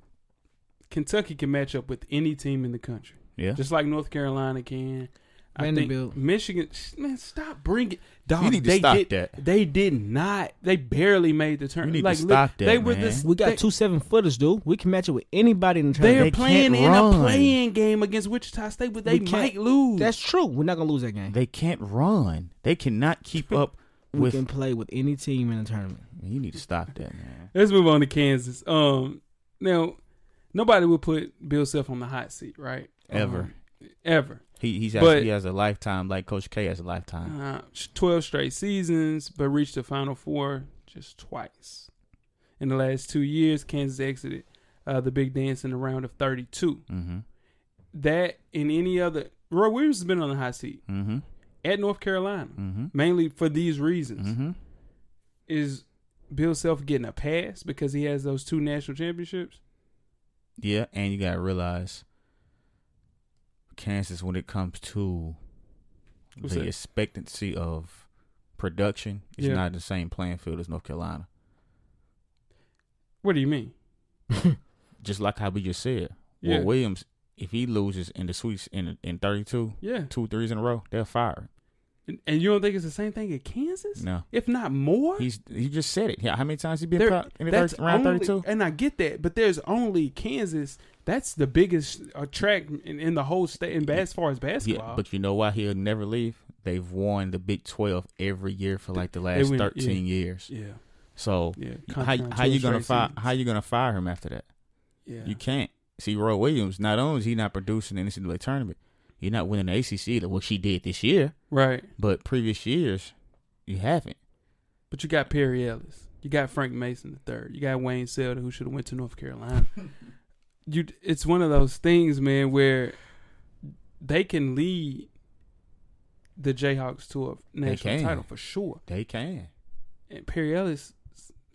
S2: Kentucky can match up with any team in the country,
S3: Yeah.
S2: just like North Carolina can. I
S5: Vanderbilt.
S2: think Michigan, sh- man, stop bringing. Dog,
S3: You need to
S2: they
S3: stop
S2: did,
S3: that.
S2: They did not. They barely made the turn.
S3: You need to
S2: like, look,
S3: stop that,
S2: They were
S3: man.
S2: this.
S5: We got
S2: they,
S5: two seven footers, dude. We can match it with anybody in the
S2: They are
S5: tournament.
S3: can't
S2: playing in a
S3: run.
S2: playing game against Wichita State, but they
S5: We can't-
S2: might lose.
S5: That's true. We're not gonna lose that game.
S3: They can't run. They cannot keep up
S5: we
S3: with.
S5: can play with any team in the tournament.
S3: You need to stop that, man.
S2: Let's move on to Kansas. Um, now nobody would put Bill Self on the hot seat, right?
S3: Ever.
S2: Um, ever.
S3: He he's
S2: But-
S3: actually, he has a lifetime like Coach K has a lifetime.
S2: Uh, sh- 12 straight seasons, but reached the Final Four just twice. In the last two years, Kansas exited uh, the Big Dance in the round of 32.
S3: Mm-hmm.
S2: That and any other. Roy Williams has been on the hot seat
S3: Mm-hmm.
S2: at North Carolina,
S3: Mm-hmm.
S2: mainly for these reasons.
S3: Mm-hmm.
S2: Is Bill Self getting a pass because he has those two national championships?
S3: Yeah, and you gotta realize Kansas when it comes to
S2: What's
S3: the
S2: that?
S3: expectancy of production is
S2: Yeah.
S3: not the same playing field as North Carolina.
S2: What do you mean?
S3: Just like how we just said.
S2: Yeah.
S3: Well Williams, if he loses in the sweets in in thirty two,
S2: Yeah.
S3: two threes in a row, they're fired.
S2: And, and you don't think it's the same thing at Kansas?
S3: No.
S2: If not more?
S3: He's he just said it. Yeah, How many times he been
S2: There-
S3: pro- in the
S2: that's
S3: thir- round
S2: only-
S3: thirty two?
S2: And I get that, but there's only Kansas. That's the biggest uh, track in, in the whole state, and as far as basketball,
S3: Yeah, but you know why he'll never leave? They've won the Big Twelve every year for like the last
S2: win- yeah.
S3: thirteen years.
S2: yeah,
S3: So
S2: Yeah,
S3: how
S2: contract
S3: how
S2: to
S3: you
S2: a
S3: gonna
S2: straight
S3: fire
S2: season.
S3: how you gonna fire him after that?
S2: yeah.
S3: You can't. See, Roy Williams. Not only is he not producing in the NCAA tournament, you're not winning the ACC, either, which he did this year,
S2: right,
S3: but previous years you haven't.
S2: but you got Perry Ellis, you got Frank Mason the third, you got Wayne Selder, who should have went to North Carolina. you, it's one of those things, man, where they can lead the Jayhawks to a national
S3: can.
S2: title for sure.
S3: They can.
S2: And Perry Ellis,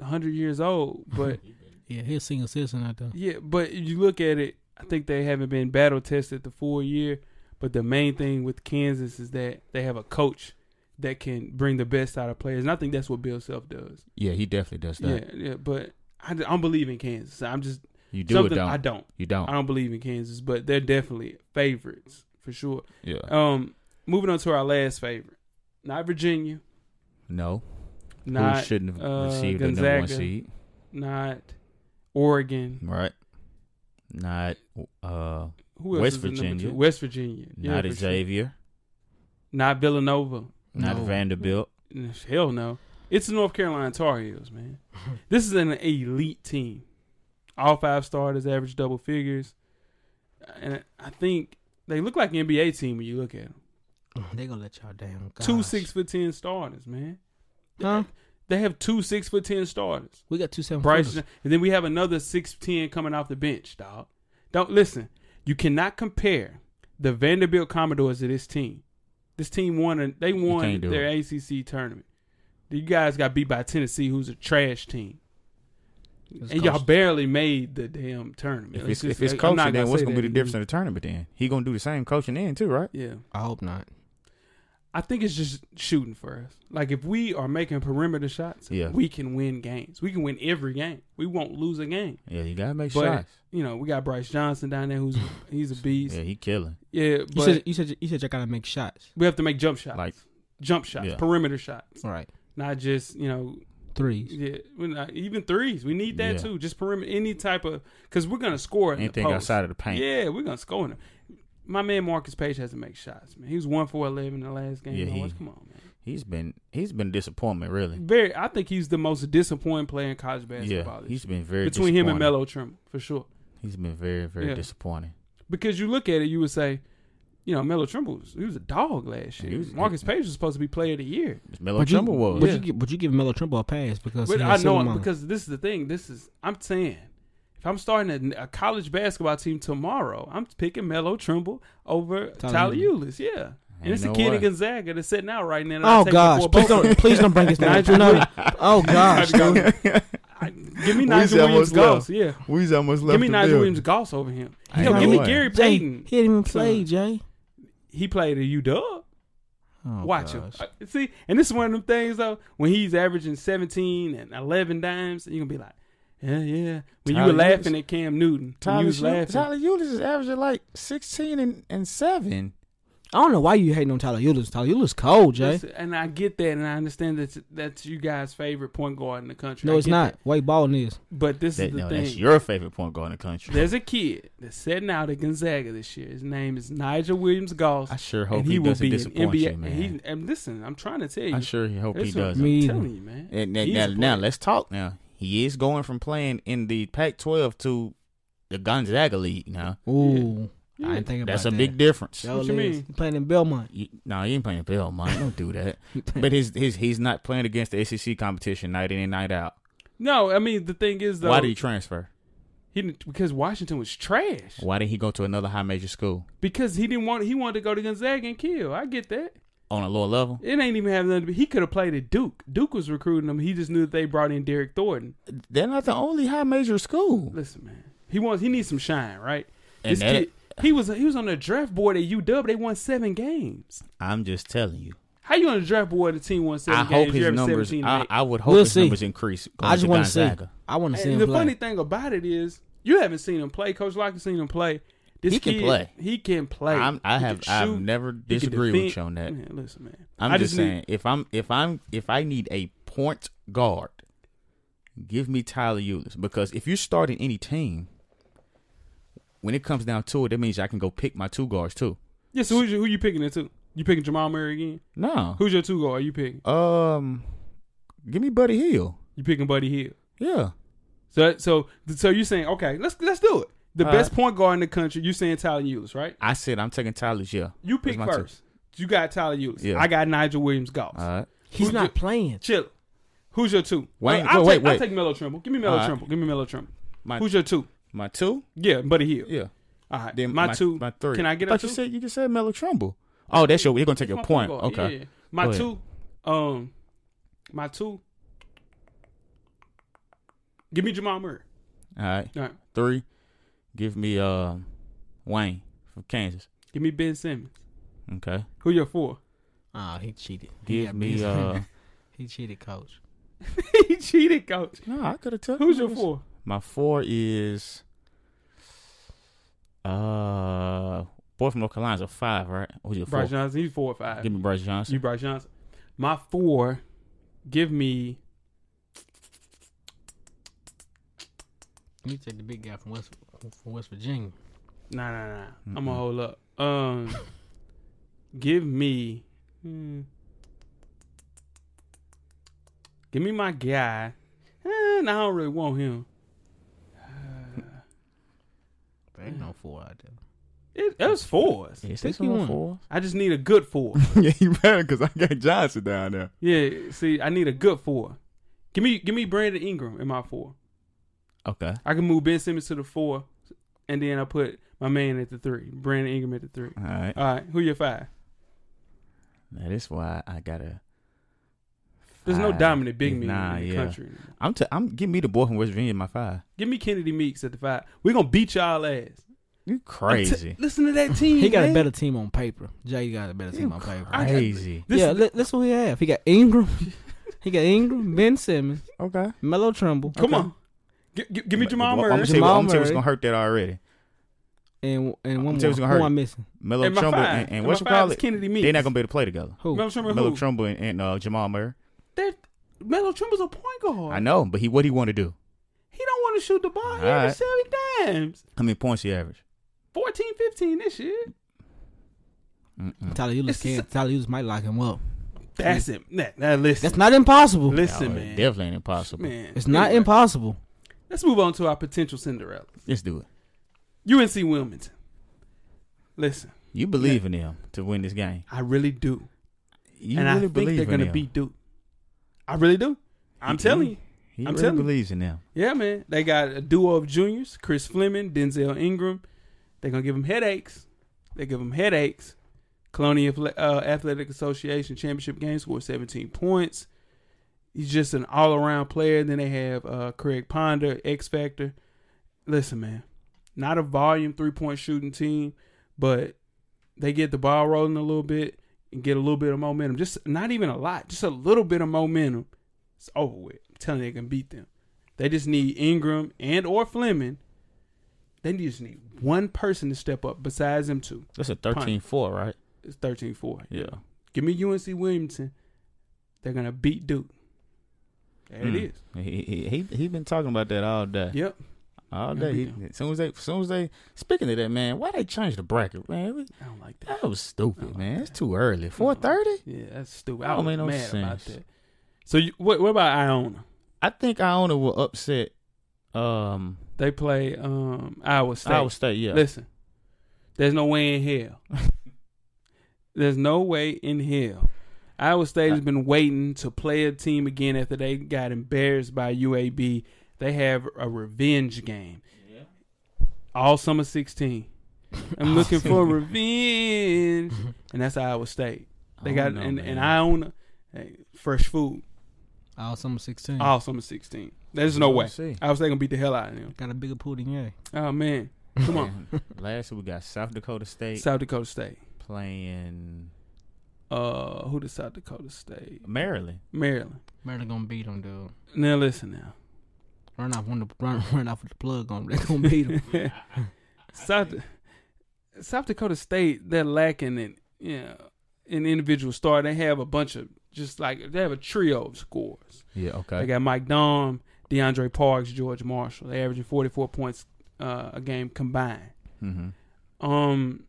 S2: hundred years old, but
S5: Yeah, he's a single citizen out there.
S2: Yeah, but you look at it, I think they haven't been battle tested the full year. But the main thing with Kansas is that they have a coach that can bring the best out of players, and I think that's what Bill Self does.
S3: Yeah, he definitely does that.
S2: Yeah, yeah. But I, d- I don't believe in Kansas. I'm just
S3: You do it
S2: something
S3: don't.
S2: I don't.
S3: You don't.
S2: I don't believe in Kansas, but they're definitely favorites for sure.
S3: yeah.
S2: Um, moving on to our last favorite, not Virginia,
S3: no.
S2: not
S3: Who shouldn't have
S2: uh,
S3: received the number
S2: Gonzaga,
S3: one seed?
S2: not Oregon.
S3: Right. Not uh
S2: Who else
S3: West
S2: is the number
S3: Virginia.
S2: two? West Virginia. Yeah,
S3: not
S2: for sure.
S3: Xavier.
S2: Not Villanova.
S3: Not
S5: No.
S3: Vanderbilt.
S2: Hell no. It's the North Carolina Tar Heels, man. this is an elite team. All five starters average double figures. And I think they look like an NBA team when you look at them.
S5: They gonna let y'all down.
S2: Two
S5: Gosh.
S2: six foot ten starters, man.
S5: Huh?
S2: They have two six foot ten starters.
S5: We got two seven
S2: Bryce,
S5: footers.
S2: and then we have another six ten coming off the bench, dog. Don't listen. You cannot compare the Vanderbilt Commodores to this team. This team won. and They won
S3: can't do
S2: their ACC tournament. You guys got beat by Tennessee, who's a trash team,
S5: It's
S2: and y'all
S5: coached.
S2: barely made the damn tournament.
S3: If it's,
S2: just-
S3: if it's
S2: I'm not
S3: coaching, then what's
S2: say
S3: gonna be
S2: that
S3: the difference in the tournament? Then he gonna do the same coaching in too, right?
S2: Yeah,
S5: I hope not.
S2: I think it's just shooting for us. Like if we are making perimeter shots,
S3: Yeah.
S2: we can win games. We can win every game. We won't lose a game.
S3: Yeah, you gotta make
S2: But
S3: shots.
S2: you know, we got Bryce Johnson down there, who's he's a beast.
S3: Yeah,
S2: Yeah,
S3: he killing.
S5: You
S2: but
S5: said you said you said you gotta make shots.
S2: we have to make jump shots,
S3: Like
S2: jump shots,
S3: Yeah.
S2: perimeter shots,
S5: All right,
S2: not just you know
S5: threes.
S2: Yeah, we're not, even threes. We need that
S3: Yeah.
S2: too. Just perimeter, any type of because we're gonna score in
S3: anything
S2: the post.
S3: outside of the paint.
S2: Yeah, we're gonna score in. The, my man Marcus Page has to make shots. Man, he was one for eleven in the last game.
S3: Yeah,
S2: I
S3: he-
S2: watched. Come on, man.
S3: He's been he's been a disappointment really.
S2: Very, I think he's the most disappointing player in college basketball.
S3: Yeah,
S2: this
S3: he's
S2: year.
S3: been very
S2: between him and
S3: disappointing.
S2: Melo Trimble for sure.
S3: He's been very very
S2: Yeah.
S3: disappointing.
S2: Because you look at it, you would say, you know, Melo Trimble was, he was a dog last year.
S3: He was-
S2: Marcus Page was supposed to be player of the year.
S3: Melo
S5: But you,
S3: Trimble was.
S5: but,
S2: Yeah.
S5: you, gi- but you give Melo Trimble a pass because
S2: But
S5: he
S2: I
S5: has
S2: know
S5: Suleiman.
S2: because this is the thing. This is I'm saying. If I'm starting a, a college basketball team tomorrow, I'm picking Melo Trimble over
S5: Tyler
S2: Tyler Eulis. Yeah, and
S3: Ain't
S2: it's a
S3: no
S2: kid
S3: way.
S2: in Gonzaga that's sitting out right now. and I'll
S5: Oh
S2: take him
S5: gosh,
S2: for a
S5: please
S2: ball.
S5: don't please don't bring this down.
S2: Nigel
S5: No, no.
S2: Williams.
S5: Oh gosh, dude.
S2: I- give me
S3: We
S2: Nigel Williams
S3: almost
S2: Goss.
S3: left.
S2: Yeah,
S3: We almost
S2: give me Nigel Williams Goss over him.
S3: Ain't
S2: Hell,
S3: no
S2: give me
S3: way.
S2: Gary
S5: Jay,
S2: Payton.
S5: he didn't even play, Jay.
S2: He played at UW.
S5: Oh,
S2: Watch him.
S5: gosh.
S2: Uh, See, and this is one of them things though. When he's averaging seventeen and eleven dimes, you're gonna be like, yeah, yeah. When you
S3: Tyler
S2: were laughing
S3: Eulis.
S2: at Cam Newton, when you
S3: Tyler,
S2: was laughing.
S3: Tyler Eulis is averaging like sixteen and, and seven.
S5: I don't know why you hating on Tyler Eulis. Tyler Eulis cold, Jay.
S2: Listen, and I get that, and I understand that that's you guys' favorite point guard in the country.
S5: no,
S2: I
S5: it's
S2: get
S5: not.
S2: that.
S5: White balling is.
S2: But this is
S3: That,
S2: the
S3: no,
S2: thing.
S3: that's your favorite point guard in the country.
S2: There's a kid that's setting out at Gonzaga this year. His name is Nigel Williams Goss.
S3: I sure hope
S2: and
S3: he,
S2: he, will
S3: doesn't
S2: be an
S3: disappoint
S2: NBA.
S3: you,
S2: and, he,
S3: man.
S2: and listen, I'm trying to tell you.
S3: I sure he hope he
S2: That's what
S3: doesn't.
S5: Me
S2: I'm
S5: either.
S2: telling you, man.
S3: And that,
S2: He's
S3: now,
S2: a
S3: now
S2: player.
S3: let's talk. Now he is going from playing in the Pac-12 to the Gonzaga League. Now
S5: Ooh,
S2: Yeah.
S5: I didn't think about
S3: that's a
S5: that.
S3: big difference.
S5: Yo,
S2: What you
S5: Liz,
S2: mean?
S5: he Playing in Belmont.
S3: You, no, he ain't playing Belmont. Don't do that. but his his he's not playing against the SEC competition night in and night out.
S2: No, I mean the thing is though.
S3: Why did he transfer?
S2: He didn't, because Washington was trash.
S3: Why did he go to another high major school
S2: Because he didn't want he wanted to go to Gonzaga and kill. I get that.
S3: on a lower level?
S2: It ain't even have nothing to be. He could have played at Duke. Duke was recruiting him. He just knew that they brought in Derek Thornton.
S3: They're not the only high major school.
S2: Listen, man. He wants he needs some shine, right?
S3: And
S2: this
S3: that-
S2: kid, he was he was on the draft board at UW. They won seven games.
S3: I'm just telling you.
S2: How you on the draft board? The team won seven
S3: I
S2: games.
S3: hope
S2: You're
S3: his
S2: at
S3: numbers.
S2: 17
S3: I,
S2: eight.
S3: I would hope
S5: We'll
S3: his
S5: see.
S3: numbers increase.
S5: I just
S3: want to
S5: see.
S3: Gonzaga.
S5: I want to
S2: And
S5: see him
S2: the
S5: play.
S2: funny thing about it is you haven't seen him play. Coach Locke has seen him play. This
S3: He can
S2: kid,
S3: play.
S2: He can play.
S3: I'm, I
S2: He
S3: have.
S2: can
S3: I've
S2: shoot.
S3: never
S2: He can
S3: disagreed with
S2: defend.
S3: you on that.
S2: Man, listen, man.
S3: I'm
S2: I
S3: just
S2: need-
S3: saying, if I'm if I'm if I need a point guard, give me Tyler Eulis because if you're starting any team, when it comes down to it, that means I can go pick my two guards too.
S2: Yeah, so who's your, who you picking it to? You picking Jamal Murray again?
S3: No,
S2: Who's your two guard? You picking?
S3: um, give me Buddy Hill.
S2: You picking Buddy Hill?
S3: Yeah,
S2: So so so you're saying okay, let's let's do it. The
S3: All
S2: best
S3: right.
S2: point guard in the country. You saying Tyler Eulis, right?
S3: I said I'm taking Tyler's. Yeah,
S2: You
S3: That's
S2: pick
S3: my two.
S2: first. You got Tyler Eulis.
S3: Yeah. Uh,
S2: I got Nigel Williams Goss.
S3: All right,
S5: He's
S2: Who's
S5: not
S2: your-
S5: playing.
S2: Chill. Who's your two?
S3: Wayne-
S2: I'll,
S3: wait,
S2: take,
S3: wait,
S2: I'll take Melo Trimble. Give me Melo
S3: All right.
S2: Trimble. Give me Melo Trimble.
S3: my
S2: Who's your two?
S3: my two.
S2: Yeah, Buddy Hill.
S3: Yeah,
S2: All right.
S3: then
S2: my, two.
S3: my three.
S2: Can I get a
S3: I thought
S2: two?
S3: you said you just said Melo Trumbull. Oh, that's your. You're gonna take
S2: That's
S3: your
S2: my
S3: point.
S2: point guard.
S3: Okay.
S2: Yeah. My
S3: Go ahead.
S2: two. Um, my two. Give me Jamal Murray.
S3: All right.
S2: All right.
S3: Three. Give me um Wayne from Kansas.
S2: Give me Ben Simmons.
S3: Okay.
S2: Who your four?
S5: Oh, he cheated. He
S3: Give
S5: got
S3: me
S5: busy.
S3: uh
S5: he cheated, coach.
S2: he cheated, coach.
S3: No, I could have took
S2: Who's your four?
S3: My four is uh boy from North Carolina's a five, right? Who's your four?
S2: Bryce Johnson. He's four or five.
S3: Give me Bryce Johnson.
S2: You Bryce Johnson. My four. Give me.
S5: You take the big guy from West from West Virginia.
S2: Nah, nah, nah. I'm gonna hold up. Um, give me. hmm. give me my guy. Eh, nah, I don't really want him.
S5: There ain't no four out there.
S2: It, it was fours.
S3: Is
S5: Pick
S3: this
S5: you
S3: one
S5: one.
S3: four?
S2: I just need a good four.
S3: yeah, you better because I got Johnson down there.
S2: yeah, see, I need a good four. Give me, give me Brandon Ingram in my four.
S3: Okay.
S2: I can move Ben Simmons to the four, and then I put my man at the three, Brandon Ingram at the three.
S3: All right.
S2: All right, who your five?
S3: That is why I gotta.
S2: There's no
S3: five.
S2: dominant big man
S3: Nah,
S2: in the
S3: yeah.
S2: country.
S3: I'm t- I'm give me the boy from West Virginia. My five.
S2: Give me Kennedy Meeks at the five. We're gonna beat y'all ass.
S3: You
S2: I'm t-
S3: crazy.
S2: listen to that team.
S5: He got a
S2: man.
S5: better team on paper. Jay got a better team on paper.
S2: I got-
S3: crazy.
S2: This-
S5: yeah, li- that's what he have. He got Ingram. he got Ingram, Ben Simmons,
S3: Okay.
S5: Melo Trumble.
S2: Come on. Gi- gi- give me Jamal
S3: I'm gonna
S2: Murray.
S3: tell you, what- I'm gonna tell you what's
S5: Murray.
S3: gonna hurt that already.
S5: and and one
S3: I'm telling you
S5: more. Who
S3: what's gonna hurt.
S5: I'm missing?
S3: Melo
S2: And my
S3: Trumbull
S2: five.
S3: and, and
S2: And
S3: what you
S2: my five
S3: call
S2: is
S3: it?
S2: Kennedy Meeks.
S3: They're not gonna be able to play together.
S5: Who?
S2: Melo Trimble.
S3: Melo
S2: who?
S3: Trumbull and, and uh, Jamal Murray.
S2: That- Melo Trimble's a point guard.
S3: I know, but he what he want to do?
S2: He don't want to shoot the ball. He
S3: All
S2: had
S3: right.
S2: seven times.
S3: How many points he average?
S2: 14, 15 this year.
S3: Mm-mm.
S5: Tyler
S2: It's
S5: Eulis can't. Tyler Eulis might lock him up.
S2: That's it. Now, now listen.
S5: That's not impossible.
S2: listen,
S3: Y'all, it
S2: man.
S3: definitely ain't impossible.
S2: Man.
S5: It's not
S2: Anyway,
S5: impossible.
S2: Let's move on to our potential Cinderella.
S3: Let's do it.
S2: UNC Wilmington. Listen,
S3: You believe in them to win this game.
S2: I really do.
S3: You
S2: and
S3: really
S2: I think
S3: believe
S2: they're
S3: in
S2: going to
S3: them.
S2: beat Duke. I really do. I'm
S3: He-
S2: telling
S3: he-
S2: you.
S3: He
S2: I'm
S3: really
S2: telling you.
S3: believes in them.
S2: Yeah, man. They got a duo of juniors, Chris Fleming, Denzel Ingram. They're going to give them headaches. They give them headaches. Colonial Athle- uh, Athletic Association championship game scored 17 points. He's just an all around player. Then they have uh, Craig Ponder, X Factor. Listen, man, not a volume three point shooting team, but they get the ball rolling a little bit and get a little bit of momentum. Just not even a lot, just a little bit of momentum. It's over with. I'm telling you, they can beat them. They just need Ingram and or Fleming. They just need one person to step up besides them two.
S3: That's a 13-4, right?
S2: It's 13-4.
S3: Yeah.
S2: Give me UNC Williamson. They're gonna beat Duke. There
S3: Mm.
S2: it is.
S3: He he he, he been talking about that all day.
S2: Yep.
S3: All
S2: Gotta
S3: day.
S2: beat
S3: He, as soon as they, as soon as they, speaking of that, man, why they changed the bracket, man? We-
S2: I don't like that.
S3: That was stupid,
S2: like
S3: man.
S2: that.
S3: It's too early. Four thirty.
S2: Yeah, that's stupid.
S3: That
S2: I
S3: don't
S2: was
S3: make no
S2: mad about
S3: sense.
S2: that. So you, what? What about Iona?
S3: I think Iona will upset. Um,
S2: They play um, Iowa State.
S3: Iowa State. Yeah.
S2: Listen, there's no way in hell. there's no way in hell. Iowa State has been waiting to play a team again after they got embarrassed by UAB. They have a revenge game. All summer 16. I'm looking for revenge. And that's Iowa State. They
S3: I
S2: got
S3: don't know,
S2: and,
S3: man.
S2: and I own hey, fresh food.
S5: All summer Oh, sixteen.
S2: All summer 16. There's no
S3: Mm. We'll
S2: way.
S3: see.
S2: Iowa State gonna beat the hell out of them.
S5: Got a bigger pool than you.
S2: Oh man. Come on.
S3: Last year we got South Dakota State
S2: South Dakota State.
S3: playing
S2: Uh who does South Dakota State?
S3: Maryland.
S2: Maryland.
S5: Maryland gonna beat them, dude.
S2: Now listen now.
S5: Run off on the run, run off with the plug on. They gonna beat them.
S2: South South Dakota State, they're lacking in you know, an individual star. They have a bunch of just like they have a trio of scores.
S3: Yeah.
S2: They
S3: Okay.
S2: got Mike Dom, DeAndre Parks, George Marshall. They averaging forty four points uh, a game combined.
S3: Mm-hmm.
S2: Um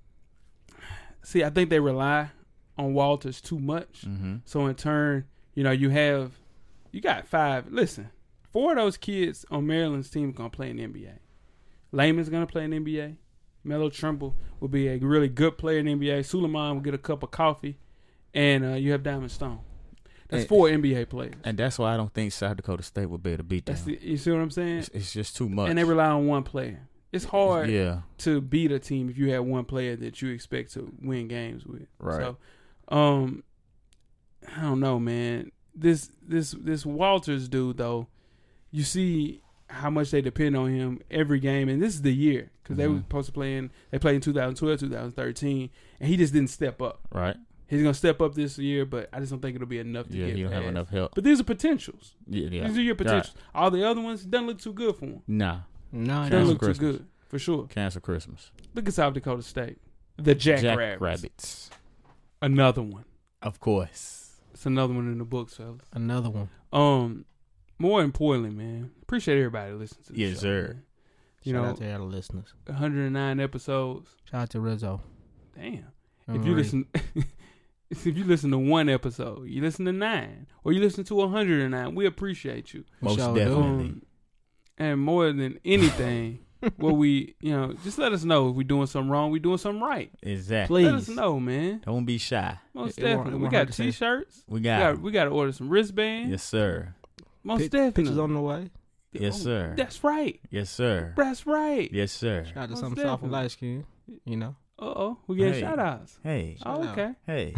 S2: see, I think they rely on Walters too much.
S3: Mm-hmm.
S2: So in turn, you know, you have you got five. Listen, four of those kids on Maryland's team gonna play in the NBA. Layman's gonna play in the NBA. Melo Trimble will be a really good player in the NBA. Suleiman will get a cup of coffee, and uh, you have Diamond Stone. That's
S3: And-
S2: four NBA players.
S3: And that's why I don't think South Dakota State will be able to beat them.
S2: That's the, you see what I'm saying?
S3: it's, it's just too much.
S2: And they rely on one player. It's hard
S3: Yeah.
S2: to beat a team if you have one player that you expect to win games with.
S3: Right.
S2: So, um, I don't know, man. This this this Walters dude though, you see how much they depend on him every game, and this is the year because they were
S3: Mhm.
S2: supposed to play in. They played in 2012, 2013, and he just didn't step up.
S3: Right.
S2: He's gonna step up this year, but I just don't think it'll be enough to
S3: Yeah.
S2: get.
S3: He don't have
S2: past.
S3: enough help.
S2: But these are potentials.
S3: Yeah. yeah.
S2: These are your
S3: Right.
S2: potentials. All the other ones doesn't look too good for him.
S3: Nah.
S5: no,
S2: Doesn't
S5: it don't.
S2: look too
S3: Christmas.
S2: good for sure.
S3: Cancel Christmas.
S2: Look at South Dakota State, the Jack,
S3: Jack
S2: Rabbits.
S3: rabbits.
S2: Another one.
S3: Of course.
S2: It's another one in the books, fellas.
S5: Another one.
S2: Um, more importantly, man, appreciate everybody listening to the
S3: Yes,
S2: show,
S3: sir.
S2: man. You
S5: Shout
S2: know,
S5: out to our listeners.
S2: 109 episodes.
S5: Shout out to Rizzo.
S2: Damn.
S5: and
S2: if you
S5: Marie.
S2: listen, if you listen to one episode, you listen to nine, or you listen to 109, we appreciate you.
S5: For
S3: Most
S5: sure, dude.
S3: definitely.
S2: Um, and more than anything, what we, you know, just let us know if we're doing something wrong, we're doing something right.
S3: Exactly.
S5: Please.
S2: Let us know, man.
S3: Don't be shy.
S2: Most
S5: It- it won't-
S2: definitely,
S5: it
S2: we
S5: won't hurt
S2: got
S5: to say.
S2: t-shirts.
S3: We
S2: We
S3: got.
S2: got,
S3: it.
S2: we got to order some wristbands.
S3: yes, sir.
S2: Most
S5: Pic-
S2: definitely.
S5: Pictures on the way.
S3: Yes,
S2: Oh,
S3: sir.
S2: That's right.
S3: Yes, sir.
S2: That's right.
S3: Yes, sir.
S5: Shout out to
S2: Most
S5: something soft
S2: definitely.
S5: and light skin. You know.
S2: Uh oh, we getting
S3: Hey.
S2: shout outs.
S3: Hey,
S2: Oh, okay.
S3: hey,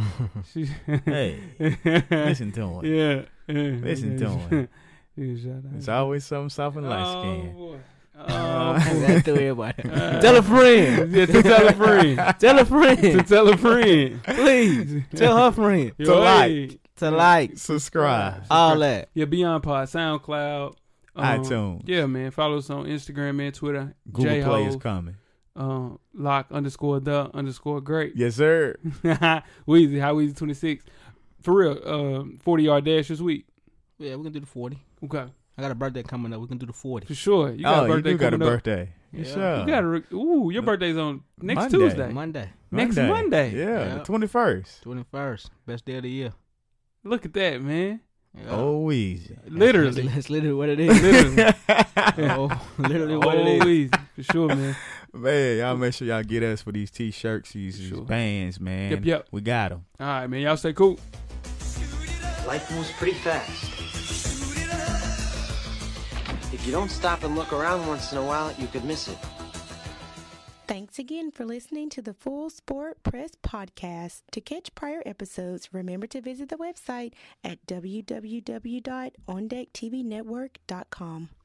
S2: She-
S3: hey. Listen to him.
S2: Yeah. yeah.
S3: Listen to him.
S2: Yeah, shout out.
S3: It's always something soft and light
S2: Oh,
S3: skin.
S2: boy. Oh,
S5: Uh,
S3: Uh,
S5: that to everybody.
S2: Uh,
S5: tell a friend.
S2: yeah, to tell a friend.
S5: Tell a
S2: to
S5: friend.
S2: tell a friend.
S5: Please. Tell her friend.
S2: Yo,
S5: to like.
S2: hey.
S5: To like.
S3: Subscribe.
S5: All that.
S2: Yeah, Beyond Pod, SoundCloud, um,
S3: iTunes.
S2: Yeah, man. Follow us on Instagram and Twitter.
S3: Google
S2: J-Ho,
S3: Play is coming.
S2: um, Lock underscore the underscore great.
S3: Yes, sir.
S2: Weezy, how Weezy twenty six. For real, um, forty yard dash this week.
S5: Yeah, we can do the 40.
S2: Okay,
S5: I got a birthday coming up. We can do the 40.
S2: for sure. You got
S3: oh,
S2: a
S3: you
S2: birthday
S3: do got a
S2: coming up.
S3: birthday. Yes,
S5: Yeah.
S3: sir.
S2: You got a re- ooh, your birthday's on next
S3: Monday.
S2: Tuesday.
S5: Monday,
S2: next Monday.
S3: Yeah, the
S5: Yeah.
S3: 21st.
S5: 21st. Best day of the year.
S2: Look at that, man.
S5: Yeah.
S3: Oh, easy.
S2: Literally,
S5: That's literally what it is.
S2: literally.
S5: oh, literally what
S2: oh,
S5: it is.
S2: Weezy, for sure, man.
S3: Man, y'all make sure y'all get us for these t-shirts, these, these
S2: Sure.
S3: bands, man.
S2: Yep, yep.
S3: We got them.
S2: All right, man. Y'all stay cool.
S8: Life moves pretty fast. If you don't stop and look around once in a while, you could miss it.
S6: Thanks again for listening to the Full Sport Press podcast. To catch prior episodes, remember to visit the website at www.ondecktvnetwork.com.